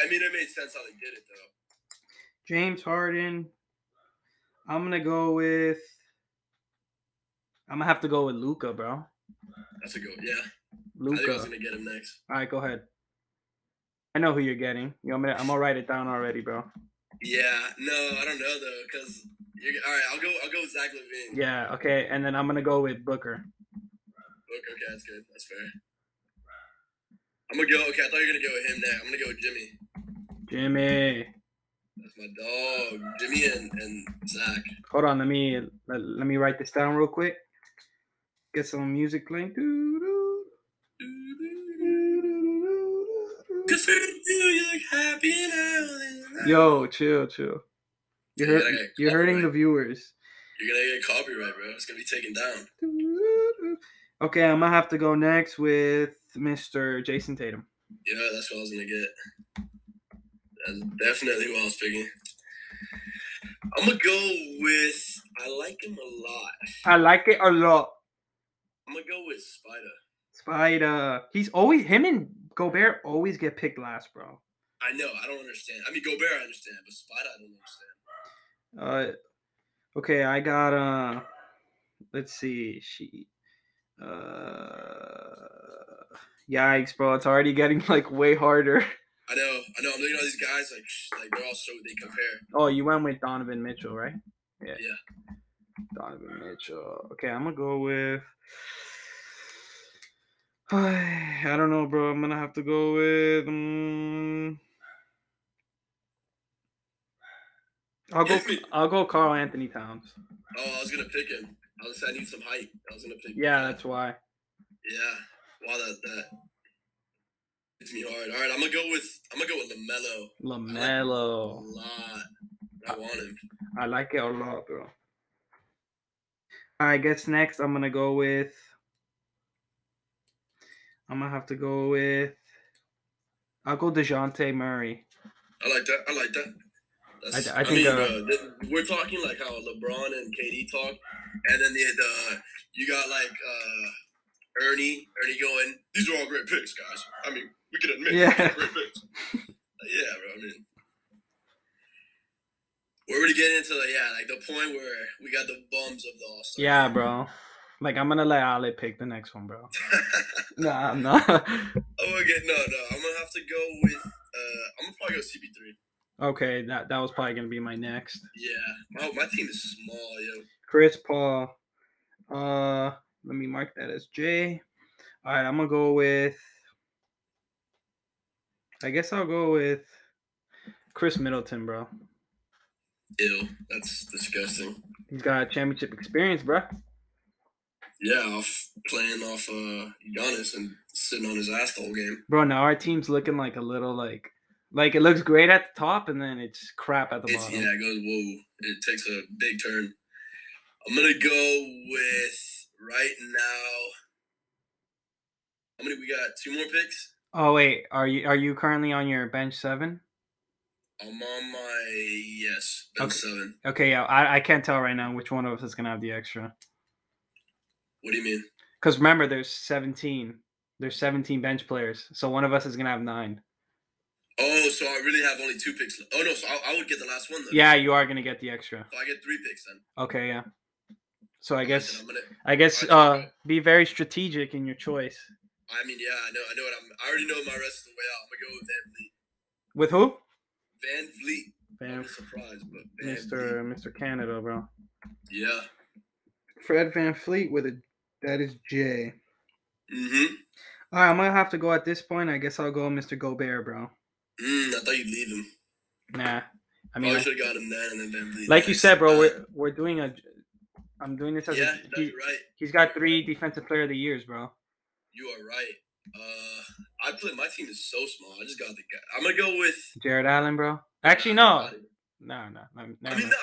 Speaker 2: I mean, it made sense how they did it though.
Speaker 1: James Harden. I'm gonna go with. I'm gonna have to go with Luca, bro.
Speaker 2: That's a go. Yeah, I think I
Speaker 1: Luca.
Speaker 2: was gonna get him next.
Speaker 1: All right, go ahead. I know who you're getting. You want me to, I'm gonna write it down already, bro.
Speaker 2: Yeah, no, I don't know though, cause you're all right. I'll go. I'll go with Zach Levine.
Speaker 1: Yeah, okay, and then I'm gonna go with Booker.
Speaker 2: Okay, okay, that's good. That's fair. I'm gonna go. Okay, I thought you were gonna go with him next. I'm gonna go with Jimmy.
Speaker 1: Jimmy.
Speaker 2: That's my dog, Jimmy and and Zach.
Speaker 1: Hold on, let me let, let me write this down real quick. Get some music playing. Doo-doo.
Speaker 2: Good for you. You look happy now.
Speaker 1: Yo, chill, chill. You're,
Speaker 2: Yeah,
Speaker 1: hurt-
Speaker 2: okay,
Speaker 1: you're hurting the viewers.
Speaker 2: You're gonna get copyright, bro. It's gonna be taken down.
Speaker 1: Okay, I'm gonna have to go next with Mr. Jason Tatum.
Speaker 2: Yeah, that's what I was gonna get. That's definitely who I was picking. I'm gonna go with. I like him a lot.
Speaker 1: I like it a lot.
Speaker 2: I'm gonna go with Spider.
Speaker 1: Spider. He's always him and Gobert always get picked last, bro.
Speaker 2: I know. I don't understand. I mean, Gobert, I understand, but Spider, I don't understand.
Speaker 1: Uh, okay, I got uh, let's see, she, uh, Yikes, bro! It's already getting [LAUGHS] like way harder.
Speaker 2: I know, I know. I'm looking at all these guys like like they're all so they compare.
Speaker 1: Oh, you went with Donovan Mitchell, right? Yeah.
Speaker 2: Yeah.
Speaker 1: Donovan Mitchell. Okay, I'm gonna go with. [SIGHS] I don't know, bro. I'm gonna have to go with. Um... I'll go.
Speaker 2: Give me-
Speaker 1: I'll go Carl Anthony Towns.
Speaker 2: Oh, I was gonna pick him. I was I need some height. I was gonna pick.
Speaker 1: Yeah, that's why.
Speaker 2: Yeah. Wow, that that hits me hard. All right, I'm gonna go with I'm gonna go with Lamelo.
Speaker 1: [LAUGHS]
Speaker 2: A
Speaker 1: Lamelo.
Speaker 2: lot. I want him.
Speaker 1: I like it a lot, bro. I guess next I'm gonna go with. I'm gonna have to go with. I'll go Dejounte Murray.
Speaker 2: I like that. I like that. That's,
Speaker 1: I
Speaker 2: I,
Speaker 1: think,
Speaker 2: mean,
Speaker 1: uh,
Speaker 2: bro, th- we're talking like how LeBron and KD talk, and then the, the you got like uh, Ernie, Ernie going. These are all great picks, guys. I mean, we can admit,
Speaker 1: Yeah.
Speaker 2: yeah, great picks. Like, yeah, bro. I mean, we're already getting into the yeah, like the point where we got the bums of the All Star.
Speaker 1: Yeah,
Speaker 2: [LAUGHS]
Speaker 1: bro. Like I'm gonna let Ale pick the next one, bro. [LAUGHS] Nah, I'm not. [LAUGHS]
Speaker 2: I'm gonna get Oh, no, no. I'm gonna have to go with. Uh, I'm gonna probably go CP3.
Speaker 1: okay, that that was probably gonna be my next.
Speaker 2: Yeah, my my team is small, yo.
Speaker 1: Chris Paul. Uh, let me mark that as J. All right, I'm gonna go with. I guess I'll go with Chris Middleton, bro.
Speaker 2: Ew, that's disgusting.
Speaker 1: He's got championship experience, bro.
Speaker 2: Yeah, off playing off uh Giannis and sitting on his ass the whole game.
Speaker 1: Bro, now our team's looking like a little like, like it looks great at the top, and then it's crap at the
Speaker 2: It's
Speaker 1: bottom.
Speaker 2: yeah, it goes whoa. It takes a big turn. I'm gonna go with right now. How many we got? Two more picks.
Speaker 1: Oh wait, are you are you currently on your bench seven?
Speaker 2: I'm on my yes, Ben
Speaker 1: Okay.
Speaker 2: seven.
Speaker 1: Okay, yeah, I, I can't tell right now which one of us is gonna have the extra.
Speaker 2: What do you mean?
Speaker 1: Cause remember, there's 17. There's 17 bench players, so one of us is gonna have nine.
Speaker 2: Oh, so I really have only two picks. left. Oh no, so I, I would get the last one though.
Speaker 1: Yeah, you are gonna get the extra.
Speaker 2: So I get three picks then.
Speaker 1: Okay, yeah. So I
Speaker 2: Alright, then
Speaker 1: guess
Speaker 2: I'm gonna.
Speaker 1: I guess
Speaker 2: alright, then,
Speaker 1: uh be very strategic in your choice.
Speaker 2: I mean, yeah, I know, I know what I'm. I already know my rest of the way out. I'm gonna go with Van Vliet.
Speaker 1: With who?
Speaker 2: Van Vliet. I'm
Speaker 1: Van,
Speaker 2: surprised, but Van
Speaker 1: Mr. Mr. Canada, bro.
Speaker 2: Vliet. Yeah.
Speaker 1: Fred Van Fleet with a that is J.
Speaker 2: Mm-hmm.
Speaker 1: Alright, I'm gonna have to go at this point. I guess I'll go Mr. Gobert, bro.
Speaker 2: Mm, I thought you'd leave him.
Speaker 1: Nah. I
Speaker 2: I
Speaker 1: mean
Speaker 2: mean,
Speaker 1: I-
Speaker 2: I should have got him then, and then Van Vliet.
Speaker 1: like you
Speaker 2: next.
Speaker 1: said, bro,
Speaker 2: Uh,
Speaker 1: we're we're doing a I'm doing this as
Speaker 2: yeah,
Speaker 1: a
Speaker 2: no,
Speaker 1: he,
Speaker 2: you're right.
Speaker 1: he's got three defensive player of the years, bro.
Speaker 2: You are right. Uh, I play. My team is so small. I just got the guy. I'm gonna go with.
Speaker 1: Jared Allen, bro. Actually
Speaker 2: Nah,
Speaker 1: no.
Speaker 2: I got him.
Speaker 1: No, no, no.
Speaker 2: I
Speaker 1: never
Speaker 2: mean,
Speaker 1: mind.
Speaker 2: no, I don't, cause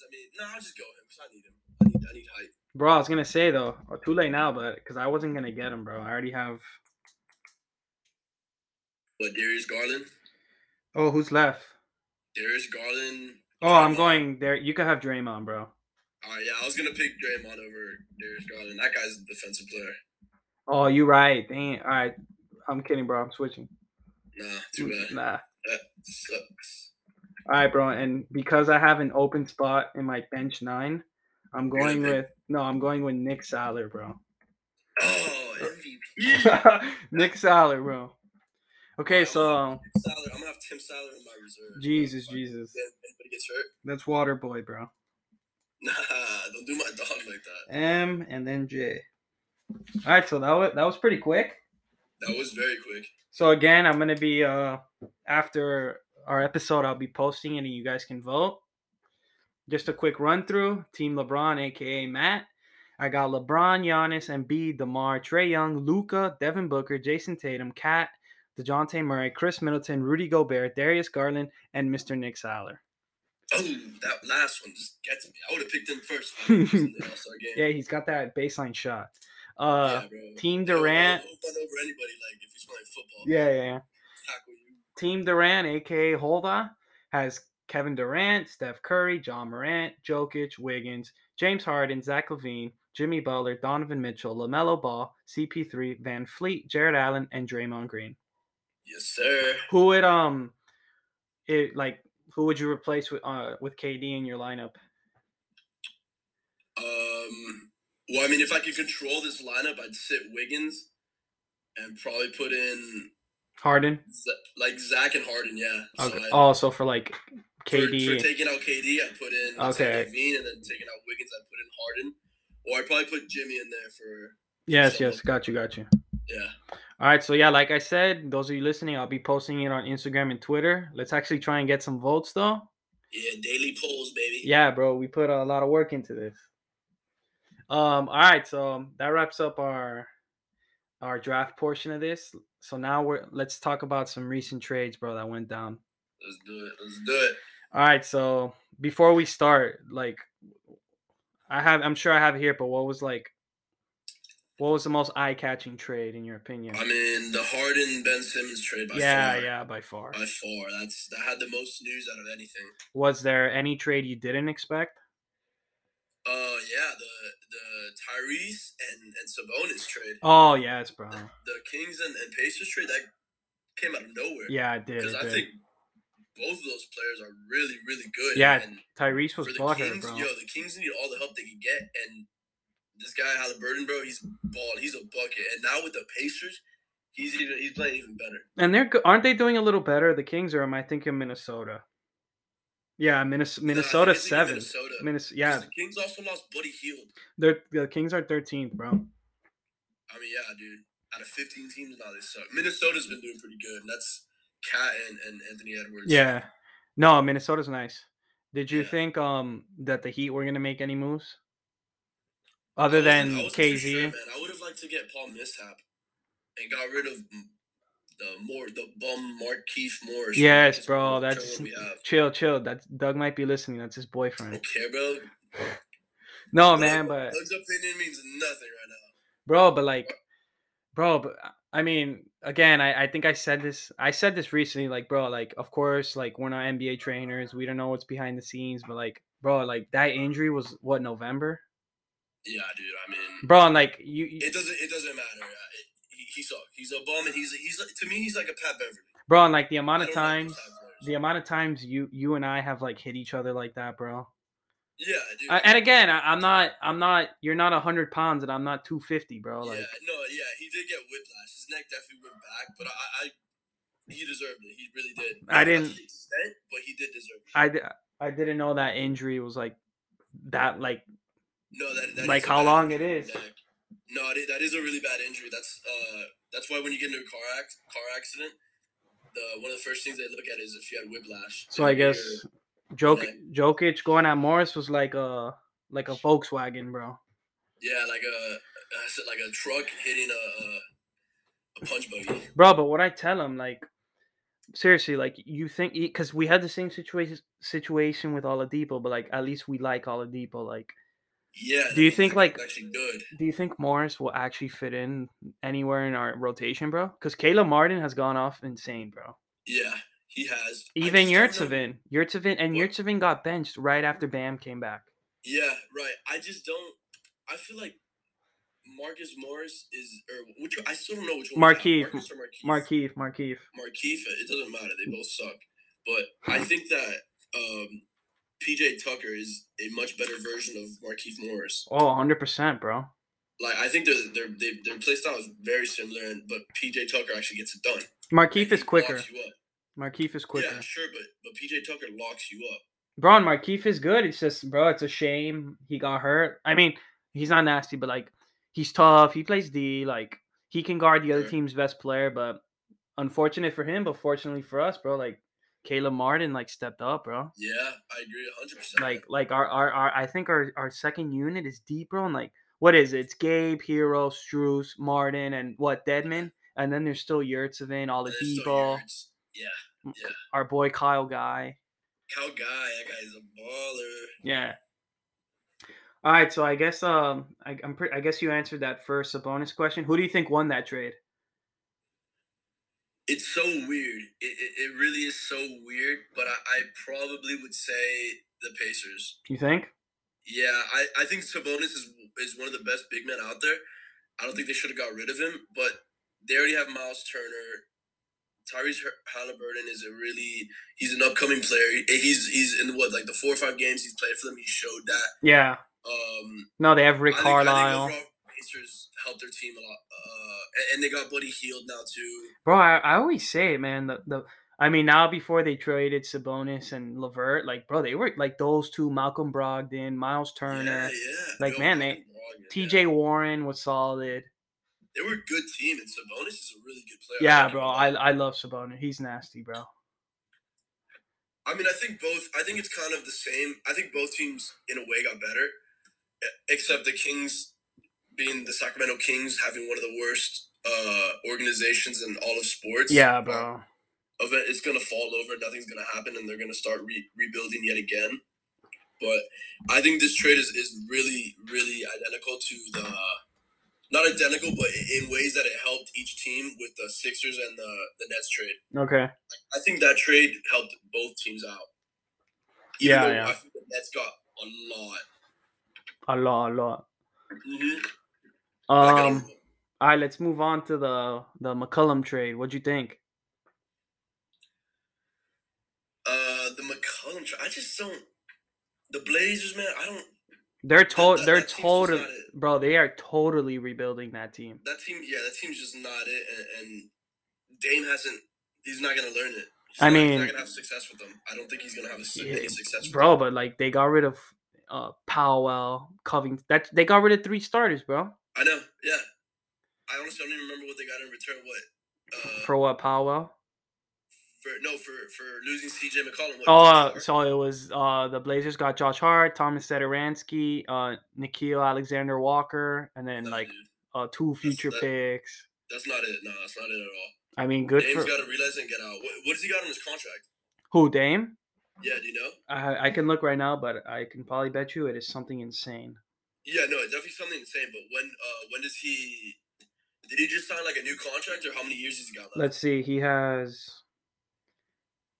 Speaker 2: I mean, no, I'll just go him. 'cause I need him. I need, I need height.
Speaker 1: Bro, I was gonna say though, oh, too late now, but because I wasn't gonna get him, bro. I already have.
Speaker 2: But Darius Garland,
Speaker 1: Oh, who's left?
Speaker 2: Darius Garland.
Speaker 1: Oh, I'm
Speaker 2: Draymond.
Speaker 1: going there. You could have Draymond, bro.
Speaker 2: All right, yeah, I was gonna pick Draymond over Darius Garland. That guy's a defensive player.
Speaker 1: Oh, you right. Dang. All right, I'm kidding, bro. I'm switching.
Speaker 2: Nah, too bad.
Speaker 1: Nah.
Speaker 2: That sucks.
Speaker 1: All right, bro. And because I have an open spot in my bench nine, I'm
Speaker 2: You're gonna
Speaker 1: going
Speaker 2: pick-
Speaker 1: with no. I'm going with Nick Saller, bro. [LAUGHS]
Speaker 2: Oh, MVP.
Speaker 1: Nick Saller, bro. Okay,
Speaker 2: Alright, well,
Speaker 1: so
Speaker 2: Tim Saller. I'm gonna have Tim Saller in my reserve. bro.
Speaker 1: Jesus,
Speaker 2: If I-
Speaker 1: Jesus,
Speaker 2: If anybody gets hurt, [LAUGHS]
Speaker 1: that's Water Boy, bro.
Speaker 2: nah, don't do my dog like that.
Speaker 1: M and then J. All right, so that was that was pretty quick.
Speaker 2: That was very quick.
Speaker 1: So again, I'm gonna be uh after our episode, I'll be posting it and you guys can vote. Just a quick run through. Team LeBron, aka Matt. I got LeBron, Giannis, Embiid, DeMar, Trey Young, Luca, Devin Booker, Jason Tatum, Kat, DeJounte Murray, Chris Middleton, Rudy Gobert, Darius Garland, and Mr. Nick Saller.
Speaker 2: Oh, that last one just gets me. I would have picked him first. if I would've been in the All-Star game.
Speaker 1: Yeah, he's got that baseline shot. Uh
Speaker 2: Yeah, bro.
Speaker 1: Team
Speaker 2: They'll- they'll
Speaker 1: Durant.
Speaker 2: run over anybody. Like if he's playing football,
Speaker 1: Yeah, yeah, yeah.
Speaker 2: tackle you.
Speaker 1: Team Durant, aka Holda, has Kevin Durant, Steph Curry, John Morant, Jokic, Wiggins, James Harden, Zach Levine, Jimmy Butler, Donovan Mitchell, LaMelo Ball, CP3, Van Fleet, Jared Allen, and Draymond Green.
Speaker 2: Yes, sir.
Speaker 1: Who would um it like who would you replace with uh with KD in your lineup?
Speaker 2: Um. Well, I mean, if I could control this lineup, I'd sit Wiggins and probably put in
Speaker 1: Harden.
Speaker 2: Z- like Zach and Harden. Yeah. So
Speaker 1: Okay.
Speaker 2: I-
Speaker 1: Oh, so for like
Speaker 2: for-
Speaker 1: KD.
Speaker 2: For, taking out KD, I put in
Speaker 1: Okay.
Speaker 2: okay. Levine, and then taking out Wiggins, I put in Harden. Or I probably put Jimmy in there for
Speaker 1: yes,
Speaker 2: so-
Speaker 1: yes. Got you. Got you.
Speaker 2: yeah.
Speaker 1: All right, so yeah, like I said, those of you listening, I'll be posting it on Instagram and Twitter. Let's actually try and get some votes though.
Speaker 2: Yeah, daily polls, baby.
Speaker 1: Yeah, bro, we put a lot of work into this. Um, all right, so that wraps up our our draft portion of this. So now we're let's talk about some recent trades, bro, that went down.
Speaker 2: Let's do it. Let's do it.
Speaker 1: All right, so before we start, like I have I'm sure I have it here, but what was like what was the most eye-catching trade in your opinion?
Speaker 2: I mean, the Harden Ben Simmons trade by
Speaker 1: yeah,
Speaker 2: far.
Speaker 1: yeah, by far.
Speaker 2: By far, that's that had the most news out of anything.
Speaker 1: Was there any trade you didn't expect?
Speaker 2: Uh, yeah, the the Tyrese and and Sabonis trade,
Speaker 1: Oh yes,
Speaker 2: [LAUGHS]
Speaker 1: bro.
Speaker 2: the Kings and, and Pacers trade that came out of nowhere.
Speaker 1: Yeah, I did.
Speaker 2: because
Speaker 1: I
Speaker 2: I
Speaker 1: did.
Speaker 2: think both of those players are really really good.
Speaker 1: Yeah,
Speaker 2: and
Speaker 1: Tyrese was
Speaker 2: for the
Speaker 1: bugger,
Speaker 2: Kings,
Speaker 1: bro.
Speaker 2: yo, the Kings need all the help they can get, and this guy Halliburton, bro, he's bald, he's a bucket, and now with the Pacers, he's even he's playing even better.
Speaker 1: And they're go- aren't they doing a little better? The Kings, or am I thinking Minnesota? Yeah, Minnes-
Speaker 2: No, I think
Speaker 1: Minnesota
Speaker 2: it's even
Speaker 1: seven. Minnesota.
Speaker 2: Minnesota.
Speaker 1: yeah,
Speaker 2: 'Cause The Kings also lost Buddy Hield.
Speaker 1: they're the Kings are thirteenth, bro.
Speaker 2: I mean, yeah, dude. Out of 15 teams now, they suck. Minnesota's been doing pretty good, and that's Cat and, and Anthony Edwards.
Speaker 1: Yeah, no, Minnesota's nice. Did you
Speaker 2: Yeah.
Speaker 1: think um that the Heat were gonna make any moves other than
Speaker 2: I wasn't too
Speaker 1: KZ?
Speaker 2: sure, man. I would have liked to get Paul Mishap and got rid of the more the bum Markeith Morris.
Speaker 1: yes,
Speaker 2: Just
Speaker 1: bro.
Speaker 2: control
Speaker 1: That's
Speaker 2: what we have.
Speaker 1: chill, chill. That's Doug might be listening. That's his
Speaker 2: I
Speaker 1: boyfriend.
Speaker 2: don't care, bro.
Speaker 1: No,
Speaker 2: Doug-
Speaker 1: Oh, man, but
Speaker 2: Doug's opinion means nothing right now.
Speaker 1: bro but like bro but I- i mean again I, I think i said this i said this recently like bro like of course like we're not nba trainers we don't know what's behind the scenes but like bro like that injury was what november
Speaker 2: Yeah, dude. I mean,
Speaker 1: bro and like you, you
Speaker 2: it doesn't it doesn't matter. Uh, It, he, he sucks. He's a bum, and he's a, he's a- to me he's like a Pat Beverly.
Speaker 1: bro and like the
Speaker 2: I
Speaker 1: amount of
Speaker 2: don't like uh
Speaker 1: times
Speaker 2: those type players.
Speaker 1: the amount of times you you and i have like hit each other like that bro
Speaker 2: Yeah, dude.
Speaker 1: uh, and again I, i'm not i'm not you're not 100 pounds and i'm not 250 bro like
Speaker 2: yeah, no, yeah, he did get whiplash. His neck definitely went back, but I, I he deserved it. He really did.
Speaker 1: I
Speaker 2: Not to
Speaker 1: didn't-
Speaker 2: the extent, but he did deserve it.
Speaker 1: i di- i didn't know that injury was like that like
Speaker 2: no, that, that
Speaker 1: like
Speaker 2: is a
Speaker 1: how
Speaker 2: bad
Speaker 1: long it is
Speaker 2: neck. No, it, is- that is a really bad injury. That's uh, that's why when you get into a car ac- car accident, the one of the first things they look at is if you had whiplash.
Speaker 1: So
Speaker 2: and
Speaker 1: I
Speaker 2: if you're-
Speaker 1: guess Jok-
Speaker 2: like-
Speaker 1: Jokic going at Morris was like a like a Volkswagen, bro.
Speaker 2: yeah, like a I said, like a truck hitting a a, a punch buggy.
Speaker 1: Bro, but what I tell him, like, seriously, like you think because we had the same situation situation with Oladipo, but like at least we like Oladipo. Like,
Speaker 2: Yeah.
Speaker 1: Do you
Speaker 2: that-
Speaker 1: think,
Speaker 2: that's
Speaker 1: like-
Speaker 2: actually good?
Speaker 1: do you think Morris will actually fit in anywhere in our rotation, bro? Because Caleb Martin has gone off insane, bro.
Speaker 2: Yeah, he has. I
Speaker 1: Even
Speaker 2: just don't know-
Speaker 1: Yurtsevin, Yurtsevin, and
Speaker 2: What- Mm-hmm.
Speaker 1: Yurtsevin got benched right after Bam came back.
Speaker 2: Yeah, right. I just don't. I feel like Marcus Morris is or which I still don't know which one. we
Speaker 1: Markeith,
Speaker 2: have, Marcus or
Speaker 1: Markeith,
Speaker 2: Markeith.
Speaker 1: Markeith.
Speaker 2: Markeith. It doesn't matter. They both suck.
Speaker 1: Hmm.
Speaker 2: But I think that um, PJ Tucker is a much better version of Markeith Morris.
Speaker 1: Oh, 100 percent, bro.
Speaker 2: Like I think they're they're they, their play style is very similar, and but PJ Tucker actually gets it done.
Speaker 1: Markeith
Speaker 2: He
Speaker 1: is quicker.
Speaker 2: locks you up.
Speaker 1: Markeith is quicker.
Speaker 2: Yeah, sure, but but PJ Tucker locks you up.
Speaker 1: Bron Markeef is good. It's just, bro, it's a shame he got hurt. I mean, he's not nasty, but like, he's tough. He plays D. Like, he can guard the other
Speaker 2: Sure.
Speaker 1: team's best player, but unfortunate for him, but fortunately for us, bro, like, Caleb Martin, like, stepped up, bro.
Speaker 2: Yeah, I agree, hundred percent.
Speaker 1: Like, like our, our, our I think our, our second unit is deep, bro. And like, what is it? It's Gabe, Hero, Struce, Martin, and what, Deadman? And then there's still Yurtsevin, Oladipo,
Speaker 2: Yeah,
Speaker 1: our boy Kyle Guy.
Speaker 2: Cal guy, that guy is a baller.
Speaker 1: Yeah. All right, so I guess um, I, I'm pretty. I guess you answered that first Sabonis question. Who do you think won that trade?
Speaker 2: It's so weird. It, it, it really is so weird, but I, I probably would say the Pacers.
Speaker 1: You think?
Speaker 2: Yeah, I, I think Sabonis is is one of the best big men out there. I don't think they should have got rid of him, but they already have Miles Turner. Tyrese Her- Halliburton is a really he's an upcoming player. He- He's he's in what like the four or five games he's played for them. He showed that.
Speaker 1: Yeah.
Speaker 2: Um,
Speaker 1: No, they have Rick
Speaker 2: I think- I think
Speaker 1: Carlisle.
Speaker 2: overall Pacers helped their team a lot. Uh, and, and they got Buddy Healed now too.
Speaker 1: Bro, I, I always say it, man. The the I mean, now before they traded Sabonis and Lavert, like bro, they were like those two, Malcolm Brogdon, Miles
Speaker 2: Yeah,
Speaker 1: Turner,
Speaker 2: yeah.
Speaker 1: Like,
Speaker 2: Yo,
Speaker 1: man, they-
Speaker 2: Brogdon, yeah.
Speaker 1: T.J. Warren was solid.
Speaker 2: They were a good team, and Sabonis is a really good player.
Speaker 1: Yeah,
Speaker 2: like him a
Speaker 1: bro,
Speaker 2: lot.
Speaker 1: I I love Sabonis. He's nasty, bro.
Speaker 2: I mean, I think both. I think it's kind of the same. I think both teams, in a way, got better, e- except the Kings, being the Sacramento Kings, having one of the worst uh, organizations in all of sports.
Speaker 1: Yeah, bro.
Speaker 2: Of it, it's gonna fall over. Nothing's gonna happen, and they're gonna start re- rebuilding yet again. But I think this trade is, is really, really identical to the, not identical, but i- in ways that it helped each team with the Sixers and the the Nets trade.
Speaker 1: Okay.
Speaker 2: I think that trade helped both teams out.
Speaker 1: Yeah,
Speaker 2: though
Speaker 1: yeah.
Speaker 2: I think the Nets got a lot.
Speaker 1: A lot, a lot.
Speaker 2: Mhm. I got a-
Speaker 1: Um, all right, let's move on to the the McCullum trade. What'd you think?
Speaker 2: uh, the McCollum. Tra- I just don't. The Blazers, man. I don't.
Speaker 1: They're
Speaker 2: that-
Speaker 1: to- they're
Speaker 2: that team's just
Speaker 1: totally
Speaker 2: not it.
Speaker 1: bro, they are totally rebuilding that team.
Speaker 2: That team. Yeah, that team's just not it. And, and Dame hasn't. He's not gonna learn it. He's
Speaker 1: I
Speaker 2: not- he's
Speaker 1: mean-
Speaker 2: not gonna have success with them. I don't think he's gonna have a su-
Speaker 1: Yeah,
Speaker 2: any success. With them.
Speaker 1: Bro, but like they got rid of uh Powell, Covington. That they got rid of three starters, bro.
Speaker 2: I know. Yeah. I honestly don't even remember what they got in return. What? Uh, for,
Speaker 1: For what Powell?
Speaker 2: no, for for losing CJ McCollum. What,
Speaker 1: Oh, uh,
Speaker 2: Hart?
Speaker 1: so it was uh the Blazers got Josh Hart, Thomas Sadaransky, uh Nikhil Alexander Walker, and then
Speaker 2: No,
Speaker 1: like
Speaker 2: dude.
Speaker 1: uh two future
Speaker 2: that-
Speaker 1: picks.
Speaker 2: That's not it. No, that's not it at all.
Speaker 1: I mean, good
Speaker 2: Dame's
Speaker 1: for
Speaker 2: got to realize and get out. What, what does he got on his contract?
Speaker 1: who Dame.
Speaker 2: Yeah, do you know?
Speaker 1: I, I can look right now, but I can probably bet you it is something insane.
Speaker 2: Yeah, no, it's definitely something insane. But when, uh, when does he? Did he just sign like a new contract, or how many years has he got left?
Speaker 1: Let's see. He has.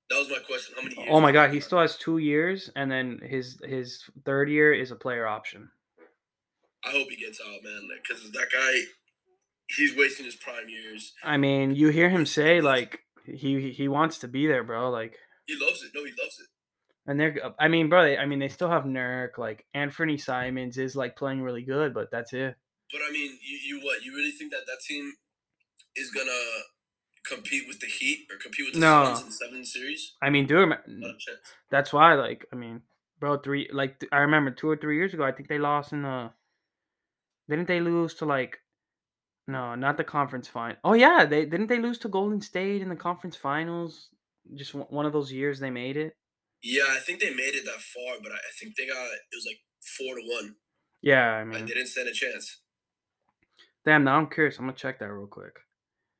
Speaker 2: that was my question. How many? Years
Speaker 1: Oh my
Speaker 2: has he
Speaker 1: God,
Speaker 2: got
Speaker 1: he
Speaker 2: left?
Speaker 1: still has two years, and then his his third year is a player option.
Speaker 2: I hope he gets out, man, because that guy, he's wasting his prime years.
Speaker 1: I mean, you hear him say like he he- he wants to be there, bro. Like,
Speaker 2: He loves it. No, he loves it.
Speaker 1: and they're. g- I mean, bro. They, I mean, they still have Nurk. Like Anthony Simons is like playing really good, but that's it.
Speaker 2: But I mean, you, you what? You really think that that team is gonna compete with the Heat or compete with the
Speaker 1: No.
Speaker 2: Suns in seven series?
Speaker 1: I mean, dude,
Speaker 2: Not a chance.
Speaker 1: that's why. Like, I mean, bro, three. Like, th- I remember two or three years ago. I think they lost in the. Didn't they lose to like? No, not the conference final. Oh yeah, they didn't they lose to Golden State in the conference finals. Just one one of those years they made it.
Speaker 2: Yeah, I think they made it that far, but I, I think they got it was like four to one.
Speaker 1: Yeah, I
Speaker 2: Like
Speaker 1: mean,
Speaker 2: they didn't stand a chance.
Speaker 1: damn. Now I'm curious. I'm gonna check that real quick.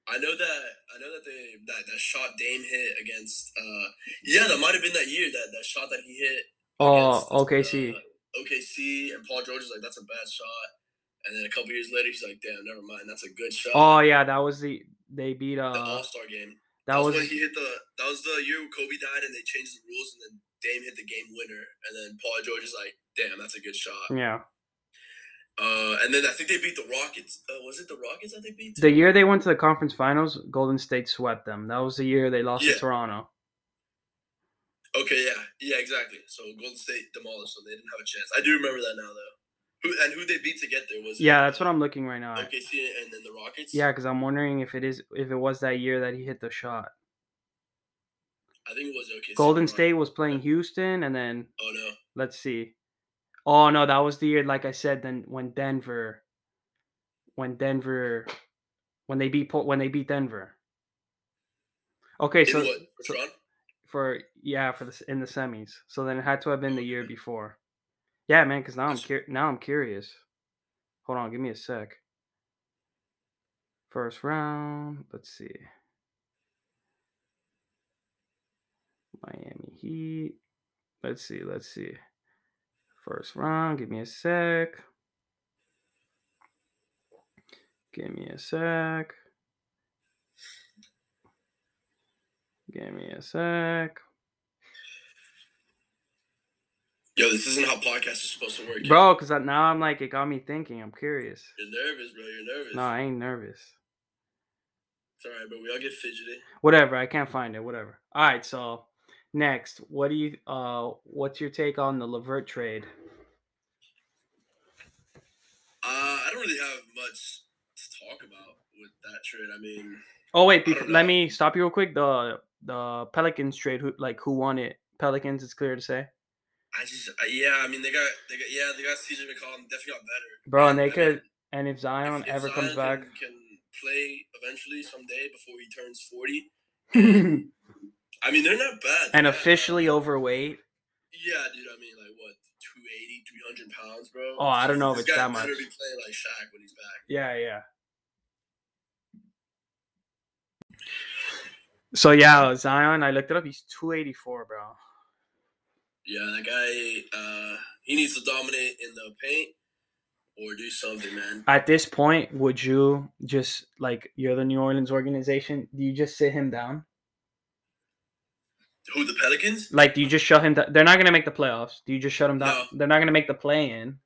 Speaker 2: I know that I know that they that, that shot Dame hit against uh yeah, that might have been that year that that shot that he hit
Speaker 1: Oh,
Speaker 2: against,
Speaker 1: OKC.
Speaker 2: uh, OKC and Paul George is like that's a bad shot. And then a couple years later he's like, damn, never mind, that's a good shot.
Speaker 1: Oh yeah, that was the they beat
Speaker 2: the
Speaker 1: uh
Speaker 2: All Star game.
Speaker 1: that was
Speaker 2: when he hit the that was the year Kobe died and they changed the rules and then Dame hit the game winner and then Paul George is like, damn, that's a good shot.
Speaker 1: [LAUGHS] yeah
Speaker 2: Uh, and then I think they beat the Rockets. Uh, was it the Rockets that they beat?
Speaker 1: the year they went to the conference finals. Golden State swept them. That was the year they lost
Speaker 2: Yeah.
Speaker 1: to Toronto.
Speaker 2: Okay, yeah, yeah, exactly. So Golden State demolished them; they didn't have a chance. I do remember that now, though. Who and who they beat to get there was it,
Speaker 1: Yeah, that's what
Speaker 2: uh,
Speaker 1: I'm looking right now. at.
Speaker 2: OKC and then the Rockets.
Speaker 1: Yeah, because I'm wondering if it is if it was that year that he hit the shot.
Speaker 2: I think it was OKC. and
Speaker 1: Golden
Speaker 2: Rockets.
Speaker 1: State was playing Houston, and then
Speaker 2: Oh no,
Speaker 1: let's see. Oh no, that was the year, like I said, then when Denver, when Denver, when they beat Port- when they beat Denver. Okay,
Speaker 2: in
Speaker 1: so
Speaker 2: what? For
Speaker 1: so-
Speaker 2: Toronto?
Speaker 1: for yeah for the s- in the semis, so then it had to have been the year before. Yeah, man, because now I'm
Speaker 2: Gotcha.
Speaker 1: cur- now I'm curious. Hold on, give me a sec. First round, let's see. Miami Heat. Let's see, let's see. First round, give me a sec. Give me a sec. Give me a sec.
Speaker 2: Yo, this isn't how podcasts are supposed to work. yo.
Speaker 1: Bro, because now I'm like, it got me thinking. I'm curious.
Speaker 2: You're nervous, bro. You're nervous.
Speaker 1: No, I ain't nervous.
Speaker 2: It's alright, bro. We all get fidgety.
Speaker 1: Whatever, I can't find it. Whatever. All right, so next, what do you, uh, what's your take on the Levert trade?
Speaker 2: Uh, I don't really have much talk about with that trade. I mean,
Speaker 1: Oh wait,
Speaker 2: I don't
Speaker 1: bef- let
Speaker 2: know.
Speaker 1: me stop you real quick. The the Pelicans trade, who like who won it? Pelicans. It's clear to say,
Speaker 2: I just I, yeah. I mean, they got they got yeah. They got CJ McCollum. Definitely got better.
Speaker 1: bro. And
Speaker 2: I
Speaker 1: they could.
Speaker 2: mean,
Speaker 1: And if
Speaker 2: if-
Speaker 1: Zion
Speaker 2: if
Speaker 1: ever comes
Speaker 2: Zion
Speaker 1: back,
Speaker 2: Can, can play eventually someday before he turns forty.
Speaker 1: [LAUGHS] and
Speaker 2: I mean, they're not bad. [LAUGHS] they're not bad.
Speaker 1: officially overweight,
Speaker 2: Yeah, dude. I mean, like what, 280, 300 pounds, bro.
Speaker 1: Oh, I don't know if
Speaker 2: This
Speaker 1: it's
Speaker 2: guy
Speaker 1: that
Speaker 2: Better
Speaker 1: much.
Speaker 2: be playing like Shaq when he's back.
Speaker 1: yeah, yeah. So yeah, Zion. I looked it up. He's two eighty four, bro.
Speaker 2: Yeah, that guy. Uh, he needs to dominate in the paint or do something, man.
Speaker 1: At this point, would you just like you're the New Orleans organization? Do you just sit him down?
Speaker 2: Who the Pelicans?
Speaker 1: Like, do you just shut him down? They're not gonna make the playoffs. Do you just shut him down? They're not gonna make the play in.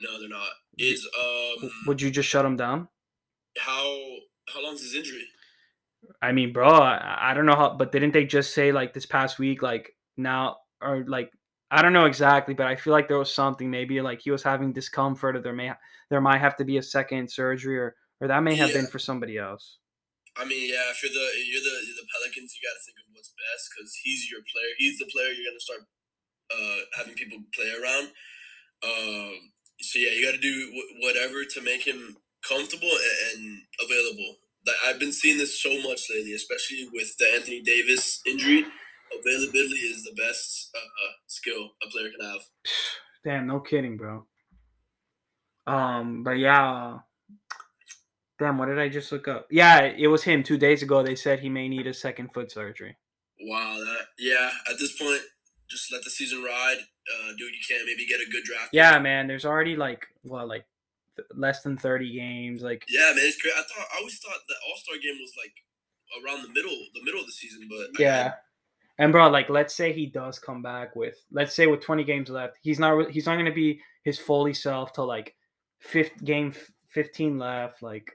Speaker 2: No, they're not. Is um
Speaker 1: Would you just shut him down?
Speaker 2: how how long's his injury?
Speaker 1: I mean, bro, I, I don't know how, but didn't they just say like this past week, like now or like I don't know exactly, but I feel like there was something. Maybe like he was having discomfort, or there may there might have to be a second surgery, or or that may have been for somebody else.
Speaker 2: I mean, yeah, if you're the you're the you're the Pelicans, you got to think of what's best because he's your player. He's the player you're gonna start uh, having people play around. Um, so yeah, you got to do wh- whatever to make him comfortable a- and available. Like I've been seeing this so much lately, especially with the Anthony Davis injury. Availability is the best uh, skill a player can have.
Speaker 1: Damn, no kidding, bro. Um, but yeah. Damn, what did I just look up? Yeah, it was him two days ago. They said he may need a second foot surgery.
Speaker 2: Wow, that yeah. At this point, just let the season ride. Uh, do what you can. Maybe get a good draft. pick.
Speaker 1: Yeah, man. There's already like what, like th- less than thirty games. Like
Speaker 2: Yeah, man, it's great. I thought I always thought the All Star game was like around the middle, the middle of the season, but I-
Speaker 1: Yeah. And bro, like let's say he does come back with let's say with 20 games left, he's not re- he's not going to be his fully self till like fifth game f- 15 left like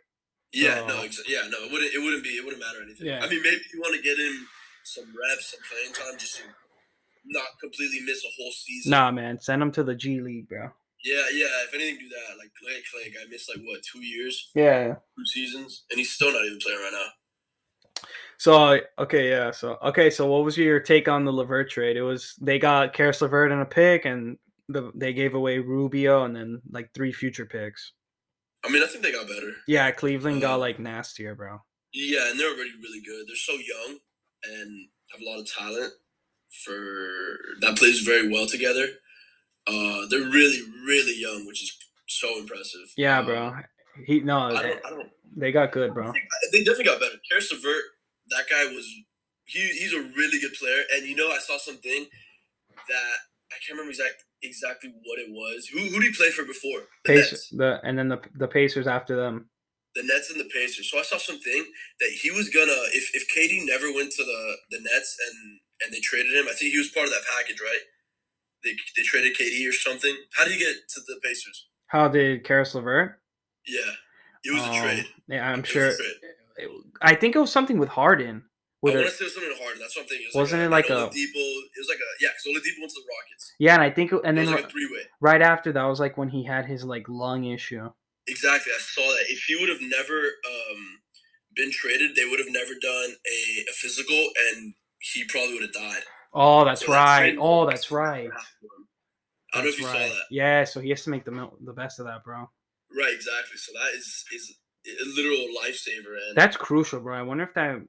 Speaker 2: yeah, no,
Speaker 1: So-
Speaker 2: exa- yeah, no, it wouldn't, it wouldn't be, it wouldn't matter anything.
Speaker 1: Oh. Yeah.
Speaker 2: I mean, maybe you want to get him some reps, some playing time, just to not completely miss a whole season.
Speaker 1: nah man, send him to the G League, bro.
Speaker 2: Yeah, yeah. If anything, do that. Like Clay, Clay, I missed like what two years,
Speaker 1: Yeah.
Speaker 2: two seasons, and he's still not even playing right now.
Speaker 1: So okay, yeah. So okay, so what was your take on the Levert trade? It was they got Karis Levert in a pick and the, they gave away Rubio and then like three future picks.
Speaker 2: I mean, I think they got better.
Speaker 1: Yeah, Cleveland got
Speaker 2: Uh,
Speaker 1: like nastier, bro.
Speaker 2: Yeah, and they're already really good. They're so young and have a lot of talent for that plays very well together. Uh, they're really, really young, which is so impressive.
Speaker 1: Yeah,
Speaker 2: Um,
Speaker 1: bro. He no,
Speaker 2: I
Speaker 1: they,
Speaker 2: don't, I don't.
Speaker 1: they got good, bro.
Speaker 2: I think, they definitely got better. Karis Levert, that guy was. He, he's a really good player, and you know I saw something that I can't remember exact, exactly what it was. Who who did he play for before? The
Speaker 1: Pacers,
Speaker 2: Nets.
Speaker 1: the and then the the Pacers after them.
Speaker 2: the Nets and the Pacers. So I saw something that he was gonna if if KD never went to the the Nets and and they traded him. I think he was part of that package, right? They they traded KD or something. How did he get to the Pacers?
Speaker 1: How did Karis Levert?
Speaker 2: Yeah, it was
Speaker 1: Um,
Speaker 2: a trade.
Speaker 1: Yeah,
Speaker 2: It
Speaker 1: I'm
Speaker 2: was a
Speaker 1: sure.
Speaker 2: trade.
Speaker 1: it- I think it was something with Harden.
Speaker 2: I
Speaker 1: With
Speaker 2: want to
Speaker 1: it,
Speaker 2: say it was something hard. That's what I'm thinking.
Speaker 1: Wasn't it like a-
Speaker 2: Oladipo? It was like a yeah, because Oladipo went to the Rockets.
Speaker 1: yeah, and I think it- and
Speaker 2: it
Speaker 1: then
Speaker 2: was
Speaker 1: ri-
Speaker 2: like a three way.
Speaker 1: right after that was like when he had his like lung issue.
Speaker 2: Exactly, I saw that. If he would have never um, been traded, they would have never done a, a physical, and he probably would have died.
Speaker 1: Oh, that's
Speaker 2: So that
Speaker 1: right.
Speaker 2: trade
Speaker 1: Oh,
Speaker 2: was-
Speaker 1: that's right.
Speaker 2: I don't know if
Speaker 1: That's
Speaker 2: you
Speaker 1: right.
Speaker 2: saw that.
Speaker 1: Yeah, so he has to make the mil- the best of that, bro.
Speaker 2: Right, exactly. So that is is a literal lifesaver, and
Speaker 1: That's crucial, bro. I wonder if that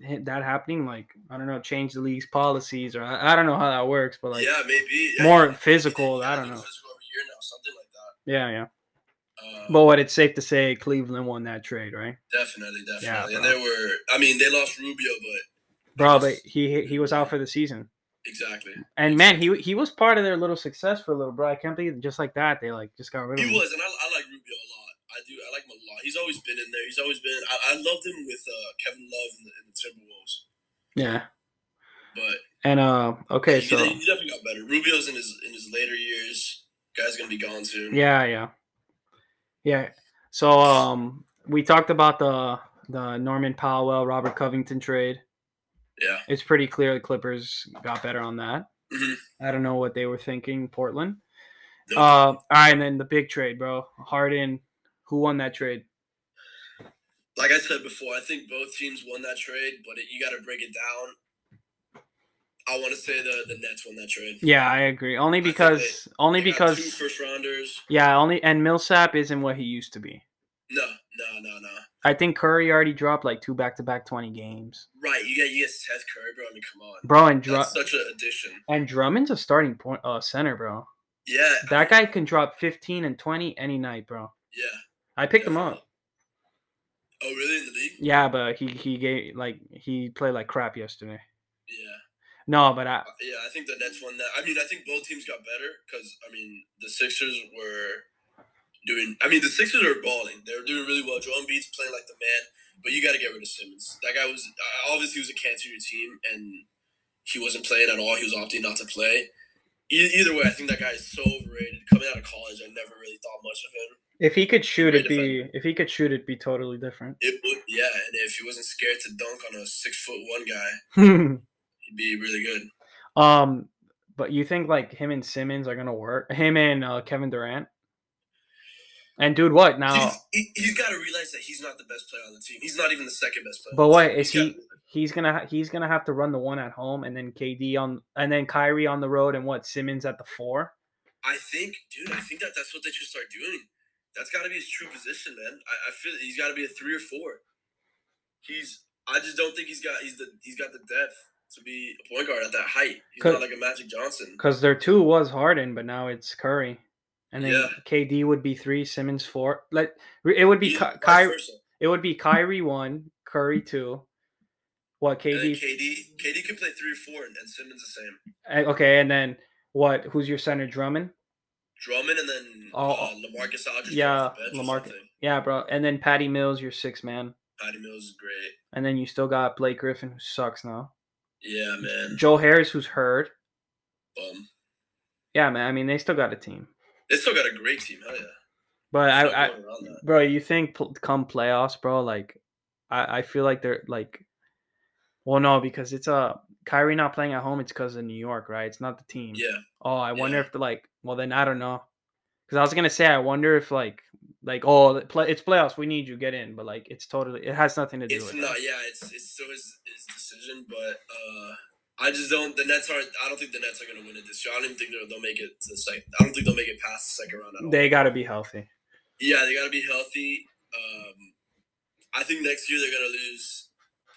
Speaker 1: hit- that happening like I don't know, change the league's policies or I, I don't know how that works, but like
Speaker 2: yeah, maybe yeah,
Speaker 1: more
Speaker 2: yeah,
Speaker 1: physical,
Speaker 2: yeah,
Speaker 1: I don't
Speaker 2: they're
Speaker 1: know.
Speaker 2: Physical every year now, something like that.
Speaker 1: yeah, yeah.
Speaker 2: Um,
Speaker 1: But what it's safe to say Cleveland won that trade, right?
Speaker 2: definitely, definitely. and
Speaker 1: bro.
Speaker 2: they were. I mean, they lost Rubio, but
Speaker 1: Bro, but he he was out for the season,
Speaker 2: exactly,
Speaker 1: and man, he he was part of their little success for a little bro. I can't believe just like that they like just got rid of
Speaker 2: he
Speaker 1: him.
Speaker 2: was. And I, I like Rubio a lot. I do. I like him a lot. He's always been in there. He's always been. I, I loved him with uh, Kevin Love and the, and the Timberwolves,
Speaker 1: Yeah,
Speaker 2: but
Speaker 1: and uh, okay,
Speaker 2: he,
Speaker 1: so
Speaker 2: he definitely got better. Rubio's in his in his later years. Guy's gonna be gone soon.
Speaker 1: yeah, yeah, yeah. So um, we talked about the the Norman Powell Robert Covington trade.
Speaker 2: Yeah.
Speaker 1: it's pretty clear the Clippers got better on that.
Speaker 2: Mhm.
Speaker 1: I don't know what they were thinking, Portland.
Speaker 2: No.
Speaker 1: Uh, all right, and then the big trade, bro. Harden, who won that trade?
Speaker 2: like I said before, I think both teams won that trade, but it, you got to break it down. I want to say the the Nets won that trade.
Speaker 1: Yeah, I agree. Only
Speaker 2: I think
Speaker 1: because only
Speaker 2: They got two
Speaker 1: because
Speaker 2: first rounders.
Speaker 1: yeah, only and Millsap isn't what he used to be.
Speaker 2: No, no, no, no.
Speaker 1: I think Curry already dropped like two back-to-back 20 games.
Speaker 2: Right, you get you get Seth Curry, bro. I mean, come on,
Speaker 1: Bro, and Dru-
Speaker 2: that's such an addition.
Speaker 1: and Drummond's a starting point uh center, bro.
Speaker 2: Yeah,
Speaker 1: That guy can drop 15 and 20 any night, bro.
Speaker 2: yeah.
Speaker 1: I picked him
Speaker 2: definitely.
Speaker 1: up.
Speaker 2: Oh, really? In the league?
Speaker 1: Yeah, but he he gave like he played like crap yesterday.
Speaker 2: Yeah,
Speaker 1: No, but I
Speaker 2: Uh, yeah. I think the Nets won that. I mean, I think both teams got better because I mean the Sixers were doing. I mean, the Sixers are balling. They're doing really well. Joel Embiid's playing like the man, but you got to get rid of Simmons. That guy was uh, obviously he was a cancer to your team, and he wasn't playing at all. He was opting not to play. E- either way, I think that guy is so overrated. Coming out of college, I never really thought much of him.
Speaker 1: if he could shoot
Speaker 2: Great
Speaker 1: it'd be if he could shoot it'd be totally different.
Speaker 2: It would, yeah, and if he wasn't scared to dunk on a six foot one guy, he'd be really good.
Speaker 1: [LAUGHS] um but you think like him and Simmons are going to work? Him and uh, Kevin Durant? And dude, what? Now
Speaker 2: He's- he, he's got to realize that he's not the best player on the team. He's not even the second best player.
Speaker 1: But
Speaker 2: on the
Speaker 1: what
Speaker 2: team.
Speaker 1: is
Speaker 2: He's
Speaker 1: he? He's gonna ha- he's gonna have to run the one at home, and then KD on, and then Kyrie on the road, and what Simmons at the four.
Speaker 2: got- I think, dude, I think that that's what they should start doing. That's got to be his true position, man. I, I feel he's got to be a three or four. He's. I just don't think he's got. He's the. He's got the depth to be a point guard at that height. He's
Speaker 1: Co-
Speaker 2: not like a Magic Johnson.
Speaker 1: Because their two was Harden, but now it's Curry, and then
Speaker 2: Yeah.
Speaker 1: KD would be three, Simmons four. Like re- it would be
Speaker 2: He's
Speaker 1: Ky-
Speaker 2: vice
Speaker 1: Kyrie.
Speaker 2: versa.
Speaker 1: It would be Kyrie one, Curry two. What
Speaker 2: Mm-hmm. And then
Speaker 1: KD?
Speaker 2: KD. KD can play three or four, and, and Simmons the same.
Speaker 1: eh, Okay, and then what? Who's your center? Drummond.
Speaker 2: Drummond and then
Speaker 1: Oh,
Speaker 2: uh, Lamarcus Aldridge.
Speaker 1: yeah,
Speaker 2: off the bench or
Speaker 1: Lamarcus.
Speaker 2: something.
Speaker 1: Yeah, bro. And then Patty Mills, your six man,
Speaker 2: Patty Mills is great.
Speaker 1: and then you still got Blake Griffin, who sucks now.
Speaker 2: Yeah, man.
Speaker 1: Joe Harris, who's hurt.
Speaker 2: Bum.
Speaker 1: Yeah, man. I mean, they still got a team.
Speaker 2: They still got a great team. Hell yeah.
Speaker 1: But
Speaker 2: There's no
Speaker 1: I, I
Speaker 2: going around that.
Speaker 1: bro, you think pl- come playoffs, bro? Like, I, I feel like they're like, well, no, because it's uh, Kyrie not playing at home. It's because of New York, right? It's not the team.
Speaker 2: yeah,
Speaker 1: Oh, I wonder
Speaker 2: yeah.
Speaker 1: if the like, well, then I don't know. Because I was gonna say, I wonder if like, like, oh, the play, it's playoffs. We need you get in, but like, it's totally, it has nothing to do
Speaker 2: it's
Speaker 1: with.
Speaker 2: not. Yeah, it's it's still his, his decision, but uh, I just don't. The Nets aren't. I don't think the Nets are gonna win it this year. I don't even think they'll, they'll make it to the second. I don't think they'll make it past the second round at all.
Speaker 1: That. They gotta be healthy.
Speaker 2: yeah, they gotta be healthy. Um, I think next year they're gonna lose.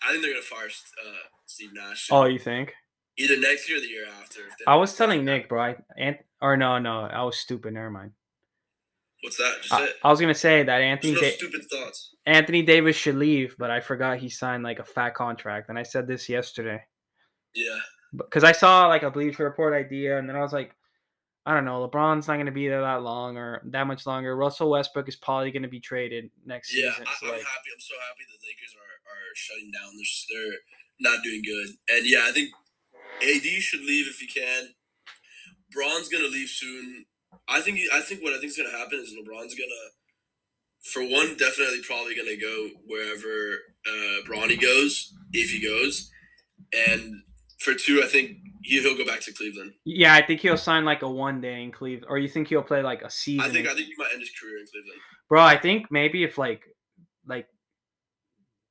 Speaker 2: I think they're gonna fire uh, Steve Nash.
Speaker 1: Oh, you think?
Speaker 2: either next year or the year after. if they
Speaker 1: I
Speaker 2: don't
Speaker 1: was
Speaker 2: do that.
Speaker 1: telling Nick, bro. I, Ant, or no, no, I was stupid. Never mind.
Speaker 2: What's that? Just
Speaker 1: I,
Speaker 2: it.
Speaker 1: I was gonna say that
Speaker 2: Just
Speaker 1: Anthony.
Speaker 2: real
Speaker 1: Da-
Speaker 2: stupid thoughts.
Speaker 1: Anthony Davis should leave, but I forgot he signed like a fat contract. And I said this yesterday
Speaker 2: Yeah.
Speaker 1: because I saw like a Bleacher Report idea, and then I was like, I don't know, LeBron's not going to be there that long or that much longer. Russell Westbrook is probably going to be traded next
Speaker 2: Yeah,
Speaker 1: season.
Speaker 2: I,
Speaker 1: so,
Speaker 2: I'm
Speaker 1: like-
Speaker 2: happy. I'm so happy the Lakers are, are shutting down. They're, s- they're not doing good. And yeah, I think AD should leave if he can. Braun's gonna leave soon. I think I think what I think's gonna happen is LeBron's gonna, for one, definitely probably gonna go wherever uh, Bronny goes if he goes, and for two, I think he, he'll go back to Cleveland.
Speaker 1: yeah, I think he'll sign like a one day in Cleveland, or you think he'll play like a season?
Speaker 2: I think
Speaker 1: in-
Speaker 2: I think he might end his career in Cleveland.
Speaker 1: Bro, I think maybe if like, like,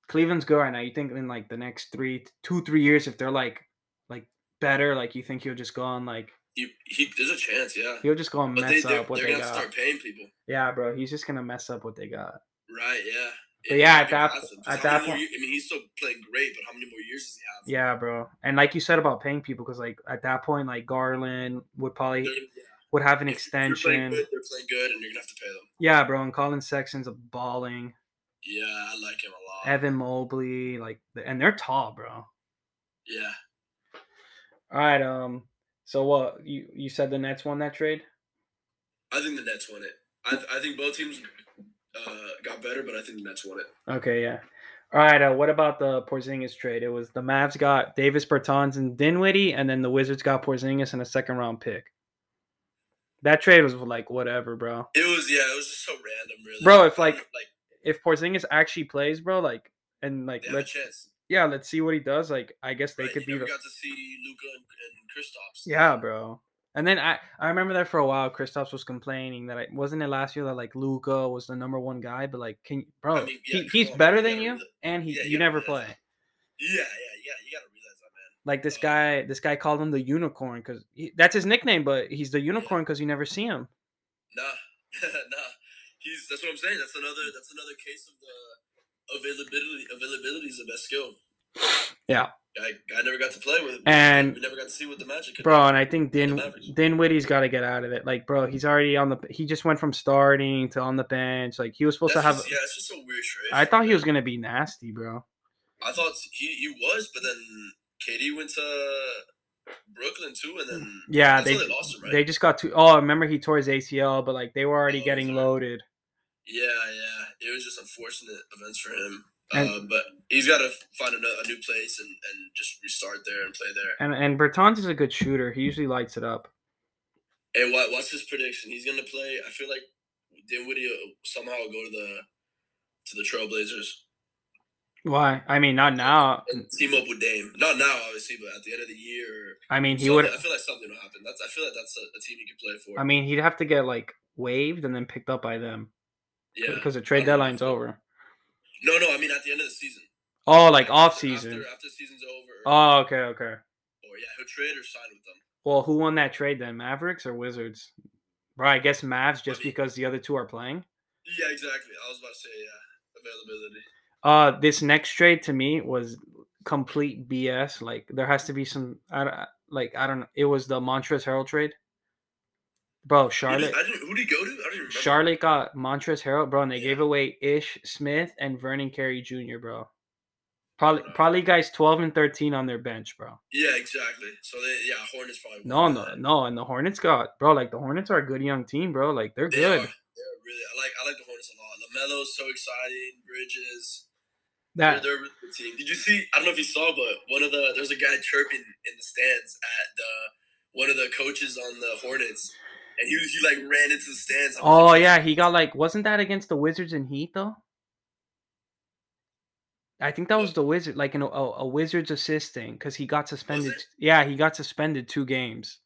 Speaker 1: Cleveland's good right now. You think in like the next three, two, three years, if they're like, like better, like you think he'll just go on like
Speaker 2: He, he there's a chance, yeah.
Speaker 1: he'll just go and
Speaker 2: But
Speaker 1: mess
Speaker 2: they, they're,
Speaker 1: up what
Speaker 2: they're
Speaker 1: they
Speaker 2: gonna
Speaker 1: got.
Speaker 2: have to start paying people.
Speaker 1: Yeah, bro, he's just gonna mess up what they got.
Speaker 2: Right. Yeah.
Speaker 1: But yeah, at
Speaker 2: I think
Speaker 1: that
Speaker 2: that's
Speaker 1: po-
Speaker 2: it.
Speaker 1: at
Speaker 2: How
Speaker 1: that
Speaker 2: many more
Speaker 1: point-
Speaker 2: ye- I mean, he's still playing great, but how many more years does he have?
Speaker 1: Yeah, bro, and like you said about paying people, because like at that point, like Garland would probably
Speaker 2: They're- yeah.
Speaker 1: would have an
Speaker 2: If you're playing
Speaker 1: extension.
Speaker 2: good, they're playing good, and you're gonna have to pay them.
Speaker 1: Yeah, bro, and Colin Sexton's a balling.
Speaker 2: Yeah, I like him a lot.
Speaker 1: Evan Mobley, like, th- and they're tall, bro. All
Speaker 2: yeah.
Speaker 1: right, um, so what you you said the Nets won that trade?
Speaker 2: I think the Nets won it. I, I think both teams uh, got better, but I think the Nets won it.
Speaker 1: Okay, yeah. All right, uh, what about the Porzingis trade? It was the Mavs got Davis Bertans and Dinwiddie, and then the Wizards got Porzingis and a second round pick. That trade was like whatever, bro.
Speaker 2: It was yeah, it was just so random, really.
Speaker 1: Bro, if,
Speaker 2: I
Speaker 1: like,
Speaker 2: don't know, like
Speaker 1: if Porzingis actually plays, bro, like and like
Speaker 2: they have a
Speaker 1: let's
Speaker 2: chance.
Speaker 1: yeah, let's see what he does. Like I guess they
Speaker 2: right?
Speaker 1: could
Speaker 2: you
Speaker 1: be
Speaker 2: never
Speaker 1: the
Speaker 2: got to see Luca and, and Kristaps.
Speaker 1: yeah, bro. And then I, I remember that for a while, Kristaps was complaining that I wasn't it last year that like Luca was the number one guy, but like, can bro,
Speaker 2: I mean,
Speaker 1: he,
Speaker 2: yeah, come
Speaker 1: he's
Speaker 2: on,
Speaker 1: better
Speaker 2: you
Speaker 1: than
Speaker 2: gotta
Speaker 1: you,
Speaker 2: reali-
Speaker 1: and he
Speaker 2: yeah, you
Speaker 1: you
Speaker 2: gotta
Speaker 1: never play.
Speaker 2: realize Yeah, yeah, yeah. You gotta realize that, man.
Speaker 1: Like this guy, this guy called him the unicorn because that's his nickname, but he's the unicorn because you never see him.
Speaker 2: Nah, [LAUGHS] nah. He's that's what I'm saying. That's another that's another case of the availability availability is the best skill.
Speaker 1: Yeah.
Speaker 2: I, I never got to play with.
Speaker 1: And-
Speaker 2: we never got to see what the magic. could
Speaker 1: bro.
Speaker 2: do.
Speaker 1: And I think Din
Speaker 2: Mavericks.
Speaker 1: Dinwiddie's got to get out of it. Like, bro, he's already on the. He just went from starting to on the bench. Like, he was supposed
Speaker 2: That's
Speaker 1: to have.
Speaker 2: just, yeah, it's just a weird trade.
Speaker 1: I thought he was gonna be nasty, bro.
Speaker 2: I thought he, he was, but then KD went to Brooklyn too, and then
Speaker 1: Yeah,
Speaker 2: that's
Speaker 1: they
Speaker 2: how they lost him, right?
Speaker 1: they just got too. Oh, remember he tore his ACL, but like they were already
Speaker 2: Oh,
Speaker 1: getting
Speaker 2: sorry.
Speaker 1: loaded.
Speaker 2: yeah, yeah. It was just unfortunate events for him.
Speaker 1: And-
Speaker 2: uh, but he's got to find a, a new place and, and just restart there and play there.
Speaker 1: And and Bertans is a good shooter. He usually lights it up.
Speaker 2: And what, what's his prediction? He's gonna play. I feel like Dinwiddie will somehow go to the to the Trailblazers
Speaker 1: Why? I mean, not now. Mm,
Speaker 2: and team up with Dame. Not now, obviously, but at the end of the year,
Speaker 1: I mean, he
Speaker 2: something-
Speaker 1: would.
Speaker 2: I feel like something will happen. That's. I feel like that's a, a team you could play for.
Speaker 1: I mean, he'd have to get like waived and then picked up by them
Speaker 2: yeah.
Speaker 1: because the trade deadline's over.
Speaker 2: No, no. I mean, at the end of the season.
Speaker 1: Oh, like off
Speaker 2: After-
Speaker 1: season.
Speaker 2: After, after season's over. Or,
Speaker 1: Oh, okay, okay.
Speaker 2: or yeah, he'll trade or sign with them.
Speaker 1: Well, who won that trade then? Mavericks or Wizards? Bro, I guess Mavs just
Speaker 2: Wizards.
Speaker 1: because the other two are playing.
Speaker 2: Yeah, exactly. I was about to say yeah, availability.
Speaker 1: Uh, this next trade to me was complete BS. Like there has to be some. I don't, like I don't know. It was the Montrezl Harrell trade, bro.
Speaker 2: Who
Speaker 1: Charlotte,
Speaker 2: did, I didn't, who did he go to? I don't even remember.
Speaker 1: Charlotte got Montrezl Harrell, bro, and they
Speaker 2: Yeah.
Speaker 1: gave away Ish Smith and Vernon Carey Jr., bro. Probably,
Speaker 2: Bro.
Speaker 1: probably guys twelve and thirteen on their bench, bro.
Speaker 2: Yeah, exactly. So they, yeah, Hornets probably.
Speaker 1: No,
Speaker 2: won
Speaker 1: no,
Speaker 2: that.
Speaker 1: no, and the Hornets got, bro. Like the Hornets are a good young team, bro. Like they're
Speaker 2: They
Speaker 1: good.
Speaker 2: are. They're really, I like I like the Hornets a lot. Lamelo's so exciting. Bridges.
Speaker 1: That
Speaker 2: They're, they're a really good team. Did you see? I don't know if you saw, but one of the there's a guy chirping in the stands at the one of the coaches on the Hornets, and he was- he like ran into the stands. I'm
Speaker 1: Oh
Speaker 2: like,
Speaker 1: yeah, he got like wasn't that against the Wizards and Heat though? I think that was the Wizard, like an, a, a Wizards assisting, because he got suspended.
Speaker 2: it?
Speaker 1: Yeah, he got suspended two games,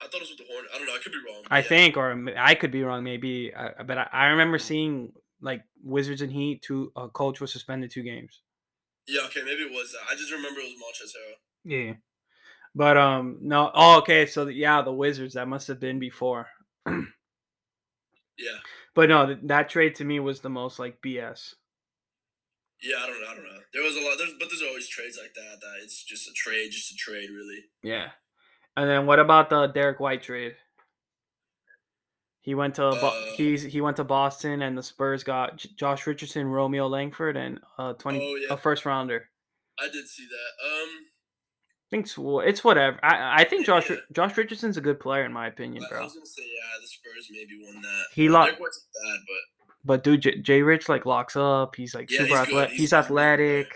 Speaker 2: I thought it was with the Hornets. I don't know. I could be wrong.
Speaker 1: I
Speaker 2: Yeah. Mm-hmm.
Speaker 1: think, or m- I could be wrong, maybe. Uh, but I, I remember seeing like Wizards and Heat, two a coach was suspended two games.
Speaker 2: Yeah. Okay. Maybe it was. that. I just remember it was Montrezl Harrell.
Speaker 1: Yeah, but um, no. Oh, okay. So yeah, the Wizards. That must have been before.
Speaker 2: Yeah.
Speaker 1: But no, th- that trade to me was the most like BS.
Speaker 2: Yeah. I don't know. I don't know. There was a lot. There's but there's always trades like that. That it's just a trade, just a trade, really.
Speaker 1: Yeah. And then what about the Derek White trade? He went to Bo-
Speaker 2: Uh,
Speaker 1: he's he went to Boston and the Spurs got J- Josh Richardson, Romeo Langford, and uh twenty
Speaker 2: Oh, yeah.
Speaker 1: a first rounder.
Speaker 2: I did see that. Um.
Speaker 1: I think it's, wha- it's whatever. I I think Josh
Speaker 2: Yeah.
Speaker 1: Ri- Josh Richardson's a good player in my opinion,
Speaker 2: I, I
Speaker 1: bro.
Speaker 2: was gonna say yeah, the Spurs maybe won that.
Speaker 1: He
Speaker 2: Their
Speaker 1: lo-
Speaker 2: court's bad, but
Speaker 1: but dude, J-, Jay Rich like locks up. He's like
Speaker 2: Yeah,
Speaker 1: super
Speaker 2: he's good.
Speaker 1: athletic.
Speaker 2: He's-
Speaker 1: He's,
Speaker 2: he's a really good player.
Speaker 1: athletic.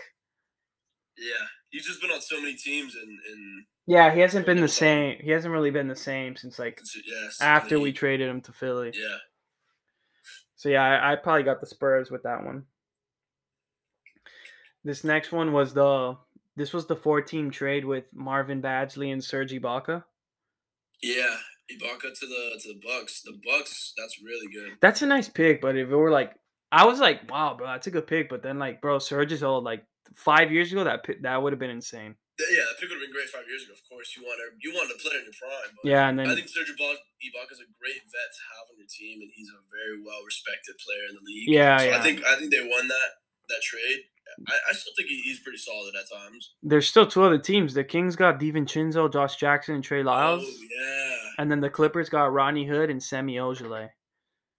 Speaker 2: yeah, he's just been on so many teams and and
Speaker 1: Yeah, he hasn't
Speaker 2: Good
Speaker 1: been the
Speaker 2: player.
Speaker 1: same. He hasn't really been the same since like
Speaker 2: yes.
Speaker 1: after
Speaker 2: and
Speaker 1: we
Speaker 2: he-
Speaker 1: traded him to Philly.
Speaker 2: yeah,
Speaker 1: So yeah, I, I probably got the Spurs with that one. This next one was the this was the four team trade with Marvin Badgley and Serge Ibaka.
Speaker 2: yeah, Ibaka to the to the Bucks. The Bucks, that's really good.
Speaker 1: That's a nice pick, but if it were like I was like, wow, bro, that's a good pick, but then like, bro, Serge is old. Like five years ago, that pick, that would have been insane.
Speaker 2: Th- Yeah, that pick would have been great five years ago. Of course, you want to you want to play in your prime. But
Speaker 1: Yeah, and
Speaker 2: I
Speaker 1: then
Speaker 2: think Serge Ibaka Ibaka's a great vet to have on your team, and he's a very well respected player in the league.
Speaker 1: Yeah,
Speaker 2: so I
Speaker 1: yeah.
Speaker 2: think I think they won that that trade. I, I still think he, he's pretty solid at times.
Speaker 1: there's still two other teams. The Kings got DiVincenzo, Josh Jackson, and Trey Lyles,
Speaker 2: Oh yeah,
Speaker 1: and then the Clippers got Ronnie Hood and Semi Ojeley.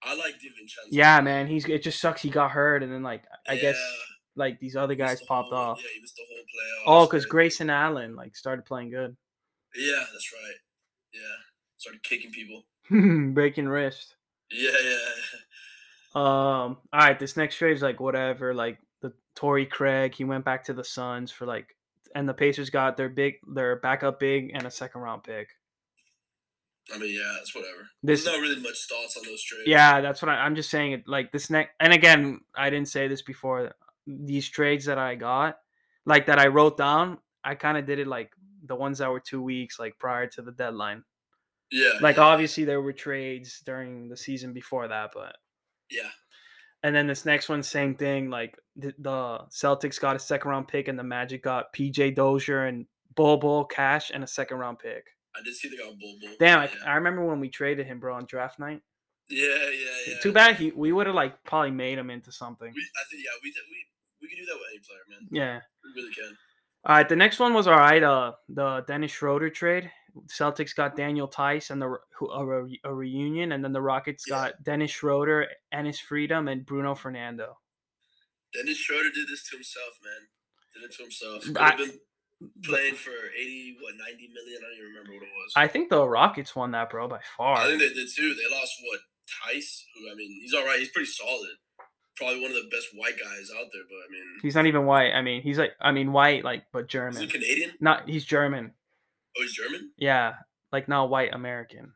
Speaker 2: I like DiVincenzo.
Speaker 1: Yeah, man, he's it just sucks he got hurt, and then like I guess
Speaker 2: Yeah.
Speaker 1: like these other
Speaker 2: missed
Speaker 1: guys
Speaker 2: the
Speaker 1: popped
Speaker 2: whole-
Speaker 1: off.
Speaker 2: Yeah, he missed the whole playoffs.
Speaker 1: Oh, because
Speaker 2: and-
Speaker 1: Grayson Allen like started playing good, [LAUGHS]
Speaker 2: Yeah, that's right. Yeah, started kicking people.
Speaker 1: breaking wrist.
Speaker 2: Yeah, yeah.
Speaker 1: Um, all right, this next trade is like whatever. Like the Torrey Craig, he went back to the Suns for like, and the Pacers got their big, their backup big, and a second round pick.
Speaker 2: I mean, yeah, it's whatever.
Speaker 1: This,
Speaker 2: There's not really much thoughts on those trades.
Speaker 1: yeah, that's what I, I'm just saying. It like this next, and again, I didn't say this before. These trades that I got, like that I wrote down, I kind of did it like the ones that were two weeks like prior to the deadline.
Speaker 2: Yeah.
Speaker 1: Like uh, obviously there were trades during the season before that, but
Speaker 2: yeah.
Speaker 1: and then this next one, same thing. Like the, the Celtics got a second round pick, and the Magic got PJ Dozier and Bull Bull Cash and a second round pick.
Speaker 2: I did see they got Bull Bull.
Speaker 1: Damn,
Speaker 2: yeah.
Speaker 1: I, I remember when we traded him, bro, on draft night.
Speaker 2: yeah, yeah, yeah.
Speaker 1: Too bad he we would have like probably made him into something.
Speaker 2: We, I think yeah, we did- we we can do that with any player, man.
Speaker 1: Yeah.
Speaker 2: We really can.
Speaker 1: All right, the next one was all right. Uh, the Dennis Schroeder trade. Celtics got Daniel Tice and the Ro- who- a, re- a reunion, and then the Rockets
Speaker 2: Yeah.
Speaker 1: got Dennis Schroeder, Ennis Freedom, and Bruno Fernando.
Speaker 2: Dennis Schroeder did this to himself, man. Did it to himself. Could
Speaker 1: I-
Speaker 2: have been playing for eighty, what, ninety million? I don't even remember what it was.
Speaker 1: I think the Rockets won that, bro, by far.
Speaker 2: I think they did too. They lost what Tice, who I mean, he's all right. He's pretty solid. Probably one of the best white guys out there. But I mean,
Speaker 1: he's not even white. I mean, he's like, I mean, white, like, but
Speaker 2: is he
Speaker 1: German.
Speaker 2: Canadian?
Speaker 1: Not he's German.
Speaker 2: Oh, he's German.
Speaker 1: Yeah, like not white American.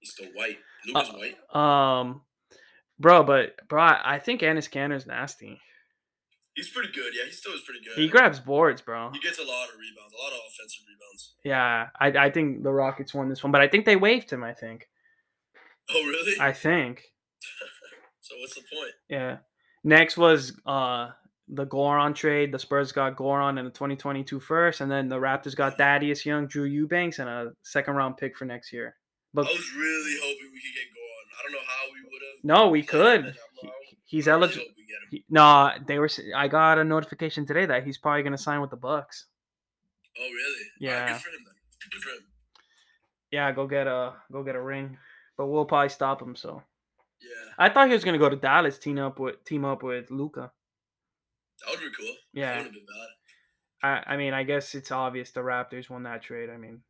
Speaker 2: He's still white. Luca's
Speaker 1: Uh,
Speaker 2: white.
Speaker 1: Um, bro, but bro, I I think Ennis Canner's nasty.
Speaker 2: He's pretty good. Yeah, he still is pretty good.
Speaker 1: He grabs boards, bro.
Speaker 2: He gets a lot of rebounds, a lot of offensive rebounds. [LAUGHS]
Speaker 1: Yeah, I I think the Rockets won this one, but I think they waived him. I think.
Speaker 2: Oh, really?
Speaker 1: I think.
Speaker 2: so what's the point?
Speaker 1: Yeah. Next was uh the Goron trade. The Spurs got Goron in the 2022 first, and then the Raptors got Thaddeus Young, Drew Eubanks, and a second round pick for next year. But
Speaker 2: I was really hoping we could get going. I don't know how we would have.
Speaker 1: no, we could.
Speaker 2: I
Speaker 1: He-
Speaker 2: really
Speaker 1: He's
Speaker 2: hope
Speaker 1: eligible.
Speaker 2: we get him.
Speaker 1: No, they were. s- I got a notification today that he's probably going to sign with the Bucks.
Speaker 2: Oh, really? All right,
Speaker 1: Yeah.
Speaker 2: good for him then. Good for him.
Speaker 1: Yeah, go get a go get a ring. But we'll probably stop him. So
Speaker 2: Yeah,
Speaker 1: I thought he was going to go to Dallas, team up with team up with Luca.
Speaker 2: that would be cool.
Speaker 1: Yeah.
Speaker 2: That would have been bad.
Speaker 1: I, I mean, I guess it's obvious the Raptors won that trade. I mean,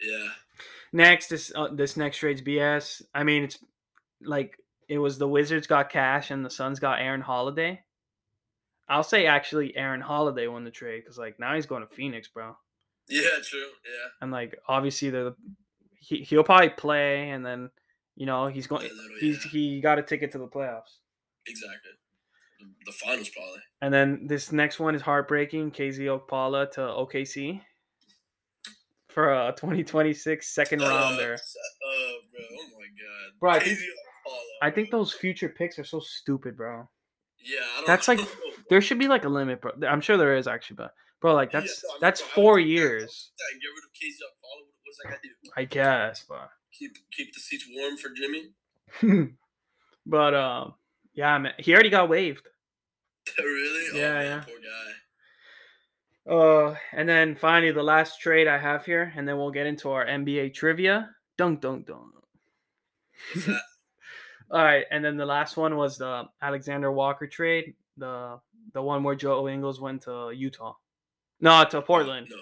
Speaker 2: Yeah. [LAUGHS]
Speaker 1: next this uh, this next trade's BS. I mean, it's like it was the Wizards got cash and the Suns got Aaron Holiday. I'll say actually Aaron Holiday won the trade because like now he's going to Phoenix, bro.
Speaker 2: Yeah, true. Yeah.
Speaker 1: And like obviously they're the he he'll probably play and then you know he's going
Speaker 2: a little,
Speaker 1: he's
Speaker 2: yeah.
Speaker 1: he got a ticket to the playoffs.
Speaker 2: Exactly. The, the finals, probably.
Speaker 1: And then this next one is heartbreaking. KZ Okpala to OKC for a [LAUGHS] 2026 second
Speaker 2: Uh, [LAUGHS]
Speaker 1: rounder.
Speaker 2: s- Uh, bro. Oh, my God.
Speaker 1: Bro, I think-
Speaker 2: Crazy Apollo,
Speaker 1: I think
Speaker 2: bro.
Speaker 1: those future picks are so stupid, bro.
Speaker 2: Yeah, I don't
Speaker 1: That's like
Speaker 2: know. [LAUGHS]
Speaker 1: there should be like a limit, bro. I'm sure there is actually, but bro, like
Speaker 2: Yeah,
Speaker 1: that's
Speaker 2: no, I mean,
Speaker 1: that's
Speaker 2: bro, I would
Speaker 1: four
Speaker 2: take that.
Speaker 1: years,
Speaker 2: Yeah, Get rid of KZ Apollo. What does that guy do?
Speaker 1: I guess, but
Speaker 2: Keep, keep the seats warm for Jimmy? [LAUGHS]
Speaker 1: [LAUGHS] but um, yeah, man, he already got waived.
Speaker 2: really?
Speaker 1: Yeah,
Speaker 2: oh, man,
Speaker 1: yeah.
Speaker 2: Poor guy.
Speaker 1: Uh, and then finally the last trade I have here, and then we'll get into our NBA trivia. Dunk, dunk, dunk.
Speaker 2: What's that?
Speaker 1: All right, and then the last one was the Alexander Walker trade, the the one where Joe Ingles went to Utah, no, to [LAUGHS] Portland.
Speaker 2: No.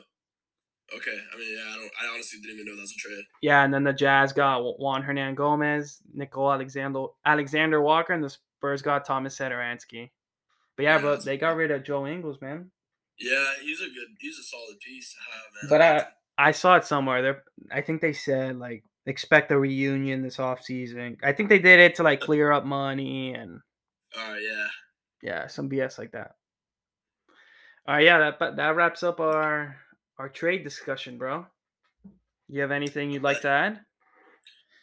Speaker 2: Okay. I mean, yeah, I don't. I honestly didn't even know that was a trade.
Speaker 1: Yeah, and then the Jazz got Wa- Juan Hernan Gomez, Nicole Alexander Alexander Walker, and the Spurs got Thomas Sederansky. But yeah,
Speaker 2: Yeah,
Speaker 1: bro,
Speaker 2: that's-
Speaker 1: they got rid of Joe Ingles, man.
Speaker 2: Yeah, he's a good. He's a solid piece. to have, man.
Speaker 1: But uh,
Speaker 2: like
Speaker 1: I I saw it somewhere. There, I think they said like expect a reunion this offseason. I think they did it to like clear up money and
Speaker 2: that. All right. Yeah.
Speaker 1: yeah, some BS like that. All right, yeah, that but that wraps up our our trade discussion, bro. You have anything you'd like to add?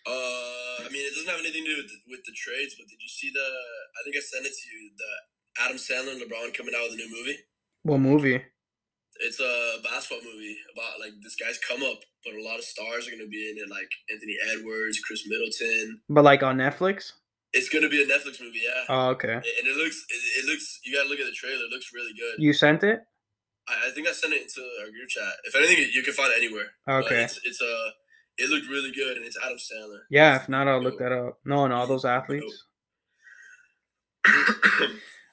Speaker 2: Uh, I mean, it doesn't have anything to do with the, with the trades, but did you see the? I think I sent it to you. The Adam Sandler and LeBron coming out with a new movie.
Speaker 1: What movie?
Speaker 2: It's a basketball movie about like this guy's come up, but a lot of stars are gonna be in it, like Anthony Edwards, Chris Middleton.
Speaker 1: But like on Netflix?
Speaker 2: It's gonna be a Netflix movie, yeah.
Speaker 1: Oh, okay.
Speaker 2: and and it looks, it, it looks. You gotta look at the trailer. It looks really good.
Speaker 1: You sent it?
Speaker 2: I, I think I sent it into our group chat. If anything, you can find it anywhere. But
Speaker 1: Okay.
Speaker 2: It's, it's uh, it looked really good, and it's Adam Sandler.
Speaker 1: Yeah,
Speaker 2: It's
Speaker 1: if not, I'll look
Speaker 2: dope.
Speaker 1: that up. No, and all those athletes.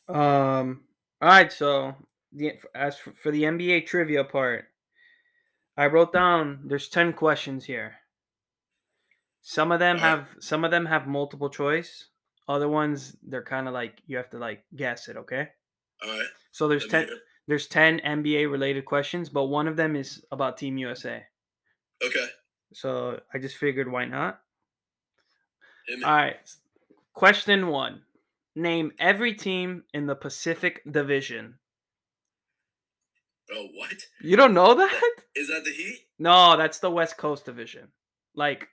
Speaker 1: Um. All right. So the as for, for the NBA trivia part, I wrote down there's ten questions here. Some of them
Speaker 2: Alright.
Speaker 1: have some of them have multiple choice. Other ones they're kind of like you have to like guess it. Okay.
Speaker 2: All right.
Speaker 1: So there's
Speaker 2: let me
Speaker 1: ten
Speaker 2: hear.
Speaker 1: there's ten NBA related questions, but one of them is about Team USA.
Speaker 2: Okay.
Speaker 1: So I just figured why not.
Speaker 2: Hit me.
Speaker 1: All right. s- Question one: Name every team in the Pacific Division.
Speaker 2: Bro, Oh, what?
Speaker 1: You don't know that? [LAUGHS]
Speaker 2: Is that the Heat?
Speaker 1: No, that's the West Coast division. Like,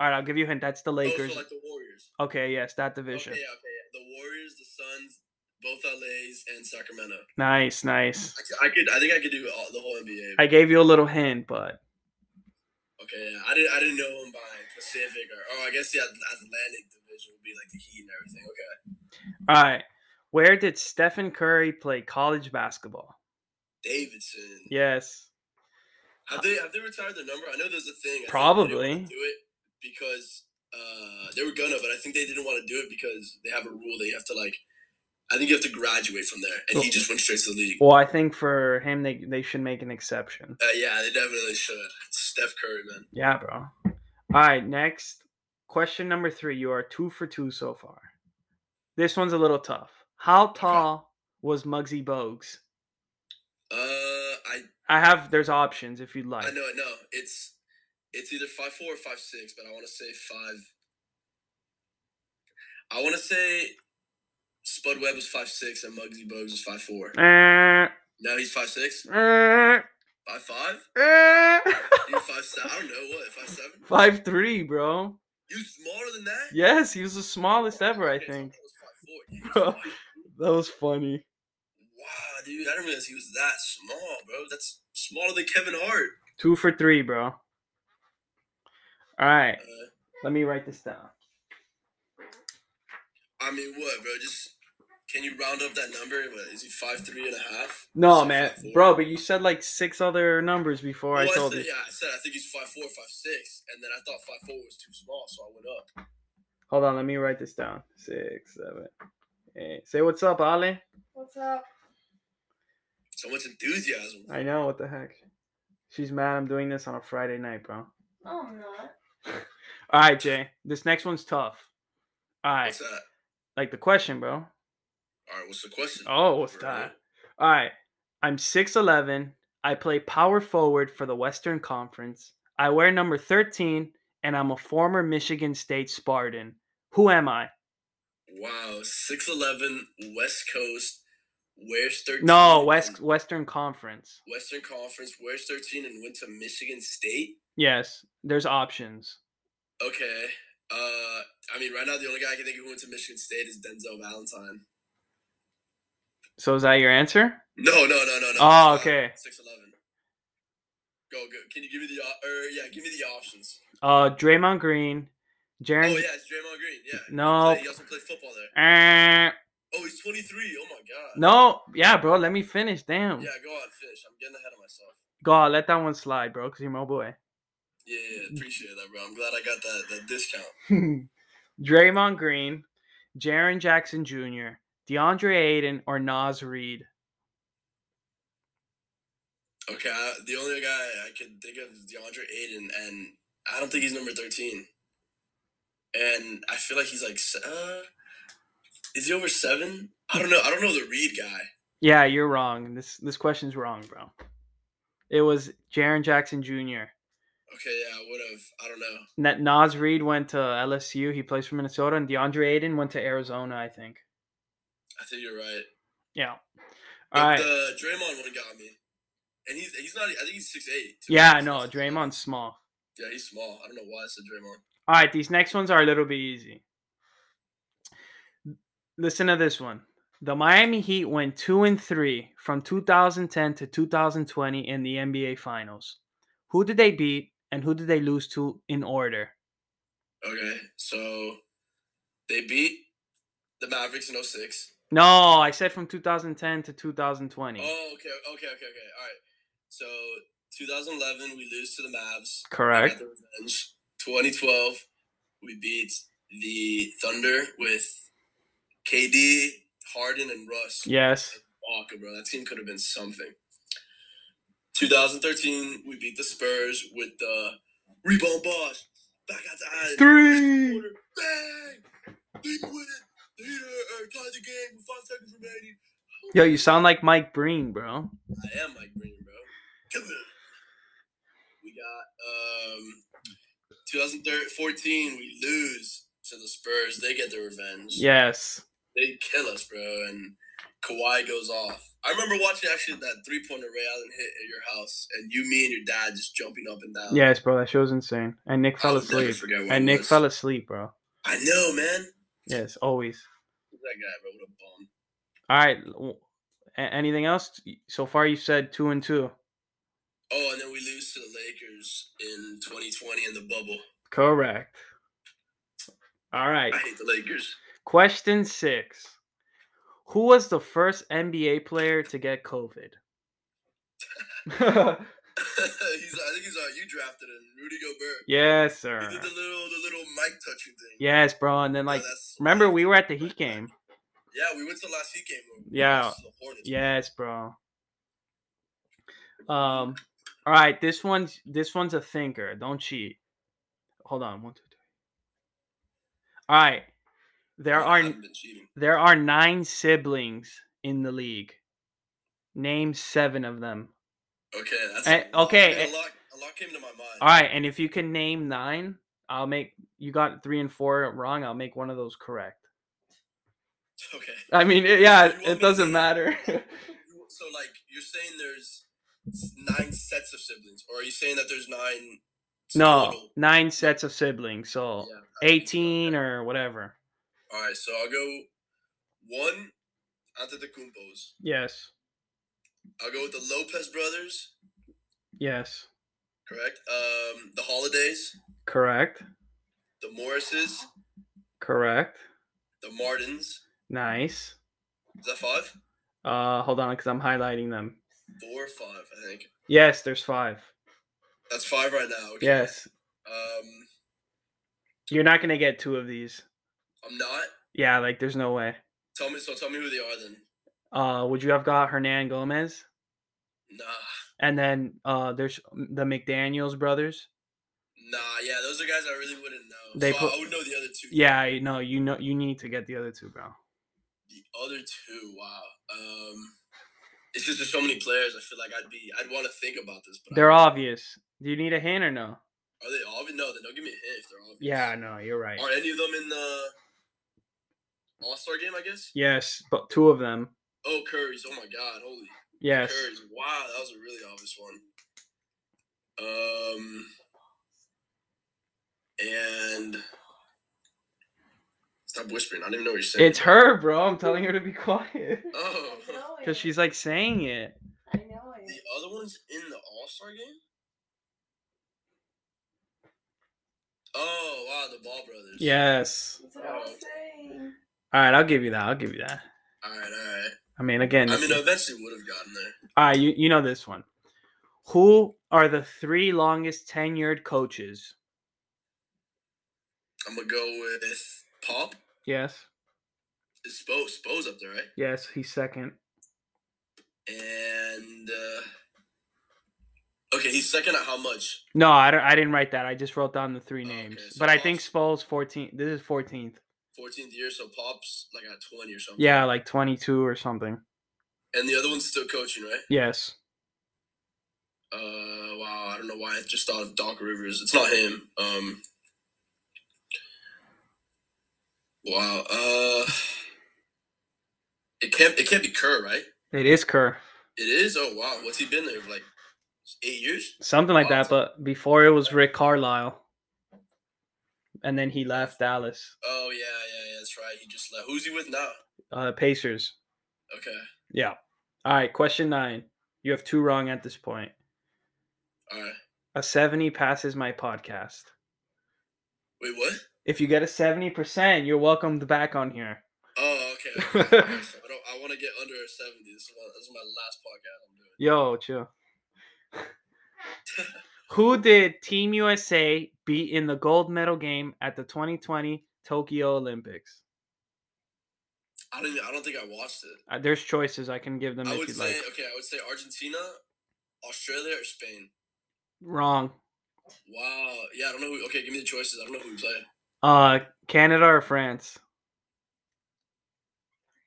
Speaker 1: all right, I'll give you a hint. That's the
Speaker 2: Oh,
Speaker 1: Lakers.
Speaker 2: so like the Warriors.
Speaker 1: okay, yes, that division.
Speaker 2: Okay, yeah, okay. Yeah. The Warriors, the Suns, both LA's, and Sacramento.
Speaker 1: Nice, nice.
Speaker 2: I could- I could, I think I could do all, the whole NBA.
Speaker 1: I gave you a little hint, but
Speaker 2: okay, yeah. I didn't, I didn't know them by Pacific or oh, I guess the Atlantic division would be like the Heat and everything. Okay,
Speaker 1: all right. Where did Stephen Curry play college basketball?
Speaker 2: Davidson.
Speaker 1: Yes.
Speaker 2: Have they have they retired the number? I know there's a thing. I think they didn't
Speaker 1: Probably.
Speaker 2: wanna do it because uh, they were gonna, but I think they didn't want to do it because they have a rule that you have to like. I think you have to graduate from there, and he just went straight to the league.
Speaker 1: Well, I think for him, they they should make an exception.
Speaker 2: Uh, yeah, they definitely should. Steph Curry, man.
Speaker 1: Yeah, bro. All right, next question number three. You are two for two so far. This one's a little tough. How tall was Muggsy Bogues?
Speaker 2: Uh, I
Speaker 1: I have there's options if you'd like.
Speaker 2: I know it. No, it's it's either five four or five six, but I want to say five. I want to say Spud Webb was five six and Muggsy Bogues was five four.
Speaker 1: Eh,
Speaker 2: Now he's five six,
Speaker 1: eh,
Speaker 2: five five,
Speaker 1: eh. [LAUGHS]
Speaker 2: he's five seven. I don't know what five seven.
Speaker 1: Five three, bro.
Speaker 2: You smaller than that?
Speaker 1: Yes, he was the smallest ever, I
Speaker 2: Okay, so
Speaker 1: think.
Speaker 2: was 5'4". He was
Speaker 1: Bro.
Speaker 2: like,
Speaker 1: [LAUGHS] That was funny.
Speaker 2: Wow, dude, I didn't realize he was that small, bro. That's smaller than Kevin Hart.
Speaker 1: Two for three, bro. All right,
Speaker 2: Uh,
Speaker 1: let me write this down.
Speaker 2: I mean, what, bro? Just can you round up that number? What, is he five three and a half?
Speaker 1: No,
Speaker 2: Is he
Speaker 1: man,
Speaker 2: 5'4"?
Speaker 1: bro, but you said like six other numbers before
Speaker 2: Well,
Speaker 1: I told
Speaker 2: said,
Speaker 1: you.
Speaker 2: Yeah, I said I think he's five four, five six, and then I thought five four was too small, so I went up.
Speaker 1: Hold on, let me write this down. Six, seven, eight. Say what's up, Ale.
Speaker 3: What's up?
Speaker 2: So much enthusiasm.
Speaker 1: I know what the heck. She's mad I'm doing this on a Friday night, bro.
Speaker 3: Oh, I'm not.
Speaker 1: All right, Jay. This next one's tough. All right,
Speaker 2: What's that?
Speaker 1: like the question, bro.
Speaker 2: All right, what's the question?
Speaker 1: Oh, what's
Speaker 2: Bro.
Speaker 1: that? All right. I'm 6'11. I play power forward for the Western Conference. I wear number 13, and I'm a former Michigan State Spartan. Who am I?
Speaker 2: Wow, six eleven, West Coast, where's thirteen?
Speaker 1: No,
Speaker 2: and
Speaker 1: West Western Conference.
Speaker 2: Western Conference, where's thirteen, and went to Michigan State.
Speaker 1: Yes, there's options.
Speaker 2: Okay. Uh, I mean, right now the only guy I can think of who went to Michigan State is Denzel Valentine.
Speaker 1: So is that your answer?
Speaker 2: No, no, no, no, no.
Speaker 1: Oh, okay.
Speaker 2: Six eleven. Go, go. Can you give me the op- or yeah, give me the options.
Speaker 1: Uh, Draymond Green,
Speaker 2: Oh
Speaker 1: Jaren.
Speaker 2: yeah, it's Draymond Green. Yeah. he
Speaker 1: No.
Speaker 2: played- He also played football there.
Speaker 1: Eh,
Speaker 2: Oh, he's 23. Oh my god.
Speaker 1: no, yeah, bro. Let me finish. Damn.
Speaker 2: Yeah, go on, fish. I'm getting ahead of myself.
Speaker 1: God, let that one slide, bro, because you're my
Speaker 2: [LAUGHS]
Speaker 1: boy.
Speaker 2: Yeah, yeah, appreciate that, bro. I'm glad I got that, that discount.
Speaker 1: Draymond Green, Jaren Jackson Jr., DeAndre Aiden, or Nas Reed.
Speaker 2: Okay, I, the only guy I could think of is DeAndre Aiden, and I don't think he's number 13. And I feel like he's like, s- uh, is he over seven? I don't know. I don't know the Reed guy.
Speaker 1: Yeah, you're wrong. This this question's wrong, bro. It was Jaren Jackson Jr.
Speaker 2: Okay, yeah, I would have. I don't know.
Speaker 1: That Nas Reed went to LSU. He plays for Minnesota, and DeAndre Aiden went to Arizona, I think.
Speaker 2: I think you're right.
Speaker 1: Yeah.
Speaker 2: But
Speaker 1: All right.
Speaker 2: the Draymond one got me. And he's he's not, I think he's 6'8. too.
Speaker 1: Yeah,
Speaker 2: He's
Speaker 1: no,
Speaker 2: not-
Speaker 1: Draymond's small.
Speaker 2: Yeah, he's small. I don't know why I said Draymond.
Speaker 1: All right, these next ones are a little bit easy. Listen to this one. The Miami Heat went 2 and 3 from 2010 to 2020 in the NBA Finals. Who did they beat and who did they lose to in order?
Speaker 2: Okay, so they beat the Mavericks in 06.
Speaker 1: No, I said from 2010 to 2020.
Speaker 2: Oh, okay, okay, okay, okay. All right. So 2011, we lose to the Mavs. We got
Speaker 1: Correct.
Speaker 2: the revenge. 2012, we beat the Thunder with KD, Harden, and Russ.
Speaker 1: Yes.
Speaker 2: Walker, bro. That team could have been something. 2013, we beat the Spurs with the rebound boss. Back outside.
Speaker 1: Three.
Speaker 2: Bang! Lead with it. The Heat are- are tied the game with five seconds remaining.
Speaker 1: Yo, you sound like Mike Breen, bro.
Speaker 2: I am Mike Green, bro. Come here. We got um 2014. We lose to the Spurs. They get their revenge.
Speaker 1: Yes.
Speaker 2: They kill us, bro. And Kawhi goes off. I remember watching actually that three pointer Ray Allen hit at your house, and you, me, and your dad just jumping up and down.
Speaker 1: Yes, bro, that show's insane. And Nick
Speaker 2: I'll
Speaker 1: fell
Speaker 2: never
Speaker 1: asleep.
Speaker 2: forget what it
Speaker 1: And Nick
Speaker 2: was.
Speaker 1: fell asleep, bro.
Speaker 2: I know, man.
Speaker 1: Yes, always.
Speaker 2: Look at That guy, bro, what a bum.
Speaker 1: All right. w- a- Anything else? So far, you said two and two.
Speaker 2: Oh, and then we lose to the Lakers in 2020 in the bubble.
Speaker 1: Correct. All right.
Speaker 2: I hate the Lakers. [LAUGHS]
Speaker 1: Question six Who was the first NBA player to get COVID?
Speaker 2: he's, I think he's on. You drafted him, Rudy Gobert.
Speaker 1: [LAUGHS] yes,
Speaker 2: He
Speaker 1: sir.
Speaker 2: did the little, the little mic touching thing.
Speaker 1: Yes, bro. And then,
Speaker 2: Yeah,
Speaker 1: like,
Speaker 2: that's-
Speaker 1: remember we were at the Heat game?
Speaker 2: Yeah, we went to the last heat game. where we
Speaker 1: Yeah.
Speaker 2: lost to the Hornets.
Speaker 1: Yes, bro. Um, all right, this one's this one's a thinker. Don't cheat. Hold on, one, two, three. All right, there
Speaker 2: I
Speaker 1: are
Speaker 2: haven't been cheating.
Speaker 1: there are nine siblings in the league. Name seven of them.
Speaker 2: Okay, that's
Speaker 1: Eh,
Speaker 2: a lot.
Speaker 1: okay,
Speaker 2: Man,
Speaker 1: eh.
Speaker 2: a lot, a lot came to my mind.
Speaker 1: All right, and if you can name nine, I'll make you got three and four wrong. I'll make one of those correct.
Speaker 2: [LAUGHS] Okay,
Speaker 1: I mean, it, yeah,
Speaker 2: You want me
Speaker 1: it
Speaker 2: to
Speaker 1: doesn't
Speaker 2: name-
Speaker 1: matter. [LAUGHS]
Speaker 2: You- so like you're saying there's s- nine sets of siblings, or are you saying that there's nine?
Speaker 1: no,
Speaker 2: total?
Speaker 1: nine sets of siblings, so
Speaker 2: Yeah, I think-
Speaker 1: eighteen or whatever.
Speaker 2: All right, so I'll go one Antetokounmpo's.
Speaker 1: Yes.
Speaker 2: I'll go with the Lopez brothers.
Speaker 1: Yes.
Speaker 2: Correct. Um, the Holidays,
Speaker 1: Correct.
Speaker 2: the Morrises,
Speaker 1: Correct.
Speaker 2: the Martins.
Speaker 1: Nice.
Speaker 2: Is that five?
Speaker 1: Uh, hold on, because I'm highlighting them.
Speaker 2: Four or five, I think.
Speaker 1: Yes, there's five.
Speaker 2: That's five right now. okay.
Speaker 1: Yes.
Speaker 2: Um,
Speaker 1: You're not gonna get two of these.
Speaker 2: I'm not.
Speaker 1: Yeah, like there's no way.
Speaker 2: Tell me. So tell me who they are then.
Speaker 1: Uh, would you have got Hernan Gomez?
Speaker 2: Nah,
Speaker 1: And then uh, there's the McDaniel's brothers.
Speaker 2: nah. Yeah, those are guys I really wouldn't know.
Speaker 1: They
Speaker 2: so
Speaker 1: put-
Speaker 2: I would know the other two.
Speaker 1: Yeah, I know. You know, you need to get the other two, bro.
Speaker 2: The other two. Wow. Um, it's just there's so many players. I feel like I'd be. I'd want to think about this. But I
Speaker 1: They're
Speaker 2: wouldn't.
Speaker 1: obvious. Do you need a hint or no?
Speaker 2: Are they obvious? No, then don't give me a hint if they're obvious.
Speaker 1: Yeah, no, you're right.
Speaker 2: Are any of them in the All Star game? I guess.
Speaker 1: Yes, but two of them.
Speaker 2: Oh, Curry's. Oh my God. Holy.
Speaker 1: Yes.
Speaker 2: Curry's. Wow, that was a really obvious one. Um, and stop whispering. I don't even know what you're saying.
Speaker 1: It's her, bro. I'm telling her to be [LAUGHS] quiet
Speaker 2: Oh,
Speaker 3: I know
Speaker 1: because
Speaker 3: it.
Speaker 1: she's like saying it.
Speaker 3: I know
Speaker 2: the
Speaker 3: it.
Speaker 2: other one's in the All Star game. Oh wow, the Ball brothers.
Speaker 1: Yes.
Speaker 3: That's what I was saying.
Speaker 1: All right, I'll give you that. I'll give you that.
Speaker 2: All right, all right.
Speaker 1: I mean, again,
Speaker 2: I
Speaker 1: this
Speaker 2: mean,
Speaker 1: is-
Speaker 2: I eventually would have gotten there.
Speaker 1: all right, you, you know this one. Who are the three longest tenured coaches?
Speaker 2: I'm gonna go with Pop.
Speaker 1: Yes.
Speaker 2: Is Spo Spo's up there, right?
Speaker 1: Yes, he's second.
Speaker 2: And uh, okay, he's second at how much?
Speaker 1: No, I don't, I didn't write that. I just wrote down the three
Speaker 2: Okay,
Speaker 1: names.
Speaker 2: so
Speaker 1: but I think
Speaker 2: Boston-
Speaker 1: Spo's 14. This is 14th.
Speaker 2: 14th year, so Pop's like at 20 or something.
Speaker 1: Yeah, like 22 or something.
Speaker 2: And the other one's still coaching, right?
Speaker 1: Yes.
Speaker 2: Uh, wow, I don't know why I just thought of Doc Rivers. It's not him. Um, wow. Uh, it can't. It can't be Kerr, right?
Speaker 1: It is Kerr.
Speaker 2: It is. Oh wow, what's he been there for? Like eight years?
Speaker 1: Something like that.
Speaker 2: Boston.
Speaker 1: But before it was Rick Carlisle. And then he left Dallas,
Speaker 2: Oh yeah, yeah, yeah. That's right. He just left. Who's he with now?
Speaker 1: uh, Pacers.
Speaker 2: Okay.
Speaker 1: Yeah. All right, question nine. You have two wrong at this point.
Speaker 2: All right.
Speaker 1: A 70 passes my podcast.
Speaker 2: Wait, what?
Speaker 1: If you get a 70%, you're welcomed back on here.
Speaker 2: Oh, okay. okay. Alright, so I don't. I want to get under a seventy. This is, my, this is my last podcast I'm doing.
Speaker 1: Yo, chill. [LAUGHS] Who did Team USA beat in the gold medal game at the 2020 Tokyo Olympics?
Speaker 2: I don't. Even, I don't think I watched it.
Speaker 1: Uh, there's choices. I can give them
Speaker 2: I
Speaker 1: if
Speaker 2: would
Speaker 1: you'd
Speaker 2: say
Speaker 1: like.
Speaker 2: okay. I would say Argentina, Australia, or Spain.
Speaker 1: Wrong.
Speaker 2: Wow. Yeah. I don't know. Who, okay, give me the choices. I don't know who we played.
Speaker 1: Uh, Canada or France?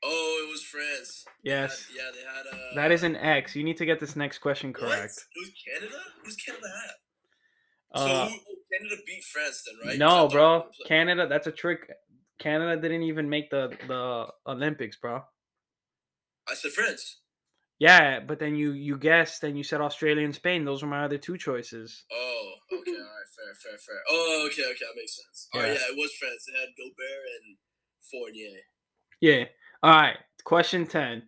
Speaker 2: Oh, it was France. They had-
Speaker 1: Yes.
Speaker 2: yeah, they had. Uh,
Speaker 1: That is an X. You need to get this next question
Speaker 2: what?
Speaker 1: correct.
Speaker 2: It was Canada. Who's Canada had?
Speaker 1: Uh,
Speaker 2: so who, oh, Canada beat France then, right? 'Cause I
Speaker 1: No,
Speaker 2: thought
Speaker 1: bro.
Speaker 2: we played-
Speaker 1: Canada, that's a trick. Canada didn't even make the the Olympics, bro.
Speaker 2: I said France.
Speaker 1: Yeah, but then you you guessed and you said Australia and Spain. Those were my other two choices.
Speaker 2: Oh, okay, all right, fair, fair, fair. Oh, okay, okay, that makes sense. All right,
Speaker 1: Yeah.
Speaker 2: yeah, it was France. They had Gobert and Fournier.
Speaker 1: Yeah. All right. Question 10.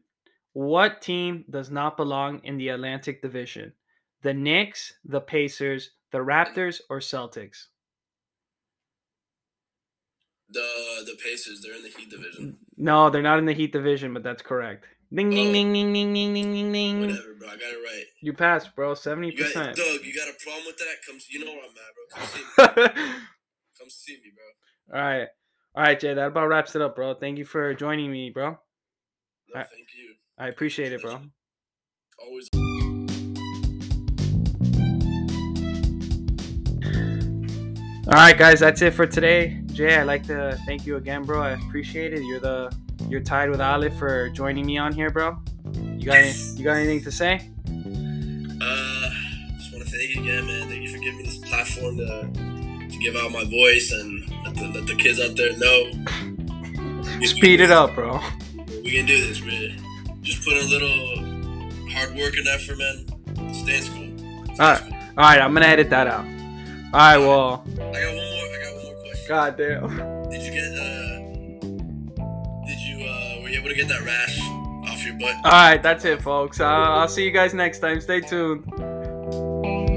Speaker 1: What team does not belong in the Atlantic Division? The Knicks, the Pacers, the Raptors, or Celtics?
Speaker 2: The the Pacers, they're in the Heat division.
Speaker 1: No, they're not in the Heat Division, but that's correct. Ding, ding,
Speaker 2: Oh.
Speaker 1: ding, ding, ding, ding, ding, ding, ding.
Speaker 2: Whatever, bro. I got it right.
Speaker 1: You passed, bro.
Speaker 2: You
Speaker 1: 70%.
Speaker 2: got, Doug, you got a problem with that? Come, you know where I'm at, bro. Come see me.
Speaker 1: [LAUGHS] All
Speaker 2: Come see me, bro.
Speaker 1: right. All right, Jay. That about wraps it up, bro. Thank you for joining me, bro.
Speaker 2: No,
Speaker 1: Alright.
Speaker 2: thank you.
Speaker 1: I appreciate it, bro.
Speaker 2: Always.
Speaker 1: All right, guys, that's it for today. Jay, I'd like to thank you again, bro. I appreciate it. You're the you're tied with Ali for joining me on here, bro. You got any, you got anything to say?
Speaker 2: Uh, just want to thank you again, man. Thank you for giving me this platform to to give out my voice and let the, let the kids out there know. We-
Speaker 1: Speed it up, bro.
Speaker 2: We can do this, man. Just put a little hard work and effort, man. Stay in school. Stay in
Speaker 1: Alright.
Speaker 2: school.
Speaker 1: All right, I'm gonna edit that out. All right, well,
Speaker 2: I got one more. I got one more question.
Speaker 1: goddamn.
Speaker 2: Did you get? uh Did you? uh Were you able to get that rash off your butt?
Speaker 1: All right, that's it, folks. Uh, I'll see you guys next time. Stay tuned.